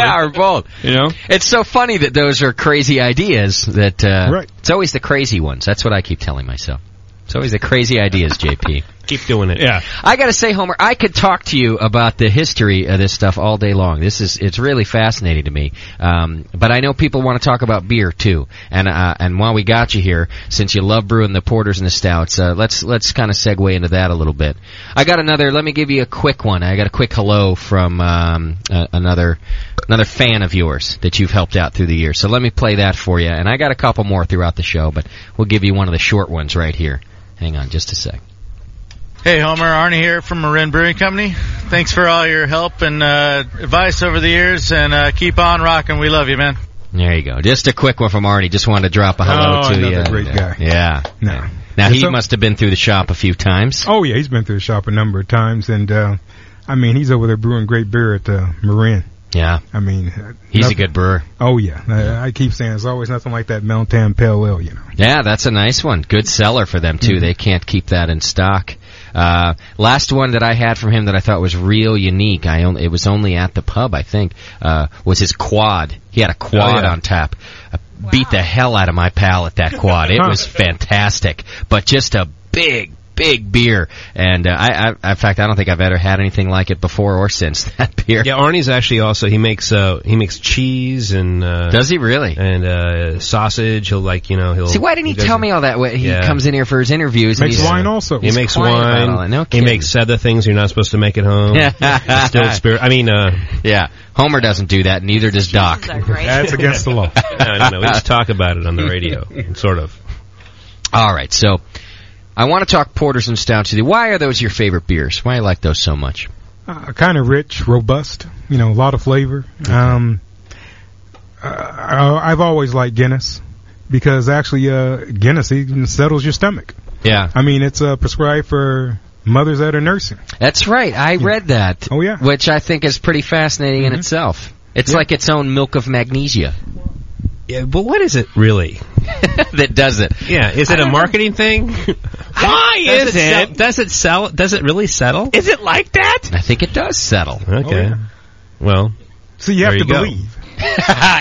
Yeah, or both. You know? It's so funny that those are crazy ideas that uh
Right.
it's always the crazy ones. That's what I keep telling myself. It's always the crazy ideas, JP.
Keep doing it. Yeah.
I gotta say, Homer, I could talk to you about the history of this stuff all day long. This is it's really fascinating to me. Um, but I know people want to talk about beer too. And uh, and while we got you here, since you love brewing the porters and the stouts, uh, let's let's kind of segue into that a little bit. I got another. Let me give you a quick one. I got a quick hello from um, uh, another another fan of yours that you've helped out through the years. So let me play that for you. And I got a couple more throughout the show, but we'll give you one of the short ones right here. Hang on, just a sec.
Hey Homer, Arnie here from Marin Brewing Company. Thanks for all your help and uh, advice over the years, and uh, keep on rocking. We love you, man.
There you go. Just a quick one from Arnie. Just wanted to drop a hello
Oh,
to you.
another great guy.
Yeah.
No.
Now
Yeah,
he
so-
must have been through the shop a few times.
Oh yeah, he's been through the shop a number of times, and uh, I mean, he's over there brewing great beer at uh, Marin.
Yeah.
I mean, uh,
He's
nothing-
a good brewer.
Oh yeah, I, I keep saying it's always nothing like that Meltan Pale Ale, you know.
Yeah, that's a nice one. Good seller for them too. They can't keep that in stock. Uh, last one that I had from him that I thought was real unique. I only, it was only at the pub, I think. Uh, was his quad. He had a quad
yeah.
on tap. I Beat the hell out of my pal at that quad. It was fantastic, but just a big, big beer. And uh, I, I, in fact, I don't think I've ever had anything like it before or since that beer.
Yeah, Arnie's actually also he makes uh he makes cheese and uh
Does he really?
And uh sausage, he'll like, you know, he'll
See, why didn't he
does-
tell me all that? When he
Yeah.
comes in here for his interviews. and
Makes
he's-
wine
also.
He
he's
makes
quiet about all
wine.
that. No
he
kidding.
makes other things you're not supposed to make at home. Distilled spirit. I mean, uh,
yeah. Homer doesn't do that. Neither does Doc.
That's against the law. no, no, no. We just talk about it on the radio, sort of.
All right. So, I want to talk porters and stouts with you. Why are those your favorite beers? Why do you like those so much?
Uh, kind of rich, robust, you know, a lot of flavor. Um, uh, I- I've always liked Guinness because actually, uh, Guinness even settles your stomach.
Yeah.
I mean, it's uh, prescribed for mothers that are nursing.
That's right. I read that.
Oh yeah.
Which I think is pretty fascinating
Mm-hmm.
in itself. It's
Yeah.
like its own milk of magnesia.
Yeah, but what is it really?
that does it.
Yeah, is it a marketing thing? Why
is
sell-
it-
does it sell? Does it really settle?
Is it like that?
I think it does settle.
Okay. Well,
Oh, so you
have
to
believe.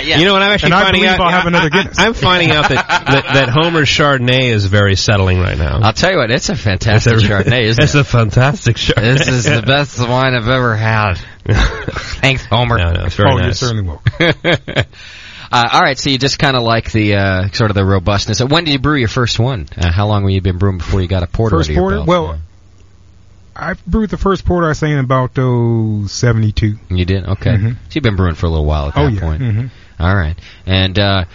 You know what I'm actually
And I
finding
believe
out?
I'll have another
I, am finding out that, that that Homer's Chardonnay is very settling right now.
I'll tell you what, it's a fantastic
It's a-
Chardonnay, isn't
it's
it?
a fantastic Chardonnay.
This is the best wine I've ever had. Thanks, Homer.
No, no, it's very Oh, you nice. certainly
will.
uh, all right, so you just kind of like the uh, sort of the robustness. Uh, When did you brew your first one? Uh, how long were you been brewing before you got a porter?
First
under your
porter?
belt?
Well, I brewed the first porter I say in about oh, 72.
You did? Okay.
Mhm.
So you've been brewing for a little while at
Oh,
that
yeah.
point.
Mhm.
All right. And uh,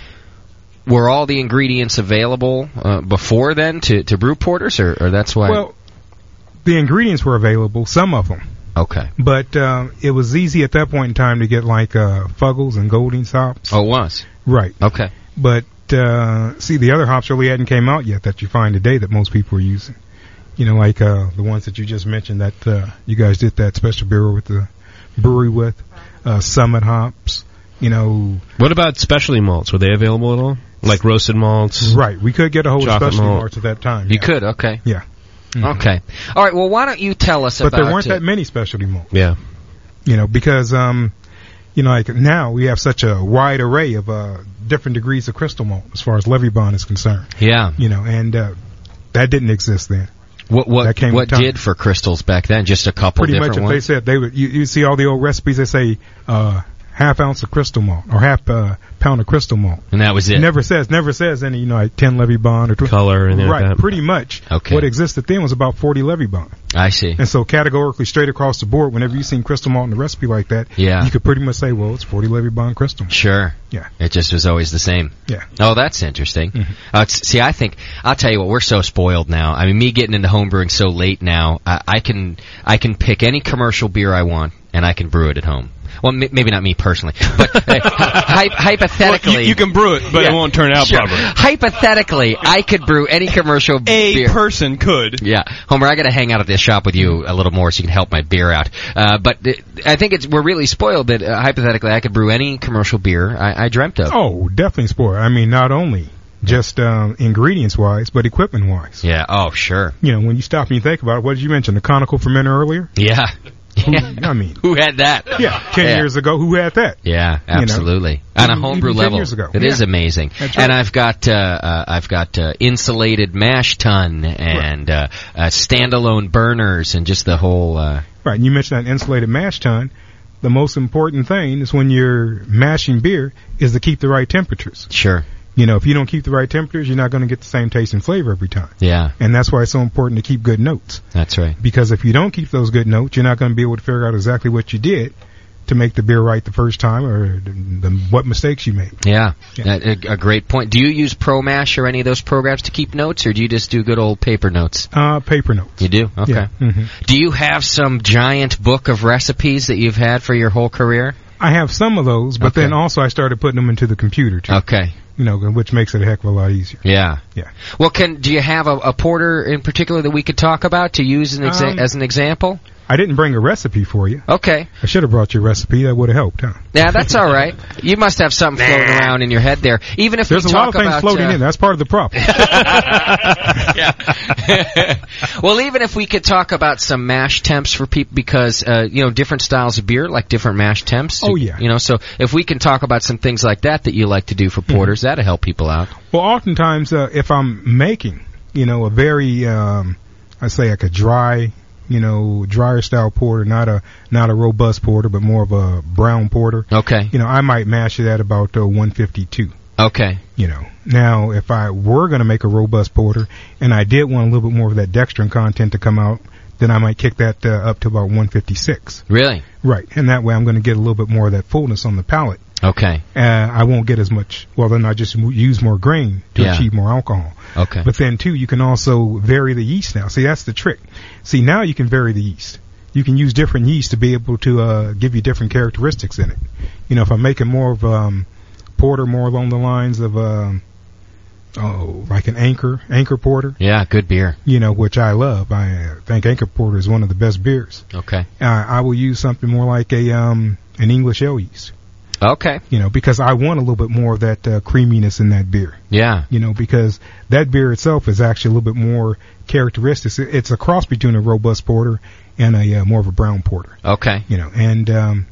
were all the ingredients available uh, before then to, to brew porters, or, or that's why?
Well, the ingredients were available, some of them.
okay.
But uh, it was easy at that point in time to get like uh, Fuggles and Golding's hops.
Oh, it was.
Right.
Okay.
But uh, see, the other hops really hadn't came out yet that you find today that most people are using. You know, like uh, the ones that you just mentioned that uh, you guys did that special beer with the brewery with uh, Summit hops. You know,
What about specialty malts? Were they available at all? Like roasted malts?
Right. We could get a whole
Chocolate
specialty
malt. Mm-hmm.
malt at that time.
You could, okay.
Yeah.
Okay. All right, well, why don't you tell us
But
about
there weren't
uh,
that many specialty malts.
Yeah.
you know, because um, you know, like now we have such a wide array of uh, different degrees of crystal malt as far as levy bond is concerned.
Yeah.
Um.
You know, and uh, that didn't exist then.
What
that
what
came
what
with time.
did for crystals back then? Just a couple
Pretty
different
much, if they
ones.
said they would, you, you see all the old recipes that say uh, half ounce of crystal malt or half uh, pound of crystal malt.
and that was it.
Never says, never says any, you know, like 10 levy bond or 12.
Color and
Right,
everything.
pretty much.
Okay.
What existed then was about 40 levy bond.
I see.
And so categorically straight across the board, whenever you've seen crystal malt in a recipe like that,
Yeah.
you could pretty much say, well, it's 40 levy bond crystal malt.
Sure.
Yeah.
It just was always the same.
Yeah. Mm-hmm.
Oh, that's interesting. Uh, it's- see, I think I'll tell you what we're so spoiled now. I mean, me getting into homebrewing so late now, I, I can I can pick any commercial beer I want and I can brew it at home. Well, m- maybe not me personally, but hey, hy- hypothetically,
Well, you- you can brew it, but it won't turn out
sure.
properly.
Hypothetically, I could brew any commercial
A
beer.
person could.
Yeah, Homer, I got to hang out at this shop with you a little more so you can help my beer out. Uh, but th- I think it's we're really spoiled that uh, hypothetically I could brew any commercial beer I, I dreamt of.
Oh, definitely sport. I mean, not only just um, ingredients wise, but equipment wise.
Yeah. Oh, sure.
You know, when you stop and you think about it, what did you mention? The conical fermenter earlier?
Yeah.
I mean,
Who had that?
yeah, 10
Yeah.
years ago, who had that?
Yeah,
You know,
absolutely. On a
even-
homebrew
even 10
level, it
years
is
ago. Yeah.
amazing.
That's
And I've got uh, uh, I've got uh, insulated mash tun and uh, uh, standalone burners and just the whole. Uh,
Right, and you mentioned that insulated mash tun. The most important thing is when you're mashing beer is to keep the right temperatures.
Sure.
You know, if you don't keep the right temperatures, you're not going to get the same taste and flavor every time.
yeah,
And that's why it's so important to keep good notes.
that's right.
Because if you don't keep those good notes, you're not going to be able to figure out exactly what you did to make the beer right the first time or the, the, what mistakes you made.
Yeah, That- a, a great point. Do you use ProMash or any of those programs to keep notes, or do you just do good old paper notes?
Uh, paper notes.
You do? Okay.
Yeah. Mhm.
Do you have some giant book of recipes that you've had for your whole career?
I have some of those, but then also I started putting them into the computer too.
Okay.
You know, which makes it a heck of a lot easier.
Yeah.
Yeah.
Well, can do you have a, a porter in particular that we could talk about to use an exa-
Um,
as an example?
I didn't bring a recipe for you.
Okay.
I should have brought you a recipe. That would have helped, huh?
Yeah, that's all right. You must have something floating around in your head there. Even if
There's
we
a lot of
talk
things
about
floating
uh,
in. That's part of the problem.
well, even if we could talk about some mash temps for people, because uh, you know different styles of beer like different mash temps.
Oh, yeah.
You know, so if we can talk about some things like that that you like to do for
Mm-hmm.
porters, that'll help people out.
Well, oftentimes, uh, if I'm making, you know, a very, um, I say like a dry, you know, drier style porter, not a, not a robust porter, but more of a brown porter.
Okay.
You know, I might mash it at about uh, 152.
Okay.
You know, now if I were going to make a robust porter and I did want a little bit more of that dextrin content to come out, then I might kick that uh, up to about 156.
Really?
Right. And that way I'm going to get a little bit more of that fullness on the palate
Okay.
uh, I won't get as much. Well, then I just mo- use more grain to
Yeah.
achieve more alcohol.
Okay.
But then too, you can also vary the yeast now. See, that's the trick. See, now you can vary the yeast. You can use different yeast to be able to uh, give you different characteristics in it. You know, if I'm making more of um, porter, more along the lines of um, oh, like an Anchor, Anchor Porter.
Yeah, good beer.
You know, which I love. I uh, think Anchor Porter is one of the best beers.
Okay.
Uh, I will use something more like a um an English ale yeast.
Okay.
You know, because I want a little bit more of that uh, creaminess in that beer.
Yeah.
You know, because that beer itself is actually a little bit more characteristics. It- It's a cross between a robust porter and a uh, more of a brown porter.
Okay.
You know, and um,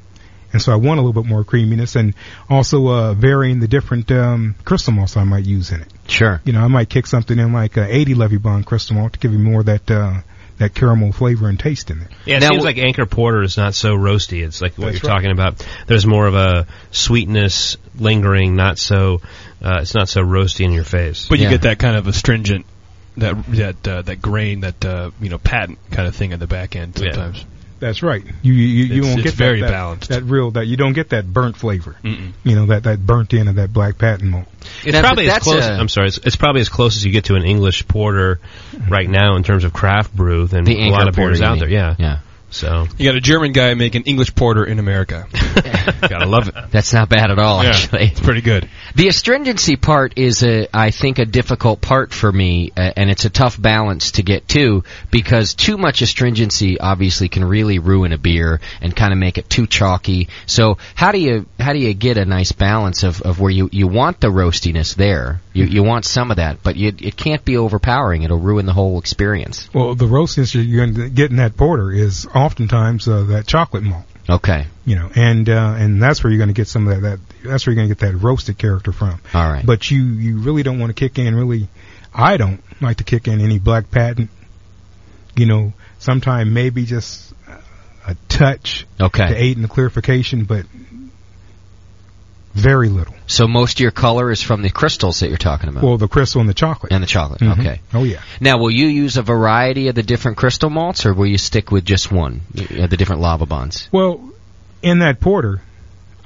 and so I want a little bit more creaminess, and also uh, varying the different um, crystal malts I might use in it.
Sure.
You know, I might kick something in like a 80 Levy Bond crystal malt to give you more of that uh, that caramel flavor and taste in there.
Yeah, it seems like Anchor Porter is not so roasty. It's like what
That's
you're
right.
talking about. There's more of a sweetness lingering, not so. Uh, it's not so roasty in your face.
But you get that kind of astringent, that that uh, that grain, that uh, you know patent kind of thing in the back end sometimes.
That's right. You you, you
It's-
won't
it's
get
very
that, that,
balanced.
That real that you don't get that burnt flavor.
Mm-mm.
You know that that burnt in of that black patent malt.
It's probably as close. i I'm sorry. It's, it's probably as close as you get to an English porter right now in terms of craft brew than
The
a lot
Anchor
of beers
Porter, you
out
mean.
there. Yeah.
Yeah.
So
You got a German guy make an English porter in America.
Gotta love it.
That's not bad at all,
Yeah,
actually. It's
pretty good.
The astringency part is, a, I think, a difficult part for me, uh, and it's a tough balance to get to because too much astringency obviously can really ruin a beer and kind of make it too chalky. So how do you how do you get a nice balance of, of where you, you want the roastiness there? You you want some of that, but you, it can't be overpowering. It'll ruin the whole experience.
Well, the roastiness you're going to get in that porter is oftentimes uh, that chocolate malt.
Okay.
You know, and uh, and that's where you're going to get some of that, that. That's where you're going to get that roasted character from.
All right.
But you you really don't want to kick in. Really, I don't like to kick in any black patent. You know, sometime maybe just a touch
Okay.
to aid in the clarification, but very little.
So most of your color is from the crystals that you're talking about.
Well, the crystal and the chocolate.
and the chocolate.
Mhm.
Okay.
Oh yeah.
Now, will you use a variety of the different crystal malts, or will you stick with just one, uh, the different lava bonds?
Well, in that porter,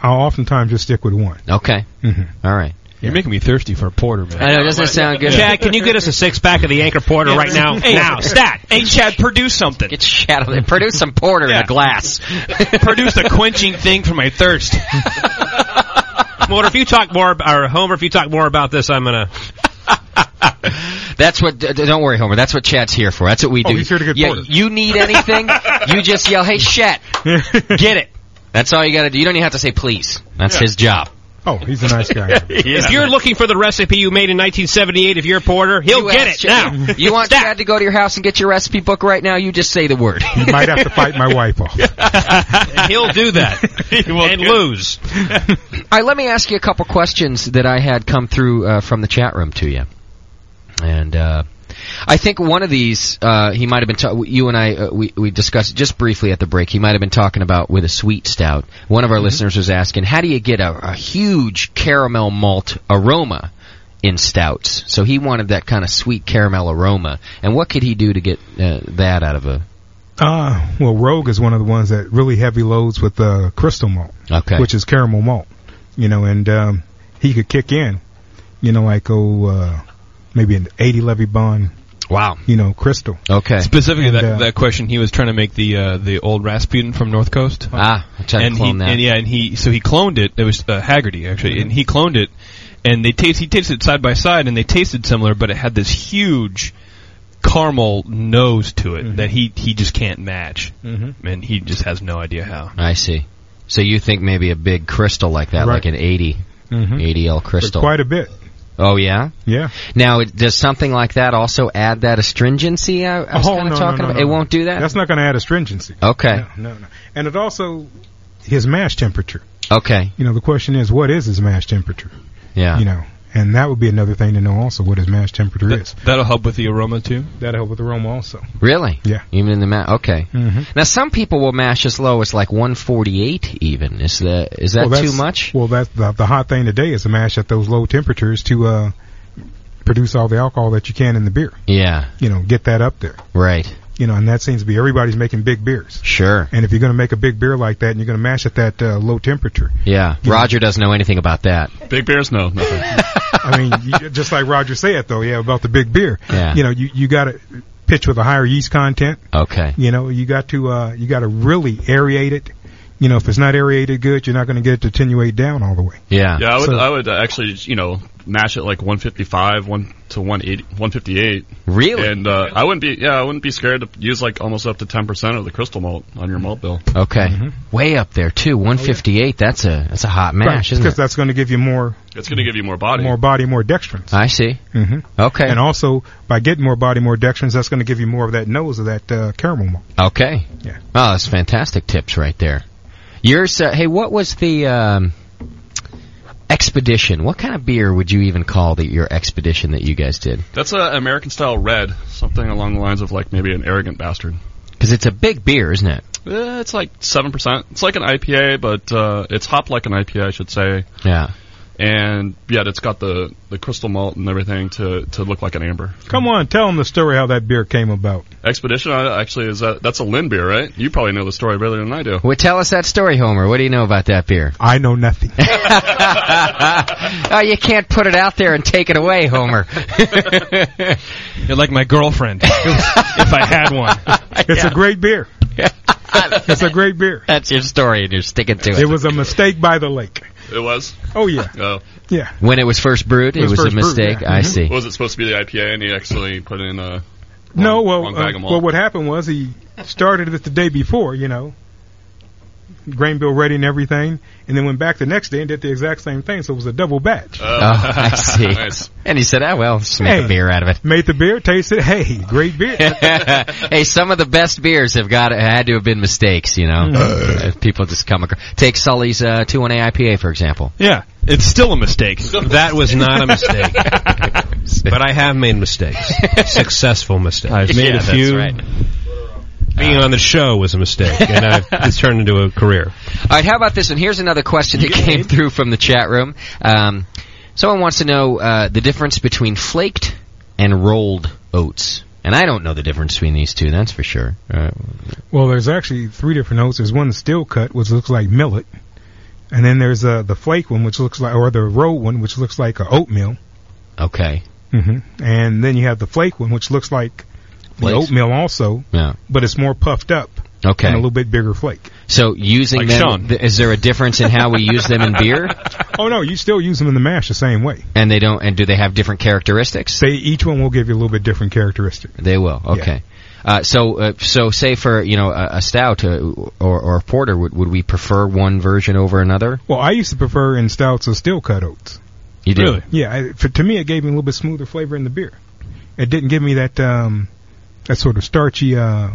I'll oftentimes just stick with one.
Okay.
Mm-hmm.
Mhm.
All right.
You're making me thirsty for a porter, man.
I know. Doesn't that sound good?
Chad, can you get us a six pack of the Anchor Porter right now?
Hey,
now, stat.
Hey, Chad, produce something.
Get Chad on there. Produce some porter in a glass.
produce a quenching thing for my thirst.
Porter, if you talk more, ab- or Homer, if you talk more about this, I'm gonna.
That's what. d- d- Don't worry, Homer. That's what Chad's here for. That's what we
Oh,
do.
he's here to get
yeah,
porter.
You need anything? you just yell, "Hey, Chet, get it." That's all you got to do. You don't even have to say please. That's
Yeah.
his job.
Oh, he's a nice guy.
If you're looking for the recipe you made in 1978 of your porter, he'll
You
get
ask
it
Chad-
now.
You want Chad to go to your house and get your recipe book right now? You just say the word.
You might have to fight my wife off.
he'll do that and lose.
All right, let me ask you a couple questions that I had come through uh, from the chat room to you, and uh, I think one of these uh, he might have been ta- you and I uh, we we discussed just briefly at the break. He might have been talking about with a sweet stout. One of our listeners was asking, how do you get a, a huge caramel malt aroma in stouts? So he wanted that kind of sweet caramel aroma, and what could he do to get uh, that out of a
Uh, well, Rogue is one of the ones that really heavy loads with uh, crystal malt,
okay?
which is caramel malt, you know, and um, he could kick in, you know, like oh, uh, maybe an eighty levy bond.
Wow.
You know, crystal.
Okay.
Specifically,
And,
that,
uh,
that question he was trying to make the uh, the old Rasputin from North Coast.
Ah, I tried to
and
clone that.
he,
Mm-hmm.
And yeah, and he so he cloned it. It was uh, Haggerty actually, and he cloned it. And they taste he tasted it side by side, and they tasted similar, but it had this huge caramel nose to it that he he just can't match,
Mhm.
and he just has no idea how.
I see. So you think maybe a big crystal like that,
Right.
like an 80,
Mhm.
80L crystal.
Quite a bit.
Oh yeah,
yeah.
Now, it, does something like that also add that astringency I, I was
Oh,
kind of
no, no,
talking
no,
about?
no,
it
no.
won't do that.
That's not going to add astringency.
okay,
No, no, no. And it also his mash temperature.
okay,
You know, the question is, what is his mash temperature?
yeah.
You know, and that would be another thing to know also what his mash temperature is.
That'll help with the aroma too.
That'll help with the aroma also.
Really?
Yeah.
Even in the ma Okay.
Mm-hmm.
Now, some people will mash as low as like 148. Even is that is that
well,
too
that's-
much?
Well, that's the, the hot thing today is to mash at those low temperatures to uh, produce all the alcohol that you can in the beer.
Yeah.
You know, get that up there.
Right.
You know, and that seems to be everybody's making big beers.
Sure.
And if you're going to make a big beer like that and you're going to mash at that uh, low temperature,
Yeah. Roger doesn't know anything about that.
Big beers, no, nothing.
I mean, you, just like Roger said though, yeah, about the big beer.
Yeah.
You know, you you got to pitch with a higher yeast content.
Okay.
You know, you got to uh, you got to really aerate it. You know, if it's not aerated good, you're not going to get it to attenuate down all the way.
Yeah.
Yeah, I would,
So-
I would actually, you know, mash it like 155, one to 180, 158.
Really?
And uh, I wouldn't be, yeah, I wouldn't be scared to use like almost up to 10% of the crystal malt on your malt bill.
Okay.
Mm-hmm.
Way up there too. 158. That's a that's a hot mash,
Oh, because
isn't it?
that's going to give you more
It's going to give you more body.
more body, more dextrins.
I see.
hmm
Okay.
And also, by getting more body, more dextrins, that's going to give you more of that nose of that uh, caramel malt.
Okay. Yeah. Oh, that's fantastic tips right there. Yours. Uh, hey, what was the um, expedition? What kind of beer would you even call the, your expedition that you guys did?
That's a American style red, something along the lines of like maybe an arrogant bastard.
Because it's a big beer, isn't it?
Eh, it's like seven percent. It's like an IPA, but uh, it's hop like an IPA, I should say.
Yeah.
And yet it's got the, the crystal malt and everything to, to look like an amber.
Come on, tell them the story how that beer came about.
Expedition uh, actually is that that's a Lynn beer, right? You probably know the story better than I do.
Well, tell us that story, Homer. What do you know about that beer?
I know nothing.
oh, you can't put it out there and take it away, Homer.
You're like my girlfriend. if I had one.
It's a great beer. it's a great beer.
That's your story, and you're sticking to it.
It was a mistake by the lake.
It was.
Oh yeah.
Oh.
Yeah.
When it was first brewed,
It
it
was
was,
first
a
brewed,
mistake.
yeah.
I
Mhm.
see.
Was it supposed to be the IPA and he actually put in uh, a
No, well,
wrong bag
uh,
of malt.
well, what happened was he started it the day before, you know, grain bill ready and everything, and then went back the next day and did the exact same thing. So it was a double batch.
oh, I see. And he said, "Ah, well, just make
Hey.
a beer out of it."
Made the beer, tasted. Hey, great beer.
hey, some of the best beers have got had to have been mistakes, you know.
Mm-hmm.
Uh, People just come across. Take Sully's uh, two one AIPA for example.
Yeah, it's still a mistake.
That was not a mistake. but I have made mistakes. Successful mistakes.
I've made a Yeah, that's few. right.
Being on the show was a mistake, and I've, it's turned into a career.
All right, how about this one? Here's another question that came through from the chat room. Um, someone wants to know uh, the difference between flaked and rolled oats, and I don't know the difference between these two. That's for sure. Uh,
Well, there's actually three different oats. There's one steel cut, which looks like millet, and then there's uh, the flake one, which looks like, or the roll one, which looks like a oatmeal,
okay.
hmm and then you have the flake one, which looks like the
Flakes.
oatmeal also,
Yeah.
but it's more puffed up
Okay.
and a little bit bigger flake.
So using
Like
them,
Sean.
th- is there a difference in how we use them in beer?
Oh no, you still use them in the mash the same way.
And they don't. And do they have different characteristics?
They each one will give you a little bit different characteristic.
They will. Okay. Uh, so, uh, so say for you know a, a stout uh, or, or a porter, would, would we prefer one version over another?
Well, I used to prefer in stouts a steel cut oats.
You do. Really?
Yeah, I, for, to me it gave me a little bit smoother flavor in the beer. It didn't give me that um that sort of starchy uh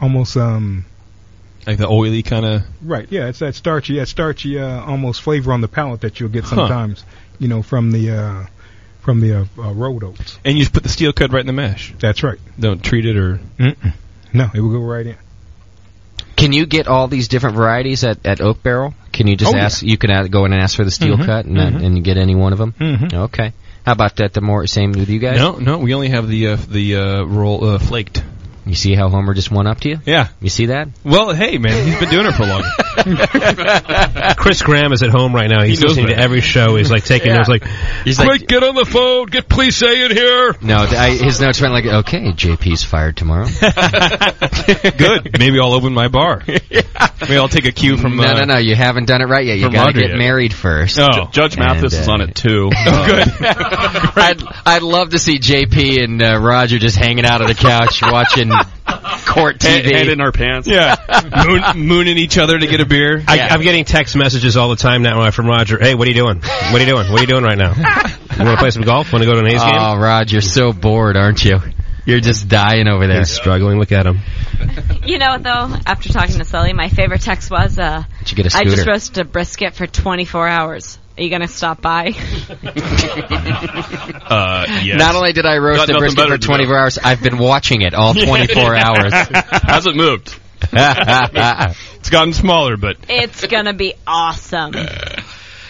almost um
Like the oily kind of.
right, yeah, it's that starchy that starchy uh almost flavor on the palate that you'll get
Huh.
sometimes, you know, from the uh from the uh, uh, road oats.
And you just put the steel cut right in the mash.
That's right.
Don't treat it or.
Mm-mm. No, it will go right in.
Can you get all these different varieties at, at Oak Barrel? Can you just
Oh, yeah. Mm-hmm.
ask? You can a go in and ask for the steel
Mhm.
cut and
Mhm.
and you get any one of them.
Mhm.
Okay. How about that? The more same with you guys.
No, no, we only have the uh, the uh, roll uh, flaked.
You see how Homer just went up to you?
Yeah.
You see that?
Well, hey man, he's been doing it for long.
Chris Graham is at home right now. He's
He knows
listening to
better.
every show. He's like taking
Yeah.
notes. Like,
He's
quick,
like-
get on the phone. Get police A in here.
No, th- I, his notes went like, okay, JP's fired tomorrow.
Good. Maybe I'll open my bar. Maybe I'll take a cue from.
no,
uh,
no, no, you haven't done it right yet. You
from
gotta
Audrey
get
yet.
married first.
Oh. Ju-
Judge Mathis
And,
is
uh,
on it too.
I'd, I'd love to see JP and uh, Roger just hanging out on the couch watching court TV.
Hand- hand in our pants.
Yeah, moon, mooning each other to get a beer.
I, I'm getting text messages all the time now uh, from Roger. Hey, what are you doing? What are you doing? What are you doing right now? You want to play some golf? Want to go to an A's game?
Oh, Rod, you're so bored, aren't you? You're just dying over there.
He's struggling. Look at him.
You know, though, after talking to Sully, my favorite text was, uh,
Did you get a
I just
scooter?"
roasted a brisket for 24 hours. Are you going to stop by?
Uh, yes.
Not only did I roast
Got
a
nothing
brisket
better
for
to
24 hours, I've been watching it all 24 hours.
Hasn't moved.
it's gotten smaller, but
it's going to be awesome.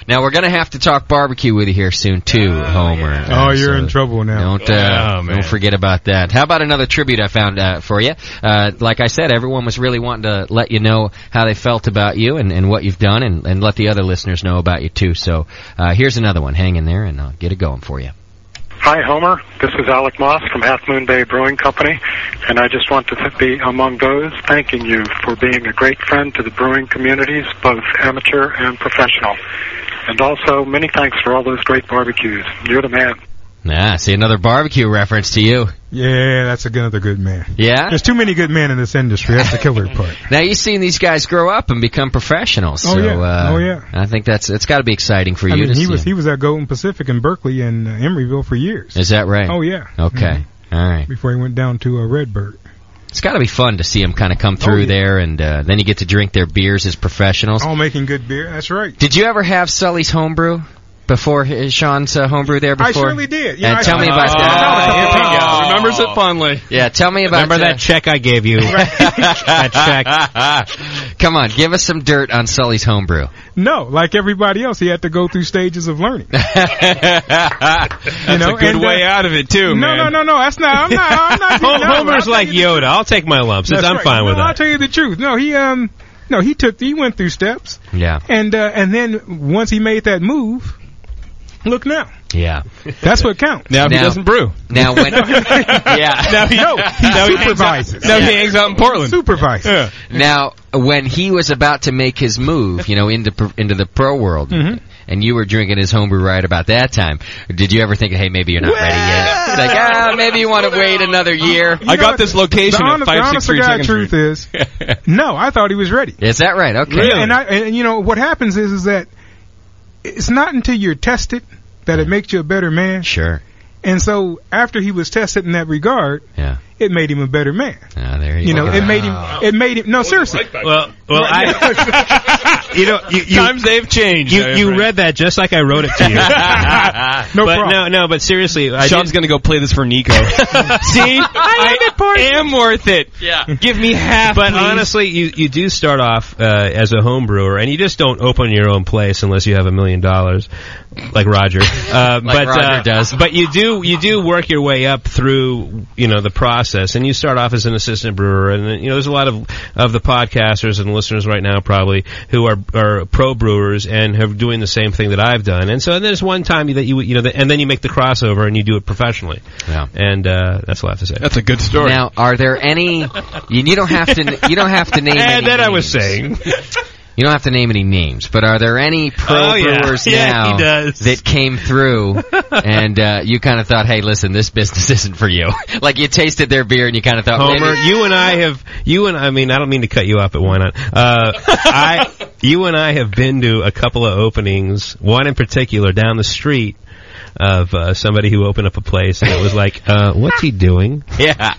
Now we're gonna have to talk barbecue with you here soon too, Homer.
Oh,
Uh,
you're
so
in trouble now.
Don't uh, don't forget about that. How about another tribute I found uh, for you? Uh, like I said, everyone was really wanting to let you know how they felt about you and, and what you've done, and, and uh, let the other listeners know about you too. So uh, here's another one. Hang in there, and I'll get it going for you.
Hi, Homer. This is Alec Moss from Half Moon Bay Brewing Company, and I just want to th- be among those thanking you for being a great friend to the brewing communities, both amateur and professional. And also, many thanks for all those great barbecues. You're the man.
Nah, see another barbecue reference to you.
Yeah, that's another good man.
Yeah?
There's too many good men in this industry. That's the killer part.
Now you've seen these guys grow up and become professionals.
Oh,
so,
yeah.
Uh,
Oh, yeah.
I think that's it's got to be exciting for you.
I mean,
to
he
see
was
him.
he was at Golden Pacific in Berkeley and uh, Emeryville for years.
Is that right?
Oh yeah. Mm-hmm.
Okay. All right.
Before he went down to uh, Redbird.
It's got to be fun to see them kind of
Oh,
come through there, and uh, then you get to drink their beers as professionals.
All making good beer. That's right.
Did you ever have Sully's homebrew before his, Sean's uh, homebrew there?
I
Before?
surely did.
Yeah,
I-
tell me about
Oh,
Ah, that.
yeah. Remembers it
fondly. Yeah, tell me about
Remember that
check I gave you. that check. Come on, give us some dirt on Sully's homebrew.
No, like everybody else, he had to go through stages of learning.
Oh.
That's
know,
a good
and, uh,
way out of it too,
no,
man.
no, no, no. That's not. I'm not. I'm not.
Hom-
no,
Homer's like Yoda. I'll take my lumps.
That's
I'm
right.
fine
no,
with
I'll
that.
tell you the truth. No, he um, no, he took. He went through steps,
Yeah.
and uh, and then once he made that move, look now.
Yeah.
That's what counts.
Now, he doesn't brew.
Now when yeah.
Now he,
no, he
now he
supervises.
Hangs out, now he hangs out in Portland.
Supervises.
Now, when he was about to make his move, you know, into pr- into the pro world,
Mm-hmm.
and you were drinking his homebrew right about that time, did you ever think, hey, maybe you're not ready yet? It's like, ah, maybe you want to wait another year.
You know, the honest, the honest to God truth is, no, I thought he was ready.
Is that right? Okay.
And I and you know what happens is is that it's not until you're tested that it makes you a better man.
Sure.
And so after he was tested in that regard,
yeah.
it made him a better man.
Ah, there
You know,
go.
it made him. It made him. No, seriously.
Well, well, I, you know, you, you, times
they've changed. eh?
You,
I
you
agree.
read that just like I wrote it to you. no but problem. No, no, but seriously, I
Sean's
going to go play this for Nico. See, I, am worth it.
Yeah.
Give me half. But honestly, you, you do start off uh, as a home brewer, and you just don't open your own place unless you have a million dollars, like Roger. Uh,
Like
but
Roger
uh,
does.
But you do you do work your way up through you know the process, and you start off as an assistant brewer, and then, you know there's a lot of of the podcasters and listeners right now probably who are are pro brewers and are doing the same thing that I've done, and so there's one time that you you know and then you make the crossover and you do it professionally,
yeah.
and uh, that's all I have to say. That's
a good story.
Now, are there any? You, you don't have to. You don't have to name. any
And then I
names.
was saying.
You don't have to name any names, but are there any pro
Oh, yeah.
brewers
Yeah,
now
he does.
that came through and uh, you kind of thought, hey, listen, this business isn't for you? like you tasted their beer and you kind of thought,
Homer,
Uh, maybe-
you and I have you and I mean I don't mean to cut you off, but why not? Uh, I you and I have been to a couple of openings, one in particular down the street of uh, somebody who opened up a place, and it was like, uh, what's he doing?
Yeah,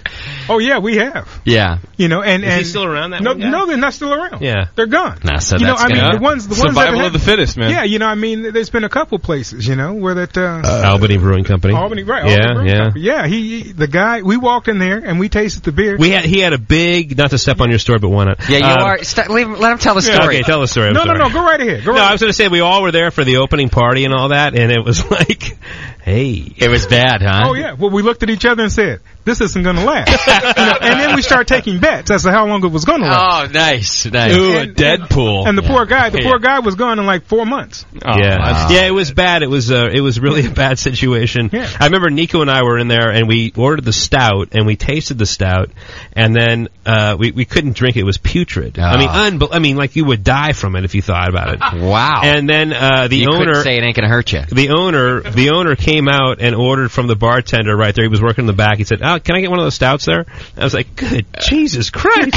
Oh yeah, we have.
yeah.
You know, and
Is he
and
still around, that
no,
one guy?
no, they're not still around.
Yeah.
they're gone.
Nah, so
you know,
that's
I mean,
gonna-
the ones, the ones that
Survival
have-
of the fittest, man.
Yeah, you know, I mean, there's been a couple places, you know, where that uh,
Albany Brewing Company.
Albany, right?
Yeah,
Albany Brewing
yeah.
Company. yeah. He, he- the guy, we walked in there and we tasted the beer.
We had he had a big not to step on your story, but why not?
Yeah, you
Um,
are. St- leave, let him tell the
Yeah.
story.
Okay, tell the story. I'm
no,
sorry.
no, no, go right ahead. Go
No,
right.
I was going to say we all were there for the opening party and all that, and it was like, hey,
it was bad, huh?
Oh yeah. Well, we looked at each other and said, "This isn't going to last." You know, and then we start taking bets as to how long it was going to last.
Oh, nice, nice.
Ooh, a
Oh,
Deadpool.
And the poor guy, the
Yeah.
poor guy was gone in like four months.
yeah,
wow.
yeah, it was bad. It was uh, it was really a bad situation. I remember Nico and I were in there, and we ordered the stout, and we tasted the stout, and then uh, we we couldn't drink it. It was putrid. I mean,
Ah.
unbe- I mean, like you would die from it if you thought about it.
Wow.
And then uh, the
you couldn't
owner
say it ain't gonna hurt you.
the owner the owner came out and ordered from the bartender right there. He was working in the back. He said, "Oh, can I get one of those stouts there?" I was like, "Good Jesus Christ!"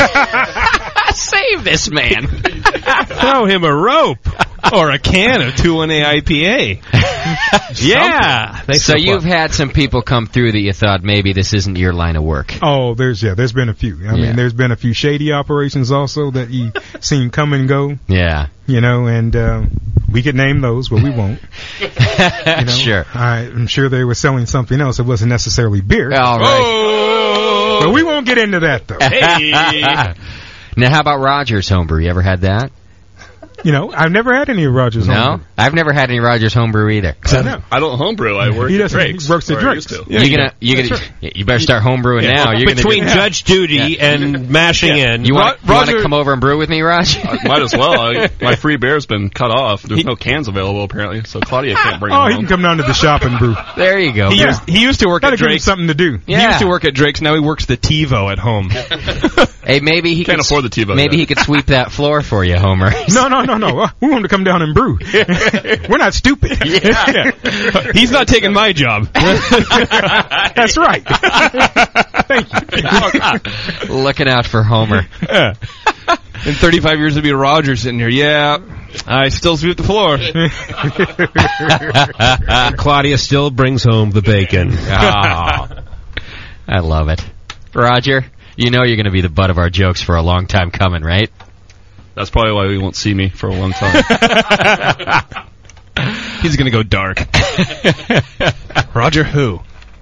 Save this man.
Throw him a rope or a can of 2-1A IPA. yeah. Thanks
so
for the plug.
you've had some people come through that you thought maybe this isn't your line of work.
Oh, there's yeah, there's been a few. I
Yeah.
mean, there's been a few shady operations also that you seen come and go.
Yeah.
You know, and uh, we could name those, but we won't. You know?
Sure.
I, I'm sure they were selling something else. It wasn't necessarily beer.
All right.
Oh!
But we won't get into that though.
now, how about Rogers homebrew? You ever had that?
You know, I've never had any Rogers.
No, I've never had any Rogers homebrew either.
I know.
I don't homebrew. I work
He
at
doesn't- he
Drake's.
works at
where I
Drake's.
used to.
you're gonna, you're gonna, you better start homebrewing
Yeah.
now. You're
Between
gonna do,
judge duty and mashing in,
you want,
Ro-
you want to
Roger-
come over and brew with me, Raj?
I might as well. I, my free beer's been cut off. There's no cans available apparently, so Claudia can't bring
Oh,
it
he
home.
can come down to the shop and brew.
There you go.
He, used, he used to work
Gotta
at
give him
Drake's.
something to do.
He
Yeah.
used to work at Drake's. Now he works the TiVo at home.
hey, maybe he
Can't
could,
afford the TiVo
Maybe
yet.
he could sweep that floor for you, Homer.
No, no, no, no. Uh, We want him to come down and brew. We're not stupid.
He's not taking my job.
That's right.
Oh,
Looking out for Homer.
In 35 years, it'll be Roger sitting here. Yeah, I still sweep the floor.
Claudia still brings home the bacon.
Oh, I love it. Roger, you know you're going to be the butt of our jokes for a long time coming, right?
That's probably why he won't see me for a long time.
He's gonna go dark. Roger who?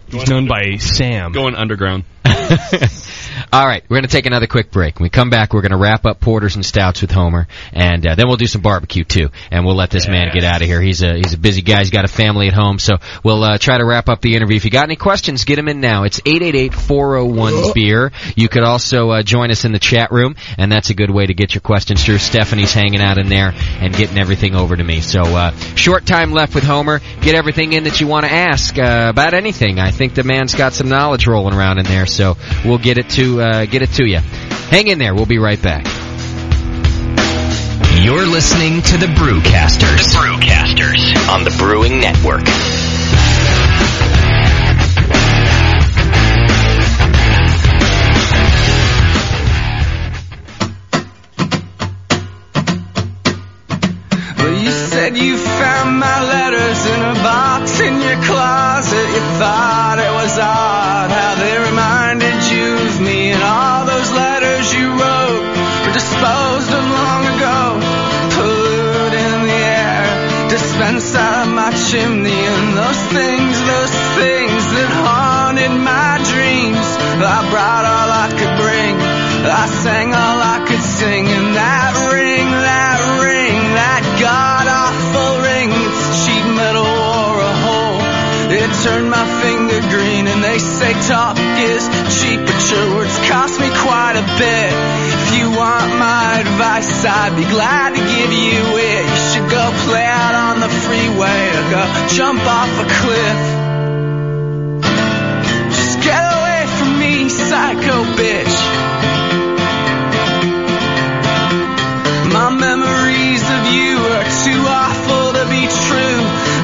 He's known by Sam.
Going underground.
All right, we're going to take another quick break. When we come back, we're going to wrap up porters and stouts with Homer, and uh, then we'll do some barbecue too. And we'll let this man get out of here. He's a he's a busy guy. He's got a family at home, so we'll uh, try to wrap up the interview. If you got any questions, get them in now. It's 888-401 beer. You could also uh, join us in the chat room, and that's a good way to get your questions through. Stephanie's hanging out in there and getting everything over to me. So uh, short time left with Homer. Get everything in that you want to ask uh, about anything. I think the man's got some knowledge rolling around in there, so we'll get it to uh, get it to you. Hang in there. We'll be right back.
You're listening to the Brewcasters. The Brewcasters on the Brewing Network.
Well, you said you found my letters in a box in your closet. You thought it was odd how they reminded you of me, and all those letters you wrote were disposed of long ago. Polluting the air, dispensed out of my chimney, and those things, those things that haunted my dreams. I brought all I could bring, I sang all I could sing, and that ring, that ring, that god awful ring. It's sheet metal or a hole. It turned my finger green, and they say talk is cheap, but your words cost me quite a bit. If you want my advice, I'd be glad to give you it. You should go play out on the freeway or go jump off a cliff. Just get away from me, psycho bitch. My memories of you are too awful to be true.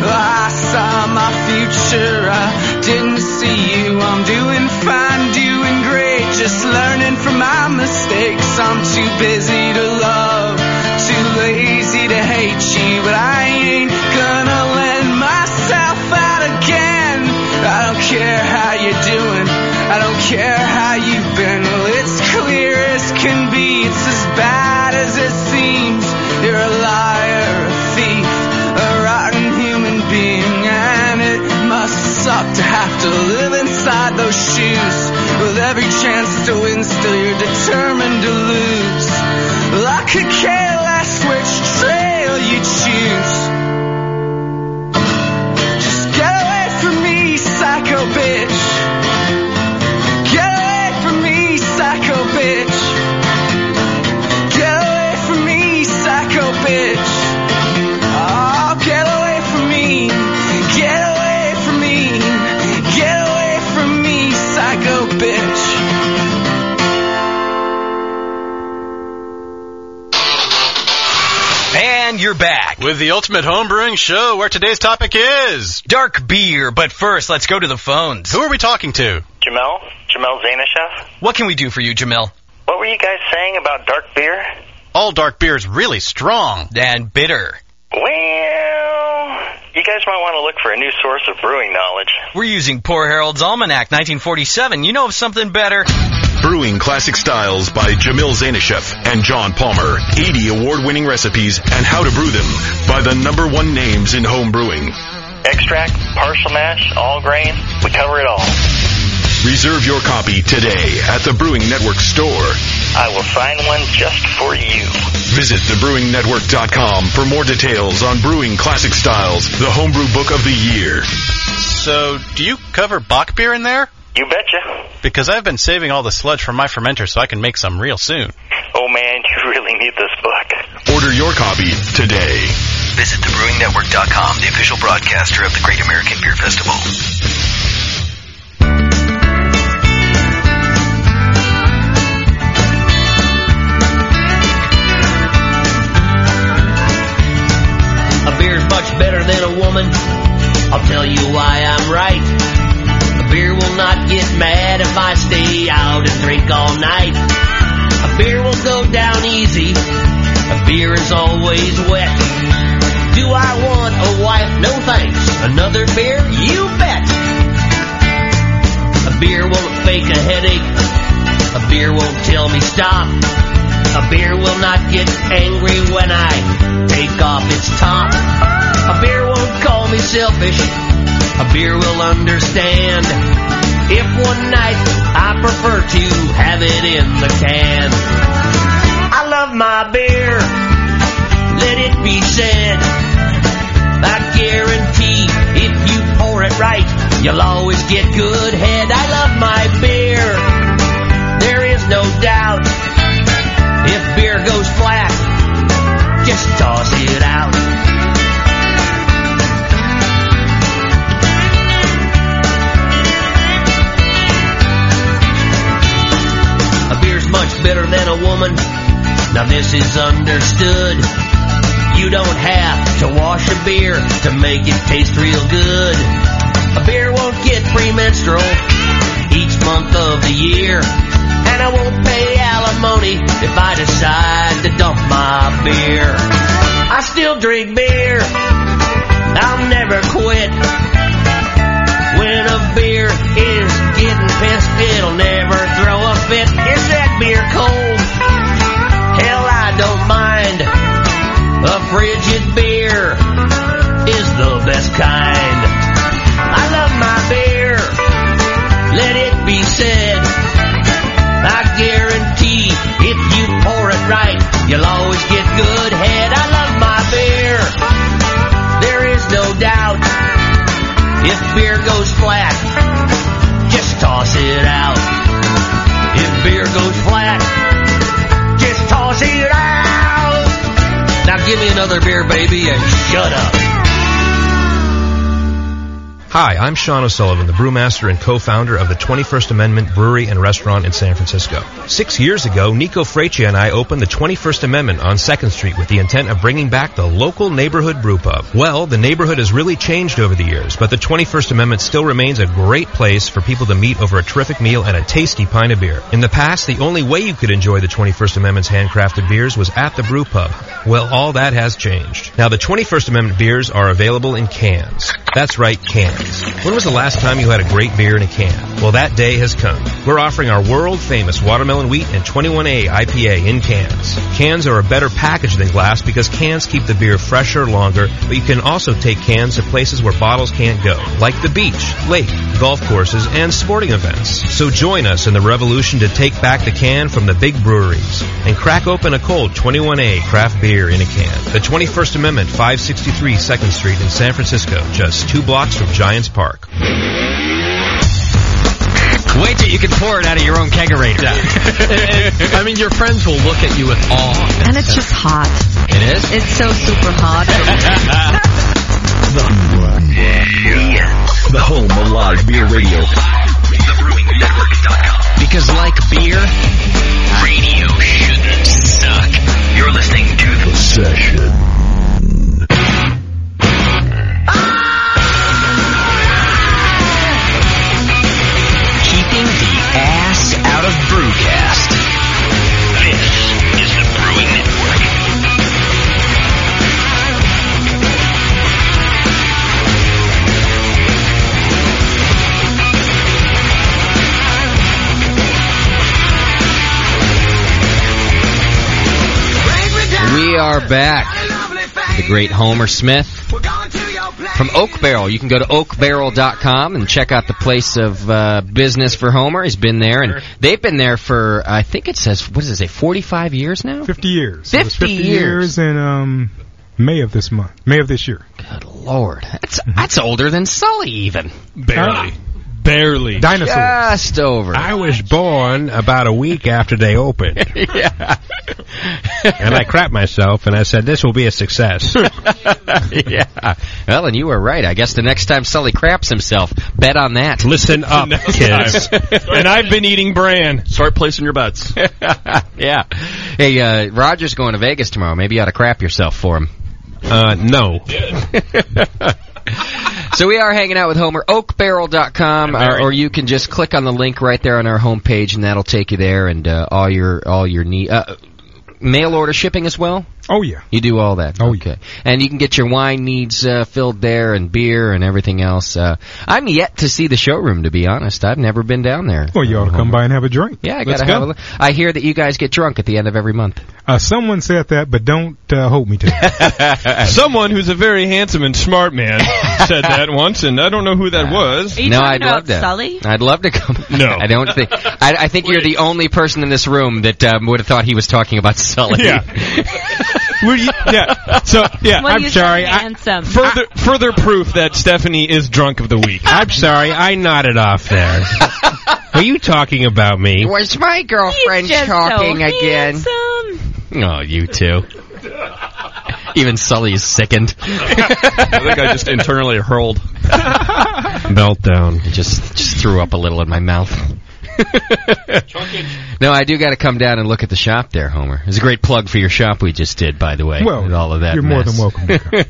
I saw my future, I didn't see you. I'm doing fine, doing great, just learning from my mistakes. I'm too busy to love, too lazy to hate you, but I ain't gonna lend myself out again. I don't care how you're doing, I don't care how you've been. Well, it's clear as can be, it's as bad as it seems. You're a liar, a thief, a rotten human being, and it must suck to have to live inside those shoes. With every chance to win, still you're determined to lose. Well, I could care less which trail you choose. Just get away from me, psycho bitch. Get away from me, psycho bitch. Get away from me, psycho bitch. Oh, get away from me. Get away from me. Get away from me, psycho bitch.
And you're back with the Ultimate Homebrewing Show, where today's topic is dark beer. But first, let's go to the phones. Who are we talking to?
Jamel, Jamel Zanishev.
What can we do for you, Jamil?
What were you guys saying about dark beer?
All dark beer is really strong and bitter.
Well, you guys might want to look for a new source of brewing knowledge.
We're using Poor Harold's Almanac 1947. You know of something better?
Brewing Classic Styles by Jamil Zanishev and John Palmer. 80 award-winning recipes and how to brew them by the number one names in home brewing.
Extract, partial mash, all grain, we cover it all.
Reserve your copy today at the Brewing Network store.
I will find one just for you.
Visit thebrewingnetwork.com for more details on brewing classic styles, the homebrew book of the year.
So, do you cover Bach beer in there?
You betcha.
Because I've been saving all the sludge from my fermenter so I can make some real soon.
Oh man, you really need this book.
Order your copy today.
Visit thebrewingnetwork.com, the official broadcaster of the Great American Beer Festival.
A beer's much better than a woman. I'll tell you why I'm right. A beer will not get mad if I stay out and drink all night. A beer will go down easy. A beer is always wet. Do I want a wife? No thanks. Another beer? You bet. A beer won't fake a headache. A beer won't tell me stop. A beer will not get angry when I take off its top. A beer won't call me selfish. A beer will understand. If one night I prefer to have it in the can. I love my beer. Let it be said. I guarantee if you pour it right, you'll always get good head. I love my beer. There is no doubt. If beer goes flat, just toss it out. A beer's much better than a woman. Now this is understood. You don't have to wash a beer to make it taste real good. A beer won't get premenstrual each month of the year. And I won't pay alimony if I decide to dump my beer. I still drink beer. I'll never quit. When a beer is getting pissed, it'll never throw a fit. Is that beer cold? Hell, I don't mind. A frigid beer is the best kind. I love my beer. Let it be said. I guarantee if you pour it right, you'll always get good head. I love my beer. There is no doubt. If beer goes flat, just toss it out. If beer goes flat, just toss it out. Now give me another beer, baby, and shut up.
Hi, I'm Sean O'Sullivan, the brewmaster and co-founder of the 21st Amendment Brewery and Restaurant in San Francisco. Six years ago, Nico Freccia and I opened the 21st Amendment on 2nd Street with the intent of bringing back the local neighborhood brew pub. Well, the neighborhood has really changed over the years, but the 21st Amendment still remains a great place for people to meet over a terrific meal and a tasty pint of beer. In the past, the only way you could enjoy the 21st Amendment's handcrafted beers was at the brew pub. Well, all that has changed. Now, the 21st Amendment beers are available in cans. That's right, cans. When was the last time you had a great beer in a can? Well, that day has come. We're offering our world famous watermelon wheat and 21A IPA in cans. Cans are a better package than glass because cans keep the beer fresher longer, but you can also take cans to places where bottles can't go, like the beach, lake, golf courses, and sporting events. So join us in the revolution to take back the can from the big breweries and crack open a cold 21A craft beer in a can. The 21st Amendment, 563 2nd Street in San Francisco, just two blocks from Giants Park.
Wait till you can pour it out of your own kegerator.
I mean, your friends will look at you with awe.
And it's just hot.
It is?
It's so super hot.
The home of live beer radio.
Because like beer, radio shouldn't suck. You're listening to The Session. Keeping the ass out of Brewcast. This is the Brewing Network.
We are back. The great Homer Smith. from Oak Barrel. You can go to oakbarrel.com and check out the place of uh, business for Homer. He's been there, and they've been there for, I think it says, what does it say, 45 years now?
50 years. It was
50 years.
in um, May of this month, May of this year. Mm-hmm.
Good lord, that's that's older than Sully even.
Barely. Barely.
Just over.
I was born about a week after they opened.
yeah.
and I crapped myself and I said, this will be a success.
yeah. Well, and you were right. I guess the next time Sully craps himself, bet on that.
Listen up, kids.
and I've been eating bran.
Start placing your bets.
yeah. Hey, uh, Roger's going to Vegas tomorrow. Maybe you ought to crap yourself for him.
Uh, no.
so we are hanging out with Homer, oakbarrel.com, uh, or, or you can just click on the link right there on our homepage, and that'll take you there and uh, all your all your need. Uh, Mail order shipping as well.
Oh yeah,
you do all that. Oh okay, and you can get your wine needs uh, filled there, and beer and everything else. Uh, I'm yet to see the showroom, to be honest. I've never been down there.
Well, you ought to come by and have a drink.
Yeah, I gotta have a look. I hear that you guys get drunk at the end of every month.
Uh, someone said that, but don't uh, hold me to it.
Someone who's a very handsome and smart man said that once, and I don't know who that was.
Are you
no,
talking
I'd
about
love to.
Sully?
I'd love to come.
No,
I don't think. I, I think you're the only person in this room that um, would have thought he was talking about Sully.
Yeah. Were you, yeah. So yeah,
What do
I'm
you
sorry.
say,
I-
handsome?
further further proof that Stephanie is drunk of the week.
I'm sorry, I nodded off there. Are you talking about me?
Was my girlfriend
He's just so
talking again? Oh, you two. Even Sully is sickened.
I think I just internally hurled.
Meltdown.
Just just threw up a little in my mouth. no, I do got to come down and look at the shop there, Homer. It's a great plug for your shop we just did, by the way.
Well,
with all of that.
You're more than
mess.
welcome. Wicker.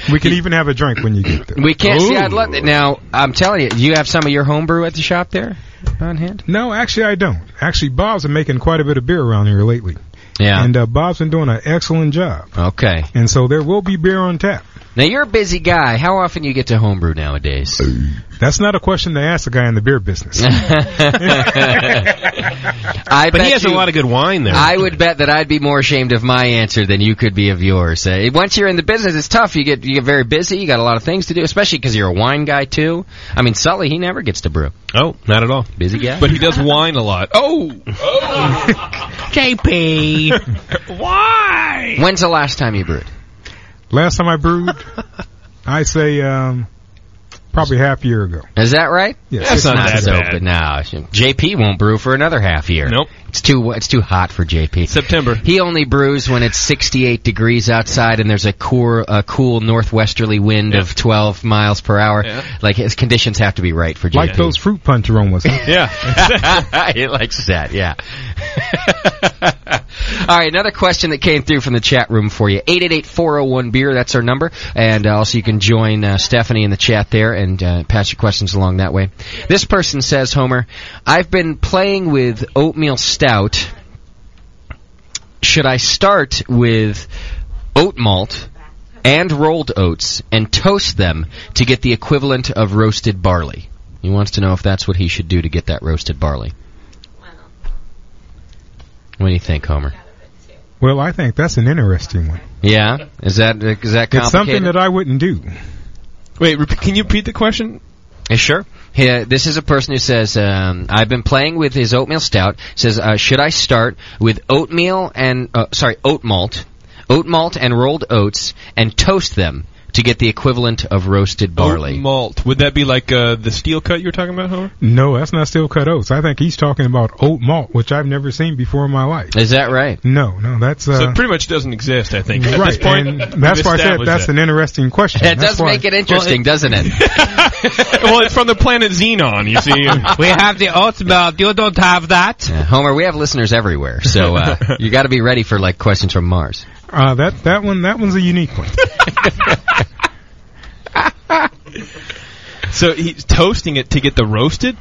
we can even have a drink when you get there.
We can't see. I'd love it. Now, I'm telling you, do you have some of your homebrew at the shop there on hand?
No, actually, I don't. Actually, Bob's been making quite a bit of beer around here lately.
Yeah.
And uh, Bob's been doing an excellent job.
Okay.
And so there will be beer on tap.
Now you're a busy guy. How often you get to homebrew nowadays?
That's not a question to ask a guy in the beer business.
I
But he
bet
has a
you-
lot of good wine there.
I would bet that I'd be more ashamed of my answer than you could be of yours. Uh, once you're in the business, it's tough. You get you get very busy. You got a lot of things to do, especially because you're a wine guy too. I mean, Sully, he never gets to brew.
Oh, not at all.
Busy guy.
But he does whine a lot. Oh,
JP.
why?
When's the last time you brewed?
Last time I brewed, I say um, probably half a year ago.
Is that right?
Yeah,
it's
six
not
months
so
ago.
bad. Now JP won't brew for another half year.
Nope.
It's too it's too hot for JP.
September.
He only brews when it's 68 degrees outside and there's a cool, a cool northwesterly wind of 12 miles per hour. Like his conditions have to be right for JP.
Like those fruit punch aromas.
Yeah. he likes that, yeah. All right, another question that came through from the chat room for you. 888-401-BEER, E that's our number. And uh, also you can join uh, Stephanie in the chat there and uh, pass your questions along that way. This person says, Homer, I've been playing with oatmeal stout. Should I start with oat malt and rolled oats and toast them to get the equivalent of roasted barley? He wants to know if that's what he should do to get that roasted barley. What do you think, Homer?
Well, I think that's an interesting one.
Yeah, is that is that complicated?
It's something that I wouldn't do.
Wait, rep- can you repeat the question?
Yeah, sure. Yeah, this is a person who says, um, "I've been playing with his oatmeal stout." Says, uh, "Should I start with oatmeal and uh, sorry, oat malt, oat malt and rolled oats, and toast them to get the equivalent of roasted barley?"
Oat malt. Would that be like uh, the steel cut you were talking about, Homer?
No, that's not steel cut oats. I think he's talking about oat malt, which I've never seen before in my life.
Is that right?
No, no, that's uh,
so it pretty much doesn't exist, I think. At this
right.
point,
and
we've
that's why I said
established
that's
that.
an interesting question.
It
That's
does
why-
make it interesting, doesn't it?
well, it's from the planet Xenon, you see.
we have the oatmeal. You don't have that.
Yeah, Homer, we have listeners everywhere, so uh, you got to be ready for like questions from Mars.
Uh, that that one that one's a unique one.
so he's toasting it to get the roasted.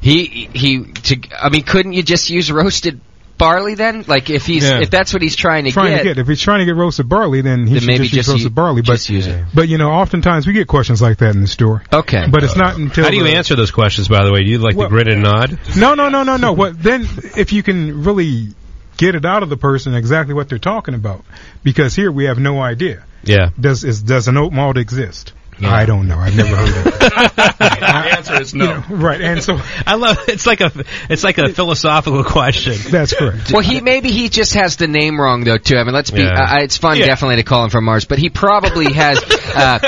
He he. To, I mean, couldn't you just use roasted barley then? Like if he's
Yeah.
if that's what he's trying to
trying
get.
to get if he's trying to get roasted barley, then he
Then
should
maybe
just use
just
roasted
u-
barley. But
just use it.
but you know, oftentimes we get questions like that in the store.
Okay.
But it's not until
How do you
the-
answer those questions, by the way? Do you like
Well-
the grin and nod?
No, no, no, no, no. What then? If you can really get it out of the person exactly what they're talking about, because here we have no idea.
Yeah.
Does is does an oat malt exist? I don't know. I've never heard of it.
The answer is no.
right, and so
I love it's like a it's like a philosophical question.
That's correct.
Well, he maybe he just has the name wrong though too. I mean, let's be.
Yeah.
I- I- it's fun
Yeah.
definitely to call him from Mars, but he probably has uh,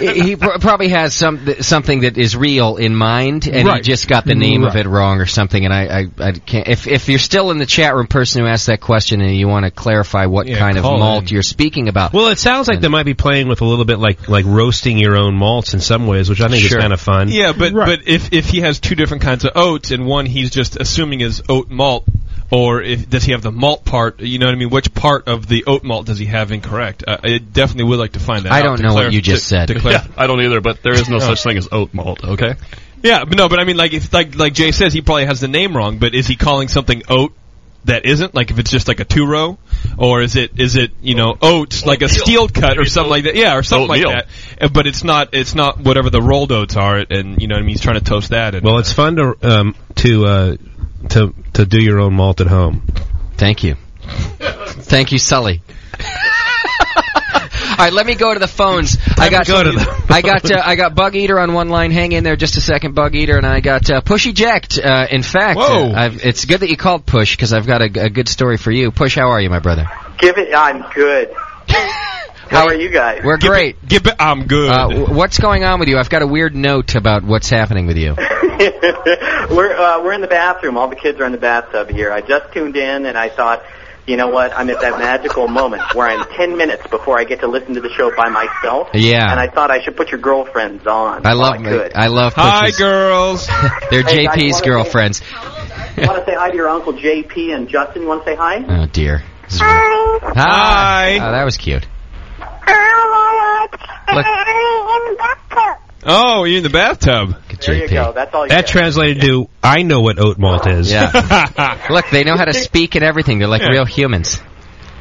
he pr- probably has some th- something that is real in mind, and he
Right.
just got the name of
Right.
it wrong or something. And I, I, I can't. If if you're still in the chat room, person who asked that question, and you want to clarify what
Yeah,
kind of
call
malt you're speaking about,
Well, it sounds like they might be playing with a little bit like like roasting your own malts in some ways, which I think
Sure.
is kind of fun.
Yeah, but but if if he has two different kinds of oats and one he's just assuming is oat malt, or if does he have the malt part? You know what I mean? Which part of the oat malt does he have incorrect? Uh, I definitely would like to find that.
I
out
don't
to
know what
clar-
you just
to-
said.
to clar-
Yeah,
I don't either, but there is no
Oh.
such thing as oat malt. Okay.
Yeah, but no, but I mean, like if like like Jay says, he probably has the name wrong. But is he calling something oat that isn't? Like if it's just like a two row, or is it is it you know oats like a steel cut or something like that? Yeah, or something like
Oatmeal.
that. Uh, But it's not it's not whatever the rolled oats are, and you know what I mean. He's trying to toast that. And,
Well, it's fun to um, to uh, to to do your own malt at home.
Thank you. Thank you, Sully. All right, let me go to the phones. I got
go to
I got uh, I got Bug Eater on one line. Hang in there just a second, Bug Eater, and I got uh, Push Eject. Uh, in fact, uh, I've, it's good that you called Push because I've got a, a good story for you. Push, how are you, my brother?
Give it. I'm good. How are you guys?
We're great.
Give it, I'm good.
Uh, w- what's going on with you? I've got a weird note about what's happening with you.
we're uh, we're in the bathroom. All the kids are in the bathtub here. I just tuned in and I thought, you know what? I'm at that magical moment where I'm ten minutes before I get to listen to the show by myself.
Yeah.
And I thought I should put your girlfriends on.
I love
good.
I love
Hi,
Push's-
girls.
They're
Hey, guys,
JP's
wanna-
girlfriends.
I want to say hi to your uncle JP and Justin. You want to say hi?
Oh dear. This is weird. Hi. Oh, that was cute. Look.
Oh, you're in the bathtub.
There you go. That's all you
That translated to I know what oat malt is.
Yeah. Look, they know how to speak and everything. They're like
Yeah.
real humans.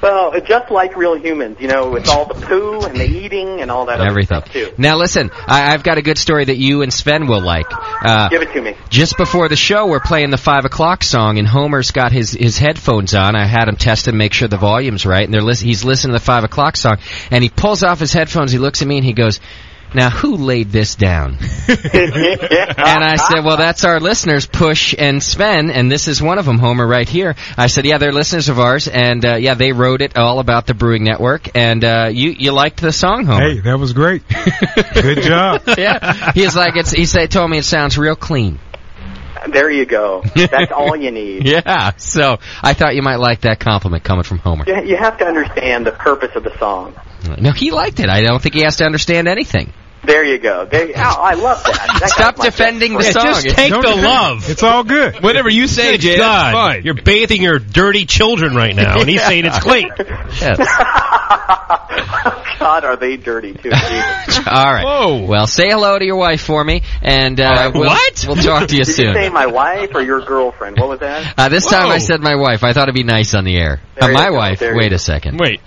Well, just like real humans, you know, with all the poo and the eating and all that. other
everything.
stuff, too.
Now listen, I, I've got a good story that you and Sven will like. Uh,
Give it to me.
Just before the show, we're playing the five o'clock song, and Homer's got his his headphones on. I had him test them, make sure the volume's right, and they're lis- he's listening to the five o'clock song, and he pulls off his headphones. He looks at me and he goes. Now, who laid this down? and I said, well, that's our listeners, Push and Sven, and this is one of them, Homer, right here. I said, yeah, they're listeners of ours, and uh, yeah, they wrote it all about the Brewing Network, and uh, you you liked the song, Homer.
Hey, that was great. Good job.
yeah. He's like, it's, he said, told me it sounds real clean.
There you go. That's all you need.
Yeah. So I thought you might like that compliment coming from Homer.
You you have to understand the purpose of the song.
No, he liked it. I don't think he has to understand anything.
There you go. There you, oh, I love that. that
Stop
got my-
defending the song. It's-
Take the love.
It's all good.
Whatever you say,
Good
Jay, that's
God.
fine.
You're bathing your dirty children right now, and he's saying it's clean.
God, are they dirty too? Jesus.
All right. Whoa. Well, say hello to your wife for me, and uh, we'll, We'll talk to you
Did
soon.
you say my wife or your girlfriend? What was that?
Uh, this time I said my wife. I thought it'd be nice on the air. Uh,
There you
my
go.
wife.
There
Wait
you
a second.
Wait.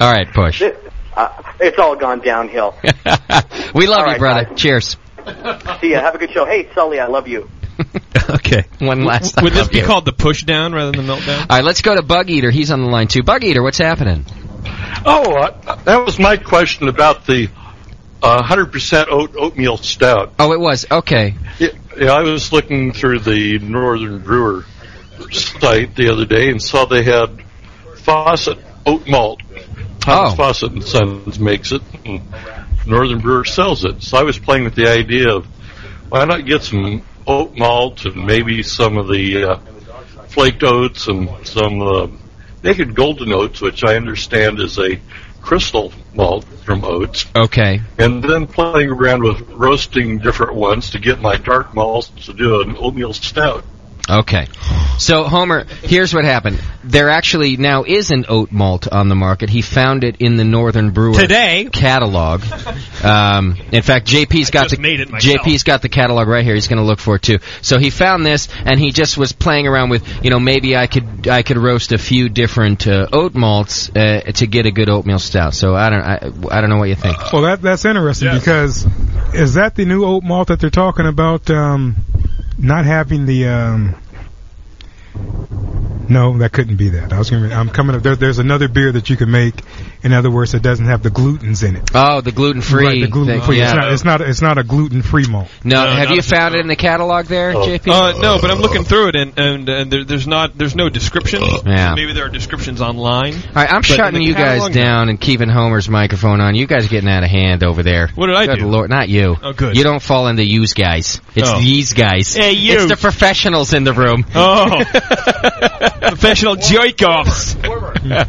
All right, push.
Uh, it's all gone downhill.
We love you,
All right,
brother. Cheers.
See ya. Have a good show. Hey, Sully, I love you.
Okay.
One last.
Would
I
this
love
be
you.
called the push down rather than the meltdown?
All right, let's go to Bug Eater. He's on the line too. Bug Eater, what's happening?
Oh, uh, that was my question about the uh, 100% oat, oatmeal stout.
Oh, it was. Okay.
Yeah, yeah, I was looking through the Northern Brewer site the other day and saw they had Fawcett oat malt.
Oh.
Thomas Fawcett and Sons makes it, and Northern Brewer sells it. So I was playing with the idea of why not get some oat malt and maybe some of the uh, flaked oats and some of the naked golden oats, which I understand is a crystal malt from oats
Okay.
and then playing around with roasting different ones to get my dark malts to do an oatmeal stout.
Okay. So, Homer, here's what happened. There actually now is an oat malt on the market. He found it in the Northern Brewer
Today.
catalog. Um, in fact, JP's got the
made it myself.
JP's got the catalog right here. He's going to look for it too. So he found this, and he just was playing around with, you know, maybe I could I could roast a few different uh, oat malts uh, to get a good oatmeal stout. So I don't I, I don't know what you think.
Well, that that's interesting because is that the new oat malt that they're talking about? Um, not having the um, No, that couldn't be that. I was gonna. I'm coming up. There, there's another beer that you can make. In other words, that doesn't have the gluten's in it.
Oh, the gluten free.
Right, the gluten free. It's, not, it's not. It's not a gluten free malt.
No,
No,
have
not
you
at the-
found it in the catalog there, JP?
Uh, no, but I'm looking through it, and and, and there, there's not there's no descriptions.
Yeah.
Maybe there are descriptions online.
All right, I'm
But in
shutting
the
you guys
catalog-
down and keeping Homer's microphone on. You guys are getting out of hand over there. What
did I
Good
do?
Lord, not you.
Oh, good.
You don't fall into yous guys. It's
Oh.
these guys.
Hey, you.
It's the professionals in the room.
Oh, professional joke offs.
uh,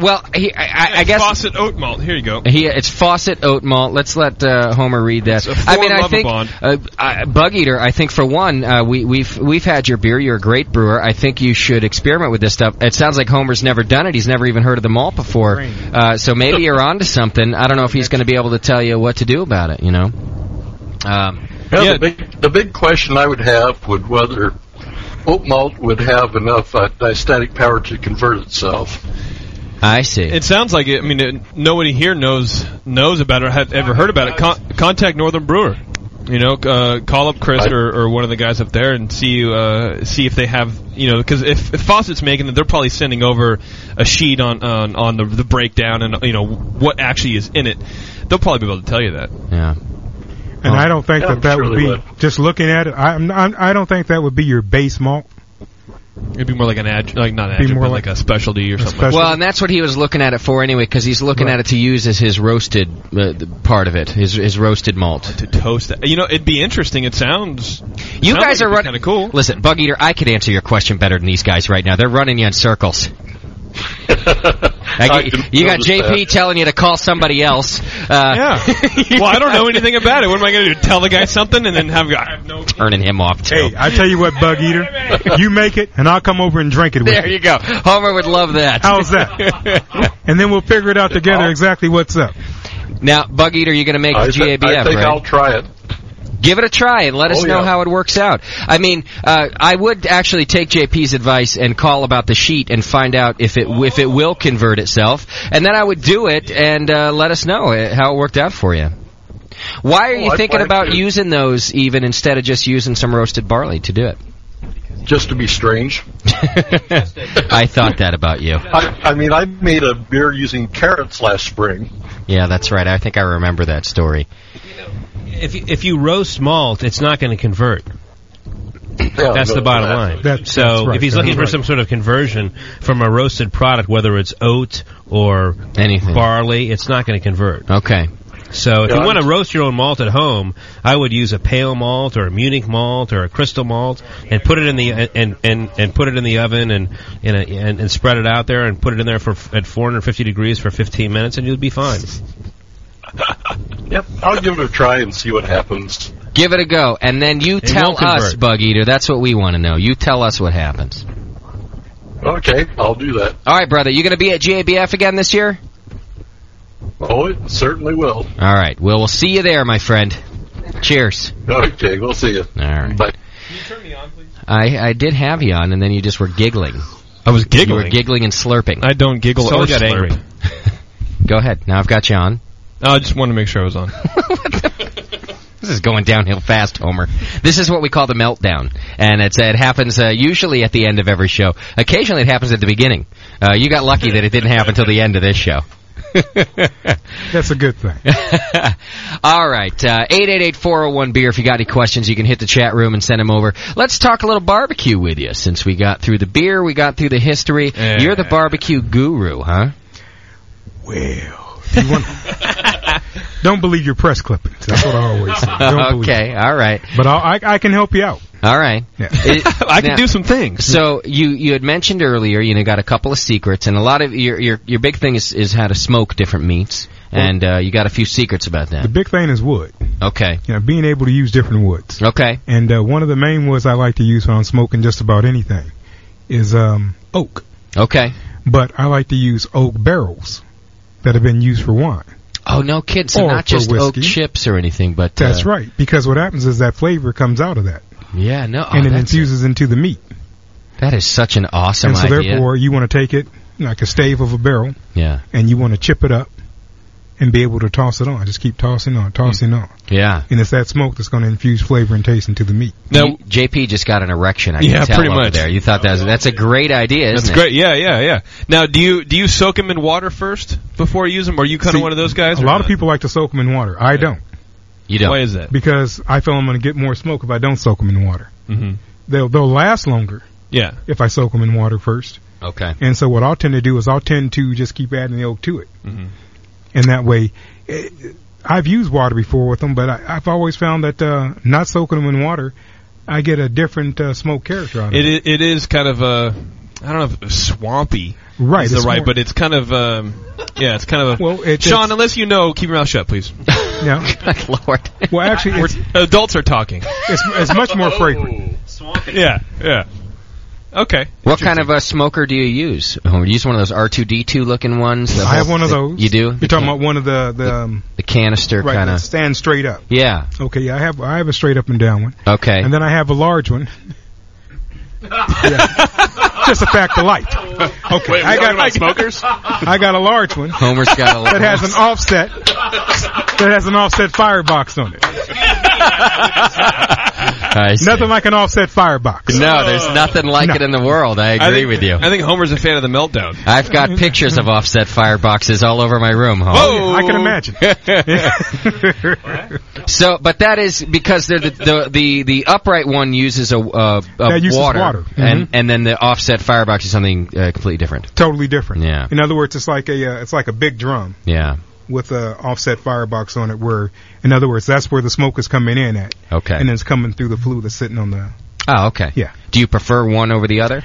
well, he, I, I, I guess
Fawcett oat malt. Here you go.
He, it's faucet oat malt. Let's let uh, Homer read that.
a
I mean,
form
I
of a
think
bond.
uh, I, Bug Eater. I think for one, uh, we, we've we've had your beer. You're a great brewer. I think you should experiment with this stuff. It sounds like Homer's never done it. He's never even heard of the malt before. Uh, so maybe you're onto something. I don't know if he's going to be able to tell you what to do about it. You know. Um,
Yeah, The, big, the big question I would have would whether oat malt would have enough uh, diastatic power to convert itself.
I see.
It sounds like it. I mean, it, nobody here knows knows about it. Had ever heard about it? Con- contact Northern Brewer. You know, uh, call up Chris or, or one of the guys up there and see uh, see if they have you know because if, if Fawcett's making it, they're probably sending over a sheet on on, on the, the breakdown and you know what actually is in it. They'll probably be able to tell you that.
Yeah.
And I don't think
Yeah,
that that
sure
would
they
be
would.
just looking at it. I, I'm, I'm, I don't think that would be your base malt.
It'd be more like an ad, like not an
Be
adjunct,
more
but
like-
like, a specialty or something.
Well, and that's what he was looking at it for anyway, because he's looking at it to use as his roasted uh, the part of it, his his roasted malt to
toast. That. You know, it'd be interesting. It sounds.
You guys
sounds like
are
it'd be
running.
kinda cool.
Listen, Bug Eater, I could answer your question better than these guys right now. They're running you in circles. I g- you got
notice
JP telling you to call somebody else. Uh,
yeah. Well, I don't know anything about it. What am I going to do? Tell the guy something and then have I have no
turning him off. Too.
Hey, I tell you what, Bug Eater, you make it, and I'll come over and drink it with
there you go. Homer would love that. Oh.
How's
that?
And then we'll figure it out together exactly what's up.
now, Bug Eater, you're going to make
I
the
thi- I
GABF,
think
right?
I'll
try it.
Give it a try and let us
Oh,
know
yeah.
how it works out. I mean, uh, I would actually take JP's advice and call about the sheet and find out if it if it will convert itself, and then I would do it and uh, let us know uh, how it worked out for you. Why are
Oh,
you
I'd
thinking
like
about
to.
using those even instead of just using some roasted barley to do it?
Just to be strange.
I thought that about you.
I, I mean, I made a beer using carrots last spring.
Yeah, that's right. I think I remember that story.
If you, if you roast malt, it's not going to convert. that's
no,
the bottom
that-
line.
that's-
so
that's right,
if he's
that's
looking for
right.
some sort of conversion from a roasted product, whether it's oat or
anything
barley, it's not going to convert.
Okay.
So if
Yeah,
you want to
I'm-
roast your own malt at home, I would use a pale malt or a Munich malt or a crystal malt and put it in the and and, and put it in the oven and and, and and spread it out there and put it in there for at 450 degrees for 15 minutes and you'll be fine.
Yep, I'll give it a try and see what happens.
Give it a go, and then you tell
won't
us,
convert.
Bug Eater. That's what we want to know. You tell us what happens.
Okay, I'll do that.
All right, brother. You going to be at GABF again this year?
Oh, it certainly will.
All right. Well, we'll see you there, my friend. Cheers.
Okay, we'll see you.
All right.
Bye.
I, I did have you on, and then you just were giggling.
I was
You
giggling.
were giggling and slurping.
I don't giggle
So
or
I got
slurp.
angry. Go ahead. Now I've got you on.
I just wanted to make sure I was on.
This is going downhill fast, Homer. This is what we call the meltdown, and it's it happens uh, usually at the end of every show. Occasionally, it happens at the beginning. Uh, you got lucky that it didn't happen till the end of this show.
That's a good thing.
All right, uh, eight eight eight four zero one beer. If you got any questions, you can hit the chat room and send them over. Let's talk a little barbecue with you, since we got through the beer, we got through the history. You're the barbecue guru, huh?
Well, if you want, don't believe your press clippings. That's what I always say. Don't believe
okay, all right.
But I, I, I can help you out.
All right. It-
I can do some
things. So you you had mentioned earlier, you know, got a couple of secrets, and a lot of your your, your big thing is is how to smoke different meats, and uh, you got a few secrets about
The
that.
big thing is wood.
Okay.
You know, being able to use different woods.
Okay.
And uh, one of the main woods I like to use when I'm smoking just about anything is um, oak.
Okay.
But I like to use oak barrels that have been used for wine.
Oh no, kids! So
Or
not
for
just oak
whiskey.
chips or anything, but
That's
uh,
right. Because what happens is that flavor comes out of that,
Yeah, no, oh,
and it
that's-
infuses into the meat.
that is such an awesome
and so
idea.
therefore, you want to take it like a stave of a barrel,
yeah.
and you want to chip it up, and be able to toss it on. Just keep tossing on, tossing
Mm.
on.
Yeah.
And it's that smoke that's going to infuse flavor and taste into the meat.
Now, JP just got an erection. I can
Yeah,
tell
pretty
over
much.
There, you thought that was, that's a great idea, isn't
That's
it?
great. Yeah, yeah, yeah. Now, do you do you soak them in water first before you use them? Are you kind of one of those guys?
A lot of people like to soak them in water. I don't.
You don't.
Why is that?
Because I feel I'm going to get more smoke if I don't soak them in water.
Mm-hmm.
They'll they'll last longer
Yeah.
if I soak them in water first.
Okay.
And so what I'll tend to do is I'll tend to just keep adding the oak to it,
Mm-hmm.
and that way, it, I've used water before with them, but I, I've always found that uh, not soaking them in water, I get a different uh, smoke character out of it.
It i- it is kind of a I don't know if swampy
Right,
is the
it's
right,
more-
but it's kind of um yeah, it's kind of a well,
it-
Sean.
it's-
Unless you know, keep your mouth shut, please.
Yeah.
Lord.
Well, actually,
We're-
it's,
adults are talking.
it's it's much more fragrant.
Yeah, yeah. Okay.
What kind of a smoker do you use? Oh, you use one of those R two D two looking ones? The
I have
whole-
one of
the-
those.
You do?
You're talking about one of the the um,
the canister
right
kind
that
of?
stand straight up.
Yeah.
Okay, yeah, I have I have a straight up and down one,
Okay.
and then I have a large one. yeah. Just a fact of life. Okay,
Wait, we're
I
talking
got
about smokers?
I got a large one.
Homer's got a
that has
large-
an offset that has an offset firebox on it. Nothing like an offset firebox.
No, there's nothing like it in the world. I agree
think-
with you.
I think Homer's a fan of the meltdown.
I've got pictures of offset fireboxes all over my room, Homer.
Whoa!
I can imagine.
So, but that is because they're the the the, the upright one uses a, uh, a
That uses
water,
water. Mm-hmm.
and and then the offset firebox is something uh, completely different.
Totally different.
Yeah,
In other words, it's like a uh, it's like a big drum
yeah.
with a offset firebox on it. Where, in other words, that's where the smoke is coming in at,
Okay.
and it's coming through the flue that's sitting on the.
oh, okay.
Yeah.
Do you prefer one over the other?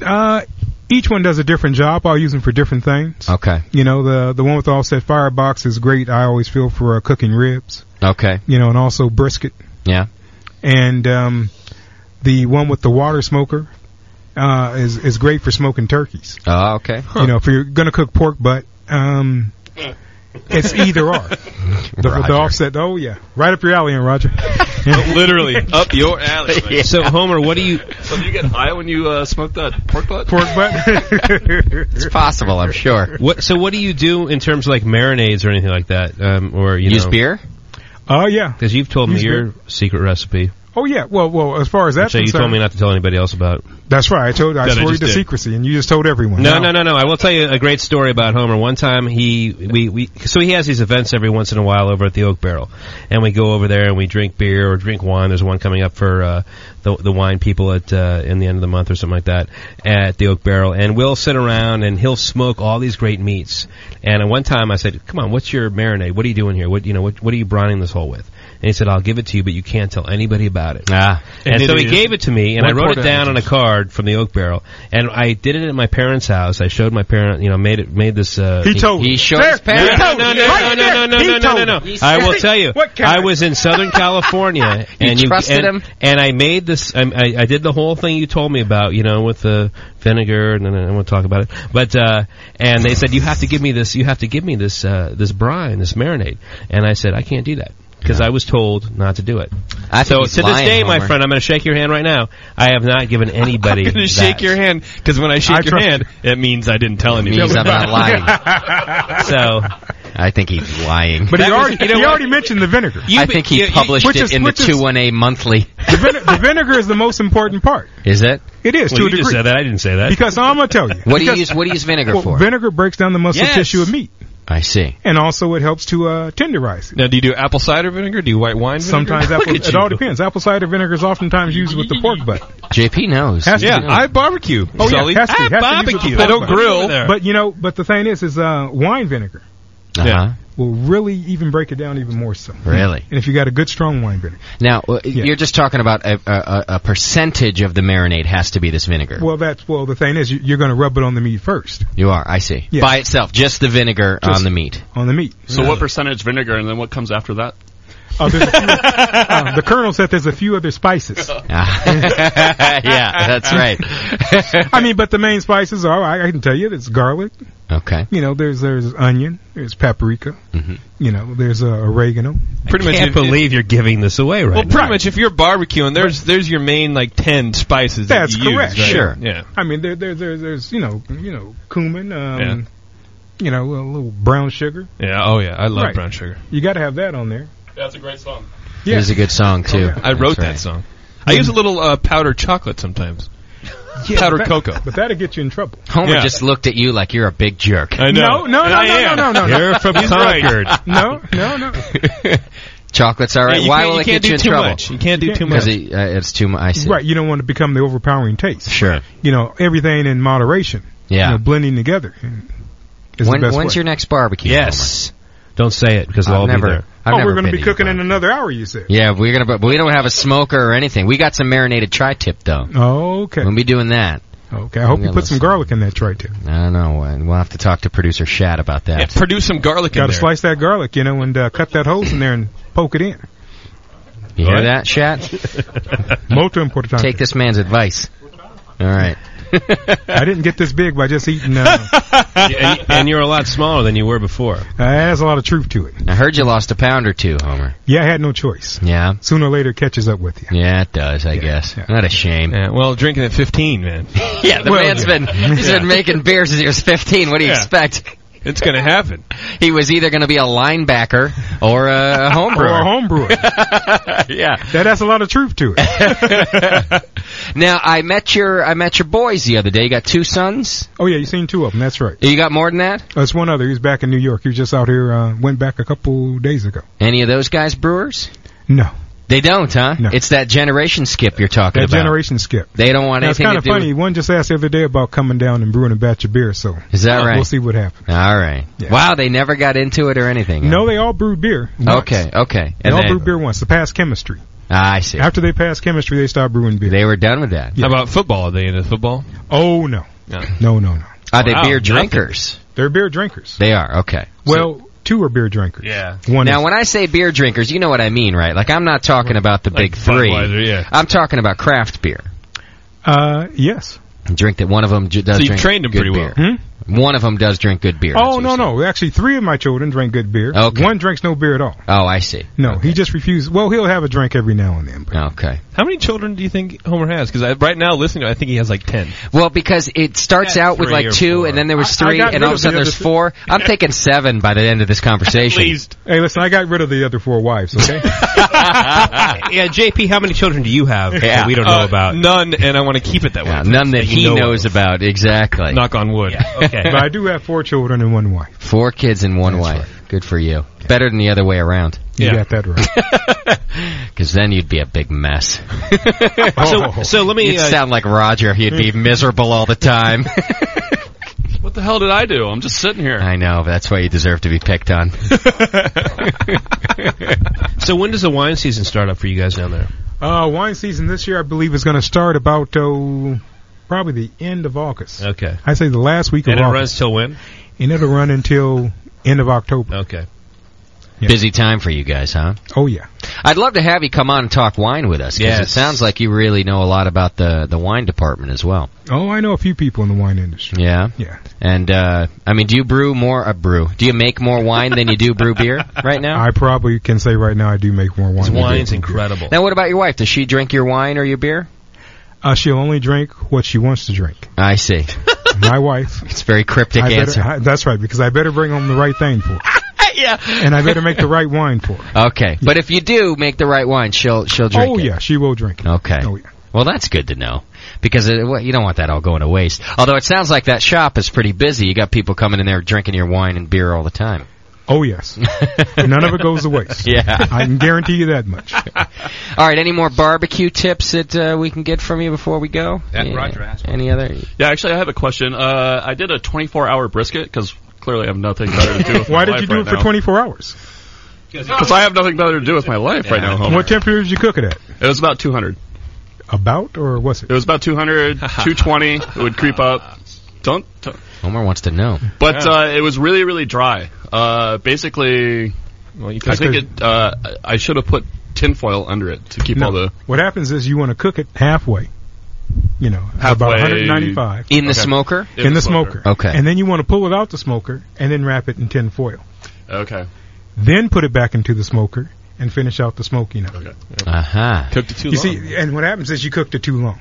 Uh, each one does a different job. I'll use them for different things.
Okay.
You know, the the one with the offset firebox is great. I always feel for uh, cooking ribs.
Okay.
You know, and also brisket.
Yeah.
and um, the one with the water smoker uh, is is great for smoking turkeys.
Oh, okay.
You know, if you're gonna cook pork butt, um, it's either or. The,
Roger.
the offset. Oh yeah, right up your alley, and Roger.
Literally up your alley.
Yeah. So, Homer, what do you?
So do you get high when you uh, smoke that pork butt?
Pork butt.
It's possible, I'm sure.
What? So, what do you do in terms of like marinades or anything like that? Um, or you
Use
know,
beer?
Oh yeah.
Because you've told
Use
me your secret recipe,
Oh yeah. Well, well. As far as that's
which uh, you
concerned,
told me not to tell anybody else about.
that's right. I told. I
That I
swore you
just
to
did.
secrecy, and you just told everyone.
No, no, no, no. I will tell you a great story about Homer. One time he, we, we, so he has these events every once in a while over at the Oak Barrel. And we go over there and we drink beer or drink wine. There's one coming up for, uh, the, the wine people at, uh, in the end of the month or something like that at the Oak Barrel. And we'll sit around and he'll smoke all these great meats. And at one time I said, come on, what's your marinade? What are you doing here? What, you know, what, what are you brining this whole with? And he said, I'll give it to you, but you can't tell anybody about it.
Ah.
And,
And
so
it
he
is-
gave it to me and I
One
wrote
quarter
it down on a card from the oak barrel. And I did it at my parents' house. I showed my parent, you know, made it, made this, uh,
He told He you. showed his
No,
parents.
No, no, no, no, no, no, no, no, no, no, no.
He
I will
said-
tell you.
What kind
I
of-
was in Southern California
You
and
trusted
and,
him?
and I made this, I, I, I did the whole thing you told me about, you know, with the vinegar and then I won't talk about it. But, uh, and they said, you have to give me this, you have to give me this, uh, this brine, this marinade. And I said, I can't do that. Because I was told not to do it.
I think
so
he's
to this
lying,
day, my
Homer.
friend, I'm going to shake your hand right now. I have not given anybody.
I'm gonna
that.
shake your hand because when I shake your hand, it means I didn't tell anybody.
means I'm not lying. so
I think he's lying.
But he already he already mentioned the vinegar.
I think he published
Which
it
is-
in the
which is-
2-1A monthly.
The, vine- the vinegar is the most important part.
Is it?
It is to a degree.
I didn't say that.
Because I'm gonna tell you.
What do you
Because-
use- what do you use vinegar
well,
for?
Vinegar breaks down the muscle
Yes.
tissue of meat,
I see.
and also it helps to uh, tenderize.
Now, do you do apple cider vinegar? Do you white wine? Vinegar?
Sometimes
Look
apple,
at
it
you.
all depends. Apple cider vinegar is oftentimes used with the pork butt.
JP knows.
Has to
yeah,
be.
I barbecue.
Oh
Sully.
yeah, has to,
I
has to use with the
barbecue. I
pork
don't
butt.
grill.
But you know, but the thing is, is uh, wine vinegar
Uh-huh.
will really even break it down even more so.
Really?
And if you got a good strong wine vinegar,
Now, uh, you're just talking about a, a, a- a percentage of the marinade has to be this vinegar.
well, that's well. The thing is, you- you're going to rub it on the meat first
You are, I see.
Yeah.
By itself, just the vinegar
Just-
on the meat.
on the meat.
So what percentage vinegar, and then what comes after that?
Uh, there's a few- uh, the colonel said there's a few other spices.
Ah, yeah, that's right.
I mean, but the main spices are I, I can tell you it's garlic.
Okay.
You know, there's there's onion, there's paprika. You know, there's uh, oregano.
Pretty much
can't
if-
believe you're giving this away right
Well,
now.
pretty much if you're barbecuing, there's there's your main like ten spices.
That's
that you
correct.
Use, right?
Sure.
Yeah.
I mean, there, there, there, there's you know, you know, cumin. Um, you know, a little brown sugar.
Yeah. Oh yeah. I love
Right.
brown sugar.
You got to have that on there.
That's a great song.
It is a good song
Oh,
too.
I wrote
That's
that
right.
song. I use a little uh, powdered chocolate sometimes. powdered
but that-
cocoa.
But that'll get you in trouble.
Homer
Yeah.
just looked at you like you're a big jerk.
I
No, no, no, no, no, no, no, no.
You're from
He's right.
Concord.
No, no, no.
Chocolate's all right.
Yeah, you
Why
can't-
will
you
it get
can't do
you in
too
trouble?
much. You can't do too much.
Because it, uh, it's too much. I see.
Right. You don't want to become the overpowering taste.
Sure.
You know, everything in moderation.
Yeah.
You know, blending together. Is
When-
the best
when's
way.
your next barbecue?
Yes. Don't say it because
I've
they'll all
never-
be there.
I've
oh,
never
we're going to
been
be cooking in another hour, you said.
Yeah, we're gonna, but we don't have a smoker or anything. We got some marinated tri-tip though.
Okay.
We'll be doing that.
Okay. I hope you put some garlic in that tray too.
I don't know. uh, We'll have to talk to producer Shad about that.
Produce some garlic
Got
in
to
there.
slice that garlic, you know, and uh, cut that hose in there and poke it in.
You hear that, Shad?
Molto importante. Uh,
Take this man's advice. All right.
I didn't get this big by just eating. Uh,
and, and you're a lot smaller than you were before.
has a lot of truth to it.
I heard you lost a pound or two, Homer.
Yeah, I had no choice.
Yeah.
Sooner or later, it catches up with you.
Yeah, it does. I guess. Not a shame.
Yeah, well, drinking at 15, man.
yeah, the
Well,
man's
yeah.
been he's been
Yeah.
making beers since he was 15. What do you
Yeah.
expect?
It's gonna happen.
He was either gonna be a linebacker or a home
Or
brewer.
a home brewer.
yeah.
That has a lot of truth to it.
Now I met your I met your boys the other day. You got two sons.
Oh yeah, you seen two of them. That's right.
You got more than that?
That's Uh, one other. He's back in New York. He was just out here. Uh, went back a couple days ago.
Any of those guys brewers?
No.
They don't, huh? It's that generation skip you're talking
That
about.
generation skip.
They don't want
Now, it's
anything
kind
to
of
do.
funny. One just asked the other day about coming down and brewing a batch of beer. So
Is that
uh,
right?
We'll see what happens.
All right. Wow, they never got into it or anything. huh?
No, they all brewed beer. once.
Okay. Okay.
They
And
all
then-
brewed beer once. To pass chemistry.
Ah, I see.
After they passed chemistry, they stopped brewing beer.
They were done with that.
How about football? Are they into football?
Oh no.
No.
No, no, no.
Are they
Wow,
Ah, beer
nothing.
drinkers?
They're beer drinkers.
They are. Okay.
Well, two are beer drinkers.
Yeah.
One
now,
is-
when I say beer drinkers, you know what I mean, right? Like I'm not talking about the big three.
Budweiser, yeah.
I'm talking about craft beer.
Uh, yes.
Drink that one of them j- does
So you
drink
trained 'em
good
pretty well.
beer. Hmm? One of them does drink good beer.
Oh no, no. Actually, three of my children drink good beer.
Okay.
One drinks no beer at all.
Oh, I see.
No, he just refused. Well, he'll have a drink every now and then.
Okay.
How many children do you think Homer has? Because right now, listening to, it, I think he has like 10.
Well, because it starts
Yeah,
out with
three
like
or
two, and then there was
I- I
three,
got
and
rid
all of
of
a sudden
the
there's
other-
four. I'm thinking seven by the end of this conversation.
Hey, listen, I got rid of the other four wives. Okay.
yeah, JP, how many children do you have
Yeah.
that we don't know
Uh,
about?
None, and I want to keep it that way.
Yeah, none that
you
he
know of.
knows about. Exactly.
Knock on wood.
but I do have four children and one wife.
Four kids and one wife. Good for you. Better than the other way around.
You got that right.
Because then you'd be a big mess.
So- so let me,
You'd
uh,
sound like Roger. He'd be miserable all the time.
What the hell did I do? I'm just sitting here.
I know. but That's why you deserve to be picked on.
So when does the wine season start up for you guys down there?
Uh, wine season this year, I believe, is going to start about oh, probably the end of August.
Okay.
I say the last week of
And it
August,
runs till when?
and it'll run until end of October.
Okay.
Busy time for you guys, huh?
Oh yeah.
I'd love to have you come on and talk wine with us. 'cause it
Yes.
sounds like you really know a lot about the, the wine department as well.
Oh, I know a few people in the wine industry.
Yeah.
Yeah.
And uh, I mean, do you brew more? Uh, brew? Do you make more wine than you do brew beer right now?
I probably can say right now I do make more wine. than I do
wine's
from beer.
incredible.
Now, what about your wife? Does she drink your wine or your beer?
Uh, she'll only drink what she wants to drink.
I see.
My wife.
It's a very cryptic
I better-
answer.
I- that's right, because I better bring home the right thing for her.
yeah.
And I better make the right wine for her.
Okay, but if you do make the right wine, she'll she'll drink
oh
it.
yeah, she will drink it. Oh,
Okay. Well, that's good to know because it, well, you don't want that all going to waste. Although it sounds like that shop is pretty busy. You got people coming in there drinking your wine and beer all the time.
Oh yes. None of it goes to waste.
Yeah.
I can guarantee you that much.
All right. Any more barbecue tips that uh, we can get from you before we go?
Yeah,
Yeah,
Roger asked
Any other?
Yeah, actually, I have a question. Uh, I did a 24 hour brisket because clearly I have nothing better to do. With
Why did you do it for 24 hours?
Because I have nothing better to do with my life right now. Homer.
What temperature did you cook it at?
It was about 200.
About or was it?
It was about 200, 220. It would creep up. Don't. don't-
Homer wants to know.
But uh, it was really, really dry. Uh, basically, I think it. Uh, I should have put tinfoil under it to keep
No.
all the
What happens is you want to cook it halfway. You know, about
Halfway-
195
In the
Okay.
smoker?
in, the smoker.
Okay.
And then you want to pull it out the smoker and then wrap it in tin foil.
Okay.
Then put it back into the smoker and finish out the smoking of it.
Uh huh.
Cooked it too
you
long.
see, and what happens is you cooked it too long.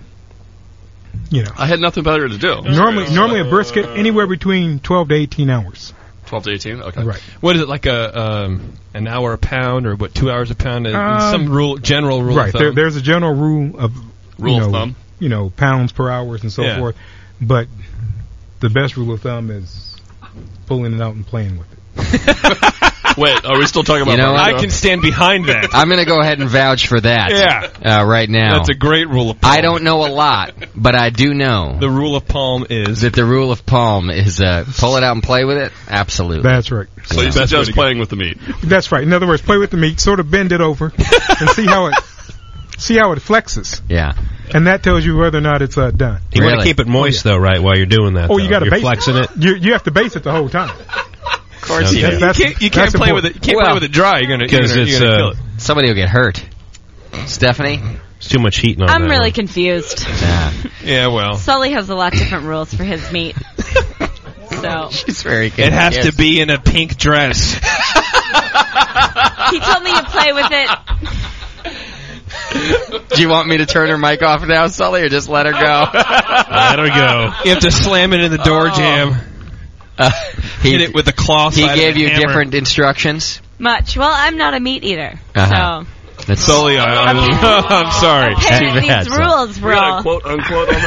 You know,
I had nothing better to do.
normally normally a brisket anywhere between 12 to 18 hours.
Twelve to eighteen. Okay.
Right.
What is it like a um, an hour a pound or what two hours a pound? Is-
Um,
some rule, general rule.
right.
Of thumb.
There, there's a general rule of
Rule
you
of
know,
thumb.
You know, pounds per hours and so
Yeah.
forth. But the best rule of thumb is pulling it out and playing with it.
Wait, are we still talking about?
You know,
Mario?
I can
stand behind that.
I'm going to go ahead and vouch for that.
Yeah.
Uh, right now.
That's a great rule of.
I don't know a lot, but I do know
the rule of palm is
that the rule of palm is uh, pull it out and play with it. Absolutely,
That's right.
So you suggest playing with the meat.
That's right. In other words, play with the meat, sort of bend it over, and see how it see how it flexes,
Yeah.
and that tells you whether or not it's uh, done.
You want to keep it moist though, right? While you're doing that.
Oh, you got to
to
base
flexing it.
You you have to base it the whole time. Of
course you do. You
can't- you can't play with it- you can't play Well, with it dry. You're gonna- you're 'cause gonna- you're it's, gonna uh, kill it.
somebody will get hurt. Stephanie,
it's too much
Oh,
heat on
I'm really confused.
Yeah, well,
Sully has a lot of different rules for his meat. So
it's very
it has to be in a pink dress.
he told me to play with it.
do you want me to turn her mic off now, Sully, or just let her go?
Let her go. You have to slam it in the door jam.
Oh. Uh, he-
Hit it with a claw.
he
side of
gave
a
you
hammer.
different instructions.
Much. Well, I'm not a meat eater.
Uh-huh. That's
Sully, I, I, am sorry.
Apparently these rules were all.
Quote unquote.
When,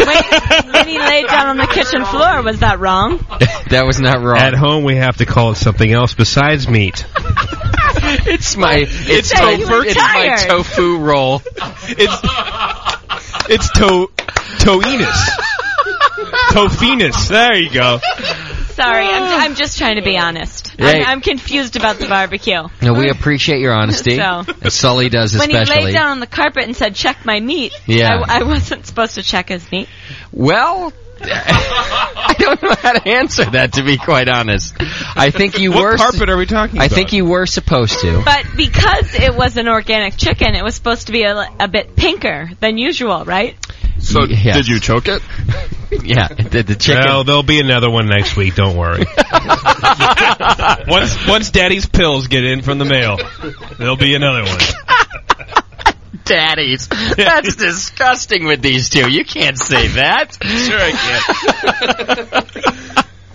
when he laid down on the kitchen floor, was that wrong?
That was not wrong.
At home, we have to call it something else besides meat.
it's my it's
said
my,
you were
it's my
tired.
tofu roll.
it's it's to toinus. Tofinus. There you go.
Sorry, I'm, I'm just trying to be honest.
Hey.
I'm, I'm confused about the barbecue.
No, we appreciate your honesty.
So-
And Sully does
When he
especially.
laid down on the carpet and said, "Check my meat,"
Yeah.
I, I wasn't supposed to check his meat.
Well, I don't know how to answer that to be quite honest. I think you
What
were
carpet are we talking
I
about?
think you were supposed to.
But because it was an organic chicken, it was supposed to be a, li- a bit pinker than usual, right?
So
Yeah.
did you choke it?
yeah, the, the chicken.
Well, there'll be another one next week. Don't worry.
Once once Daddy's pills get in from the mail, there'll be another one.
Daddies. That's disgusting with these two. You can't say that.
Sure I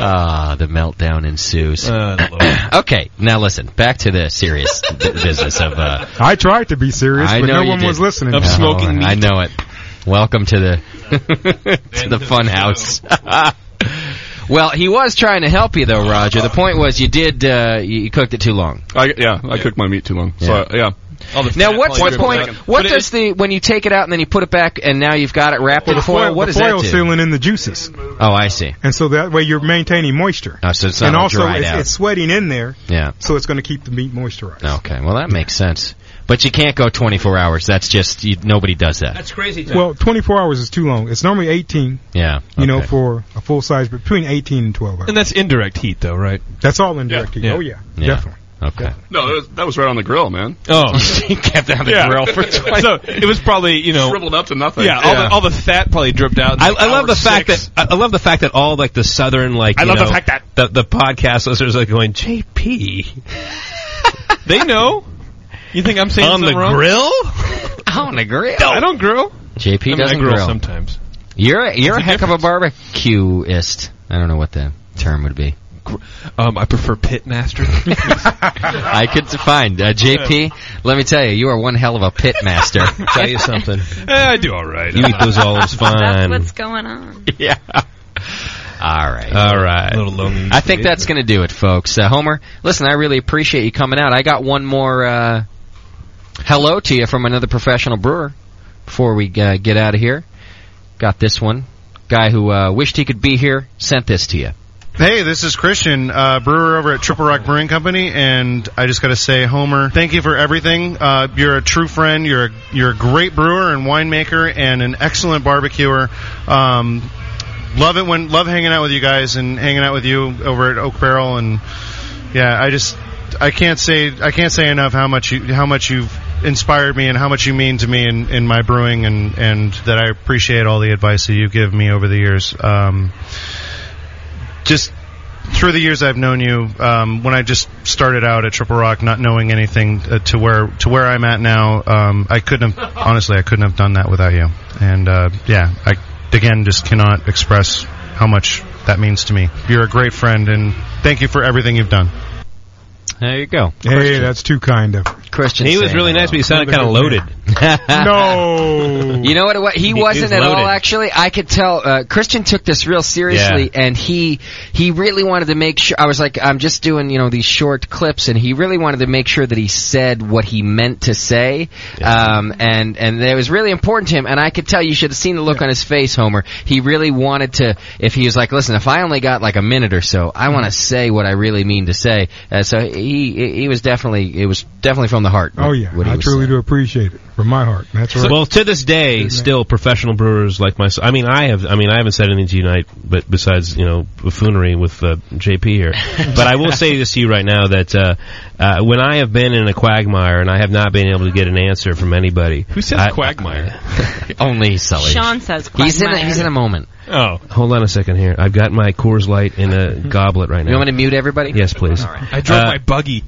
Ah, the meltdown ensues.
Oh, Lord.
okay, now listen. Back to the serious b- business of. Uh,
I tried to be serious,
I
but
know
no
you
one
did.
was listening.
Oh, I know it. Welcome to the to the fun house. well, he was trying to help you though, Roger. The point was you did uh, you you cooked it too long.
I, yeah, I cooked my meat too long. So yeah.
Now what's the
probably
point?
dripped back in.
What
But it-
does the when you take it out and then you put it back and now you've got it wrapped in
the
foil?
foil,
what
the
does that
foil
do?
sealing in the juices,
Oh, I see.
and so that way you're maintaining moisture.
Oh, so it's not
and
all
also
dried
it's,
out.
it's sweating in there,
Yeah.
so it's going to keep the meat moisturized.
Okay. Well, that makes sense. But you can't go 24 hours. That's just you, nobody does that.
That's crazy.
Well, 24 hours is too long. It's normally 18.
Yeah.
You know, for a full size, between 18 and 12 hours.
And that's indirect heat, though, right?
That's all indirect heat.
Yeah.
Oh yeah,
Yeah.
definitely.
Okay.
No, that was, that was right on the grill, man.
Oh,
he kept on the
Yeah.
grill for 20.
so it was probably you know
Shriveled up to nothing.
yeah, All, the, all the fat probably dripped out.
I, I love the fact that I I love the fact that all like the southern like
I
you
love the
know,
fact that-
the, the podcast listeners are going JP
they know. You think I'm saying
on the
something wrong?
grill.
on the grill.
No, I don't grill.
JP
I mean,
doesn't
I grill,
grill.
sometimes.
You're a, you're a
What's the
heck of a barbecueist. I don't know what the term would be.
Um, I prefer pit master.
I could define uh, JP. Let me tell you, you are one hell of a pit master.
Tell you something.
Eh, I do all right.
You eat those olives
That's
fine.
what's going on.
yeah. All right.
all right.
little lonely.
I think that's going to do it, folks. Uh, Homer, listen, I really appreciate you coming out. I got one more uh, hello to you from another professional brewer before we uh, get out of here. Got this one. Guy who uh, wished he could be here sent this to you.
Hey, this is Christian, uh, brewer over at Triple Rock Brewing Company, and I just got to say, Homer, thank you for everything. Uh, you're a true friend. You're a, you're a great brewer and winemaker, and an excellent barbecuer. Um, love it when love hanging out with you guys and hanging out with you over at Oak Barrel, and yeah, I just I can't say I can't say enough how much you how much you've inspired me and how much you mean to me in, in my brewing, and and that I appreciate all the advice that you've given me over the years. Um, just through the years I've known you, um, when I just started out at Triple Rock, not knowing anything uh, to where to where I'm at now, um, I couldn't have honestly I couldn't have done that without you. And uh, yeah, I again just cannot express how much that means to me. You're a great friend, and thank you for everything you've done.
There you go.
Hey, that's too kind of
Christian.
He was
saying
really
hello.
nice, but he sounded kind of loaded.
no.
You know what? it wa- He
He- he
wasn't
was
at all.
loaded.
Actually, I could tell. Uh, Christian took this real seriously, and he he really wanted to make sure. I was like, I'm just doing you know these short clips, and he really wanted to make sure that he said what he meant to say. Um, and and that it was really important to him. And I could tell you should have seen the look on his face, Homer. He really wanted to. If he was like, listen, if I only got like a minute or so, I want to say what I really mean to say. Uh, so he he- he was definitely it was definitely from the heart.
Oh yeah,
what he
I
was
truly do appreciate it from my heart. That's right.
well, to this day, still professional brewers like myself. I mean, I have. I mean, I haven't said anything to you tonight, but besides you know buffoonery with uh, JP here. but I will say this to you right now that uh, uh, when I have been in a quagmire and I have not been able to get an answer from anybody, who
says
quagmire?
Only Sully.
Sean says
He's in a,
quagmire.
he's in a moment.
Oh, hold on a second here. I've got my Coors Light in a goblet right now.
You want me to mute everybody?
Yes, please.
All right.
I drove
Uh,
my buggy.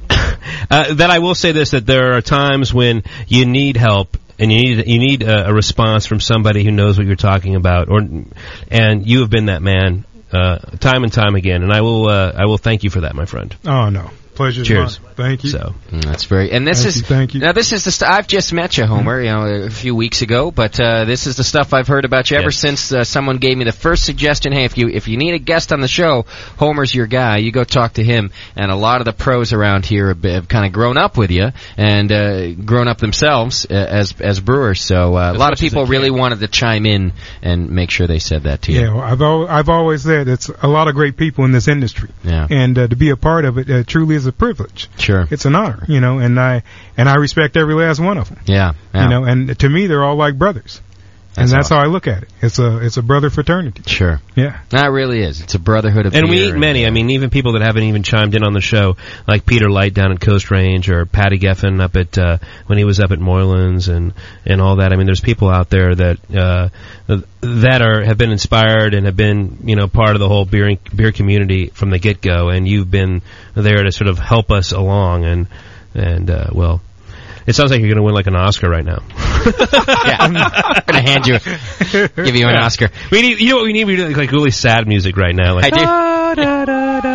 uh, that I will say this: that there are times when you need help and you need you need a, a response from somebody who knows what you're talking about, or and you have been that man uh, time and time again. And I will uh, I will thank you for that, my friend.
Oh no, pleasure.
Cheers.
Thank you.
So
Mm, That's very. And this
Thank
is
you, Mm-hmm. thank
now this is the st- I've just met you, Homer. You know, a few weeks ago, but uh, this is the stuff I've heard about you ever since uh, someone gave me the first suggestion. Hey, if you if you need a guest on the show, Homer's your guy. You go talk to him. And a lot of the pros around here have, have kind of grown up with you and uh, grown up themselves uh, as as brewers. So uh, a lot of people really wanted to chime in and make sure they said that to you.
Yeah, well, I've al- I've always said it's a lot of great people in this industry,
Yeah.
and uh, to be a part of it uh, truly is a privilege.
Sure.
It's an honor, you know, and I and I respect every last one of them.
Yeah. yeah.
You know, and to me they're all like brothers, and
That's
that's how I look at it. It's a it's a brother fraternity.
Sure.
Yeah.
That really is. It's a brotherhood of
and we
beer
eat many. I mean, even people that haven't even chimed in on the show, like Peter Light down at Coast Range, or Patty Geffen up at uh, when he was up at Moylan's, and and all that. I mean, there's people out there that uh, that are have been inspired and have been you know part of the whole beer beer community from the get go, and you've been there to sort of help us along, and and uh, well. It sounds like you're going to win like an Oscar right now.
I'm gonna hand you, give you an
Yeah.
Oscar.
We need, you know what we need? We need like really sad music right now. Like,
I do.
so,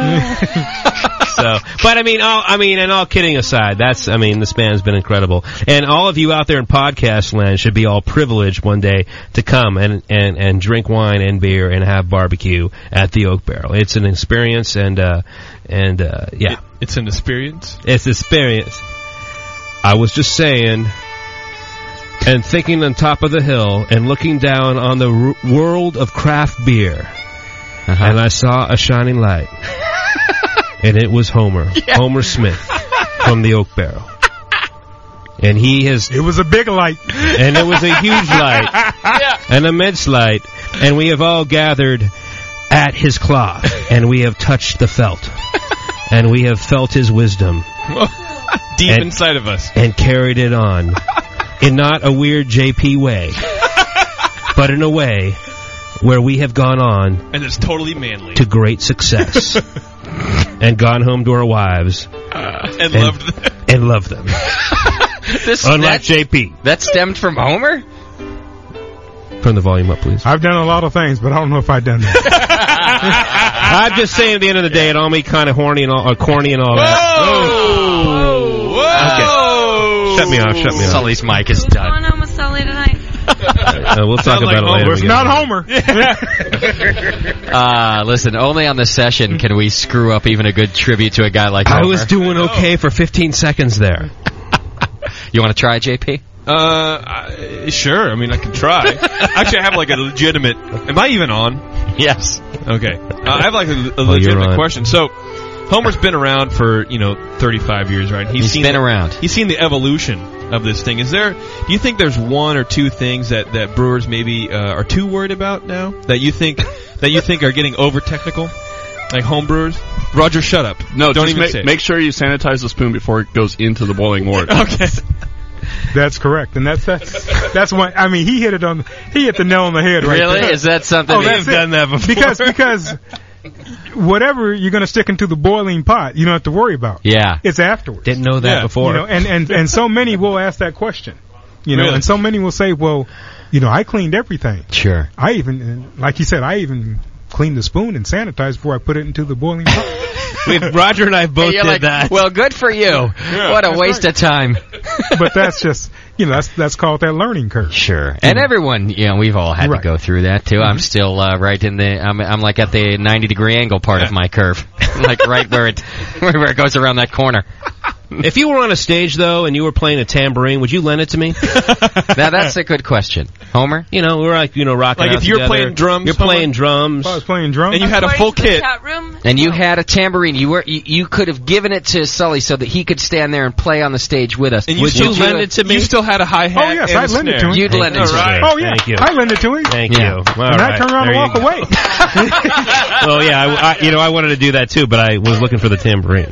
but I mean, all, I mean, and all kidding aside, that's I mean, this band's been incredible, and all of you out there in podcast land should be all privileged one day to come and and and drink wine and beer and have barbecue at the Oak Barrel. It's an experience, and uh, and uh, yeah,
It's an experience.
it's experience. I was just saying. And thinking on top of the hill and looking down on the r- world of craft beer,
Uh-huh.
and I saw a shining light, and it was Homer, Homer Smith, from the Oak Barrel, and he has.
It was a big light,
and it was a huge light, an immense light, and we have all gathered at his cloth, and we have touched the felt, and we have felt his wisdom,
Deep
And-
inside of us.
and carried it on in not a weird JP way, but in a way where we have gone on
And it's totally manly.
to great success and gone home to our wives
Uh,
and, loved
them. and loved them.
This,
Unlike
that,
JP.
that stemmed from Homer.
Turn the volume up, please.
I've done a lot of things, but I don't know if I've done that.
I'm just saying, at the end of the day, it all made kind of horny and all, or corny and all that. Okay. Shut me off. Shut me off.
Sully's mic is
What's
done.
going on Oh, with Sully tonight?
Uh, we'll talk
Sounds like
about it later.
Homer.
when we
it's
get
not
home.
Homer.
Ah, listen. Only on the session can we screw up even a good tribute to a guy like
I
Homer.
was doing okay for 15 seconds there.
you want to try, JP?
Uh, I- sure. I mean, I can try. Actually, I have like a legitimate. Am I even on?
Yes. Oh,
Okay. Uh, I have like a, a
you're
legitimate
on.
question. So, Homer's been around for you know 35 years, right?
He's
seen
been
the-
around.
He's seen the evolution of this thing. Is there? Do you think there's one or two things that that brewers maybe uh, are too worried about now that you think that you think are getting over technical, like home brewers? Roger, shut up.
No,
don't
just
even
make,
say. it.
make sure you sanitize the spoon before it goes into the boiling water.
Okay.
That's correct, and that's that's that's one. I mean, he hit it on he hit the nail on the head right
Really?
there.
Is that something?
Oh,
that-
that's it. because because whatever you're going to stick into the boiling pot, you don't have to worry about.
yeah.
It's afterwards.
Didn't know that
Yeah,
before.
You know, and, and, and so many will ask that question. You know,
Really?
and so many will say, well, you know, I cleaned everything.
Sure.
I even, and like you said, I even clean the spoon and sanitize before I put it into the boiling pot.
Roger and I both
you're like, Well, good for you. what a waste of time.
but that's just you know that's that's called that learning curve.
Sure. And everyone, you know, we've all had
Right.
to go through that too. I'm still uh, right in the. I'm, I'm like at the 90 degree angle part of my curve, like right where it where it goes around that corner.
If you were on a stage though and you were playing a tambourine, would you lend it to me?
now that's a good question, Homer.
You know, we're like you know rocking.
Like,
out
if you're
together.
playing drums,
you're playing drums.
I was playing drums,
and you had a tambourine. You were you, you could have given it to Sully so that he could stand there and play on the stage with us.
And you
Would
still lend
have-
it to me? You still had a hi-hat
Oh yes,
and
I
a
lend it to
snare.
him.
You'd lend it to him.
Oh yeah,
Thank you.
I lend it to him.
Thank you.
And
All
I
right.
turn around
There you
and walk
go.
away.
oh yeah, I, I- you know I wanted to do that too, but I was looking for the tambourine.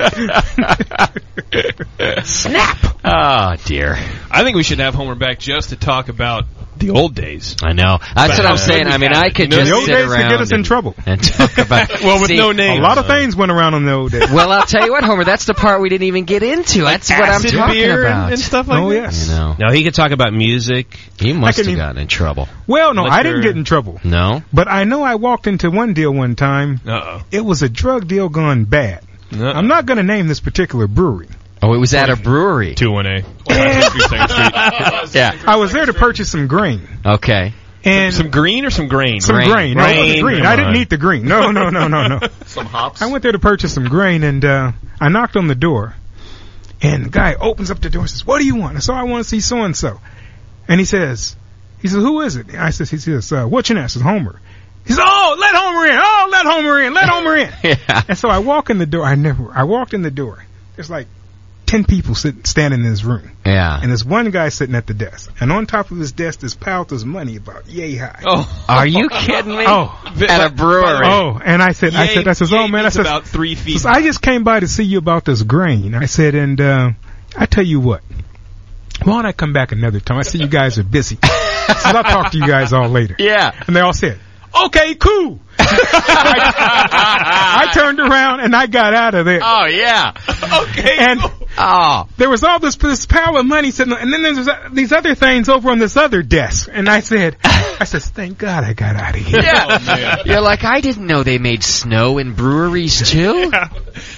Snap! Oh dear.
I think we should have Homer back just to talk about the old days.
I know. That's
But
what
how
I'm saying.
good
I
we
mean,
had
I
it.
could
The
just
old
sit
days could
around
get us in
and-
trouble.
and talk about.
well, with
See,
no name, a lot of things went around on the old days.
Well, I'll tell you what, Homer. That's the part we didn't even get into. That's what I'm talking about.
oh, yes.
You know.
No, he could talk about music.
He must
I can
have
even-
gotten in trouble.
Well, no, I didn't
Liquor.
get in trouble.
No.
But I know I walked into one deal one time.
Uh-oh.
It was a drug deal gone bad. I'm not going to name this particular brewery.
Oh, it was at a brewery.
Two one A.
Yeah.
I was there to purchase some grain.
Okay.
And
some green or some grain?
Some grain. No, it wasn't green. I didn't
need
need the green. No, no, no, no, no.
Some hops.
I went there to purchase some grain, and uh, I knocked on the door. And the guy opens up the door and says, "What do you want?" I said, "I want to see so and so." And he says, "He says, who is it?" And I says, "He says, uh, what's your name?" I says, "Homer." He says, "Oh, let Homer in! Oh, let Homer in! Let Homer in!" And so I walk in the door. I never. I walked in the door. There's like ten people sitting standing in this room,
Yeah.
and there's one guy sitting at the desk. And on top of his desk is Palta's money about yay high.
Oh,
Are you kidding me?
Oh.
At a brewery.
Oh, and I said, I
Yay-
said, I says, oh
yay
man, I
means
says,
about three feet.
says, I just came by to see you about this grain. I said, and uh, I tell you what, why don't I come back another time? I see you guys are busy. I said, I'll talk to you guys all later.
Yeah.
And they all said, okay, cool. I, I turned around and I got out of there.
Oh yeah.
okay.
And
oh.
there was all this this pile of money sitting, and then there's uh, these other things over on this other desk. And I said, I says, thank God I got out of here.
Yeah. You're like, I didn't know they made snow in breweries too.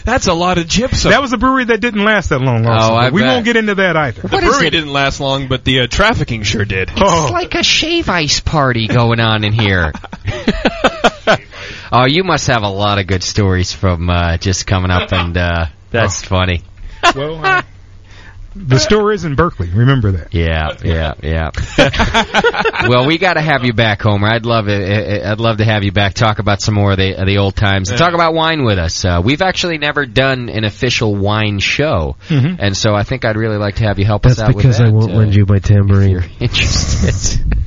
That's a lot of gypsum.
That was a brewery that didn't last that long. Lawson,
Oh,
but
I
we
bet.
won't get into that either.
the brewery didn't last long, but the uh, trafficking sure did.
It's like a shave ice party going on in here. oh, you must have a lot of good stories from uh, just coming up, and uh, that's funny.
well, uh, the store is in Berkeley. Remember that.
Yeah, yeah, yeah. well, we got to have you back, Homer. I'd love it. I- I'd love to have you back. Talk about some more of the the old times. Talk about wine with us. Uh, we've actually never done an official wine show,
Mm-hmm.
Mhm.
and so I think I'd really like to have you help us
That's
out
because
with
I
that.
won't
uh,
lend you my tambourine.
Interested?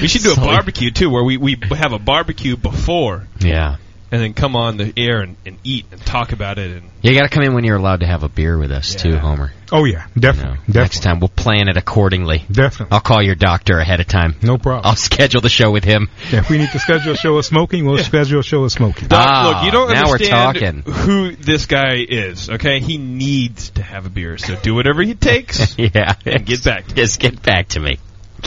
We should do a
Sully.
barbecue too, where we, we have a barbecue before
Yeah,
and then come on the air and, and eat and talk about it. And
you got to come in when you're allowed to have a beer with us too, Homer.
Oh yeah, definitely,
Next time we'll plan it accordinely.
Definitely.
I'll call your doctor ahead of time.
No problem.
I'll schedule the show with him.
Yeah, if we need to schedule a show of smoking, we'll schedule a show of smoking.
Doc, look, you don't
Ah, now we're
understand who this guy is. Okay, he needs to have a beer, so do whatever he takes.
yeah,
and get back.
Just get back to me.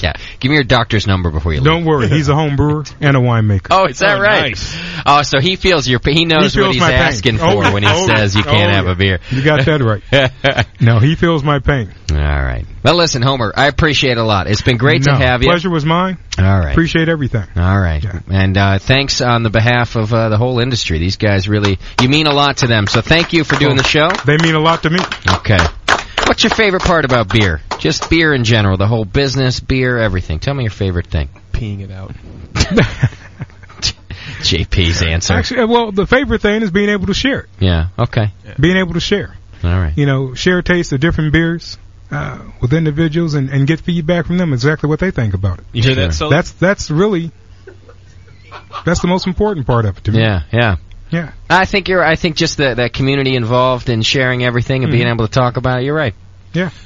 Yeah, give me your doctor's number before you leave.
Don't worry, he's a home brewer and a winemaker.
Oh, is that right? Oh, so he feels your pain. He knows
feels
what he's
my pain.
asking
Oh,
for when he
oh,
says you
oh,
can't have
yeah.
a beer.
You got that right. no, he feels my pain.
All right. Well, listen, Homer, I appreciate it a lot. It's been great
No,
to have you.
Pleasure was mine.
All right.
Appreciate everything.
All right. And uh, thanks on the behalf of uh, the whole industry. These guys really, you mean a lot to them. So thank you for doing the show.
Oh, They mean a lot to me.
Okay. What's your favorite part about beer? Just beer in general, the whole business, beer, everything. Tell me your favorite thing.
Peeing it out.
JP's answer.
Actually, uh, well, the favorite thing is being able to share it.
yeah. Okay.
Being able to share.
All right.
You know, share tastes of different beers uh, with individuals and, and get feedback from them exactly what they think about it.
You hear that? So
That's that's really that's the most important part of it to me.
Yeah. Yeah.
Yeah.
I think you're. I think just the that community involved in sharing everything and being
Mm-hmm.
Mhm.
able to talk about it. You're right.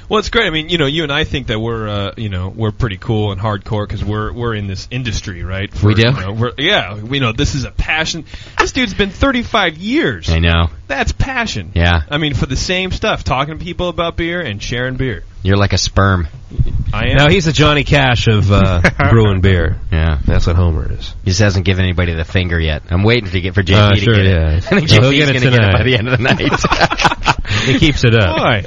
Well, it's great. I mean, you know, you and I think that we're, uh, you know, we're pretty cool and hardcore because we're we're in this industry, right?
We do?
you know, we're, yeah, we know this is a passion. This dude's been 35 years.
I know.
That's passion.
Yeah.
I mean, for the same stuff, talking to people about beer and sharing beer.
You're like a sperm.
I
Now he's the Johnny Cash of uh, brewing beer.
Yeah,
that's what Homer is.
He just hasn't given anybody the finger yet. I'm waiting to get for JP
Uh,
to
sure,
get
yeah.
it. I think
Well,
JP's
he'll get
going
it
to get it by
tonight.
the end of the night.
He keeps it up.
Why?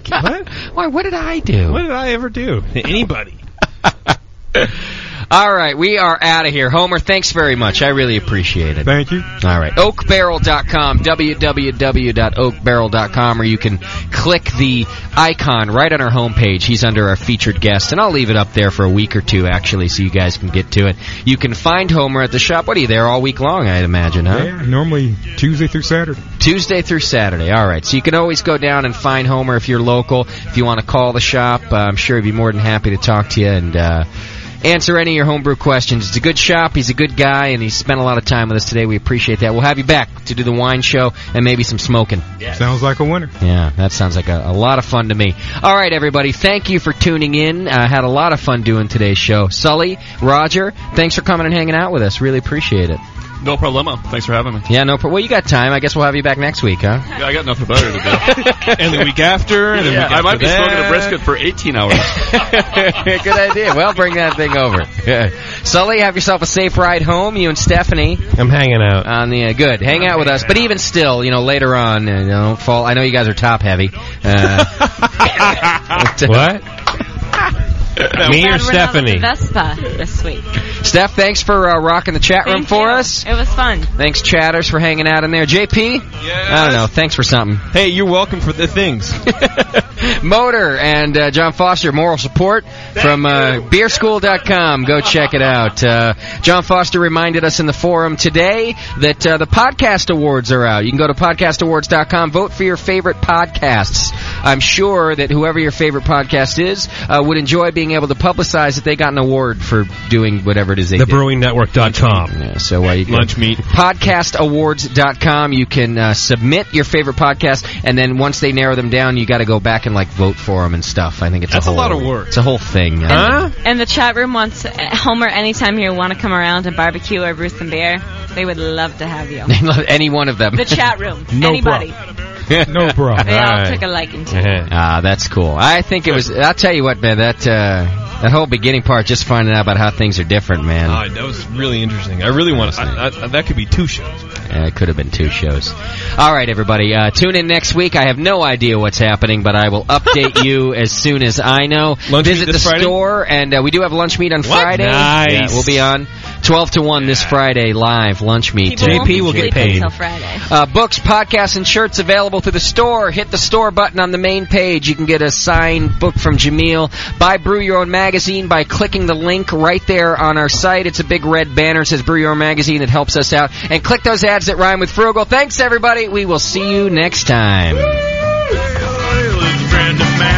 what? Why? What did I do?
What did I ever do to anybody?
All right, we are out of here. Homer, thanks very much. I really appreciate it.
Thank you.
All right, oakbarrel.com, www.oakbarrel.com, or you can click the icon right on our homepage. He's under our featured guest, and I'll leave it up there for a week or two, actually, so you guys can get to it. You can find Homer at the shop. What are you there all week long, I'd imagine, huh?
Yeah, normally Tuesday through Saturday.
Tuesday through Saturday. All right. So you can always go down and find Homer if you're local. If you want to call the shop, uh, I'm sure he'd be more than happy to talk to you and uh, answer any of your homebrew questions. It's a good shop. He's a good guy, and he spent a lot of time with us today. We appreciate that. We'll have you back to do the wine show and maybe some smoking.
Sounds like a winner.
Yeah, that sounds like a, a lot of fun to me. All right, everybody, thank you for tuning in. I had a lot of fun doing today's show. Sully, Roger, thanks for coming and hanging out with us. Really appreciate it.
No problemo. Thanks for having me.
Yeah, no. pro- Well, you got time. I guess we'll have you back next week, huh?
Yeah, I got nothing better to do.
and the week after, and the
yeah,
week
I might be
after
smoking a
that.
brisket for 18 hours.
Good idea. Well, bring that thing over. Sully, have yourself a safe ride home. You and Stephanie
I'm hanging out.
on the uh, good. Hang out with us. But even still, you know, later on, uh, you know, don't fall. I know you guys are top heavy. Uh, but, uh,
What? Me or
Glad we're not at the
Stephanie?
Vespa this week.
Steph, thanks for uh, rocking the chat room
Thank
for
you.
us.
It was fun.
Thanks, chatters, for hanging out in there. JP, I don't know. Thanks for something.
Hey, you're welcome for the things.
Motor and uh, John Foster, moral support from uh, beerschool.com. Go check it out. Uh, John Foster reminded us in the forum today that uh, the podcast awards are out. You can go to podcastawards.com, vote for your favorite podcasts. I'm sure that whoever your favorite podcast is uh, would enjoy being able to publicize that they got an award for doing whatever it is they did.
Brewingnetwork.com.
Yeah, so uh, you can
Lunch
meat.
podcastawards.com. You can uh, submit your favorite podcast, and then once they narrow them down, you got to go back and like vote for them and stuff. I think it's
That's
a
a
whole
lot of work.
It's a whole thing. uh,
And the chat room wants Homer anytime you want to come around and barbecue or brew some beer. They would love to have you.
they love any one of them.
The chat room.
No
Anybody.
no problem.
They all took a liking to.
Ah, that's cool. I think it was. I'll tell you what, man. That uh, that whole beginning part, just finding out about how things are different, man.
Ah, that was really interesting. I really want to. I, I, that could be two shows.
Yeah, it could have been two shows. All right, everybody. Uh, tune in next week. I have no idea what's happening, but I will update you as soon as I know.
Lunch meet
Visit
this
the
Friday?
store, and uh, we do have lunch meet on
What?
Friday.
Nice.
Yeah, we'll be on 12 to 1 this Friday, live lunch meet.
People won't be
Uh,
sleeping Until Friday.
uh, books, podcasts, and shirts available through the store. Hit the store button on the main page. You can get a signed book from Jameel. Buy Brew Your Own Magazine by clicking the link right there on our site. It's a big red banner. It says Brew Your Own Magazine. It helps us out. And click those ads that rhyme with frugal. Thanks, everybody. We will see you next time.
Brandon Mann.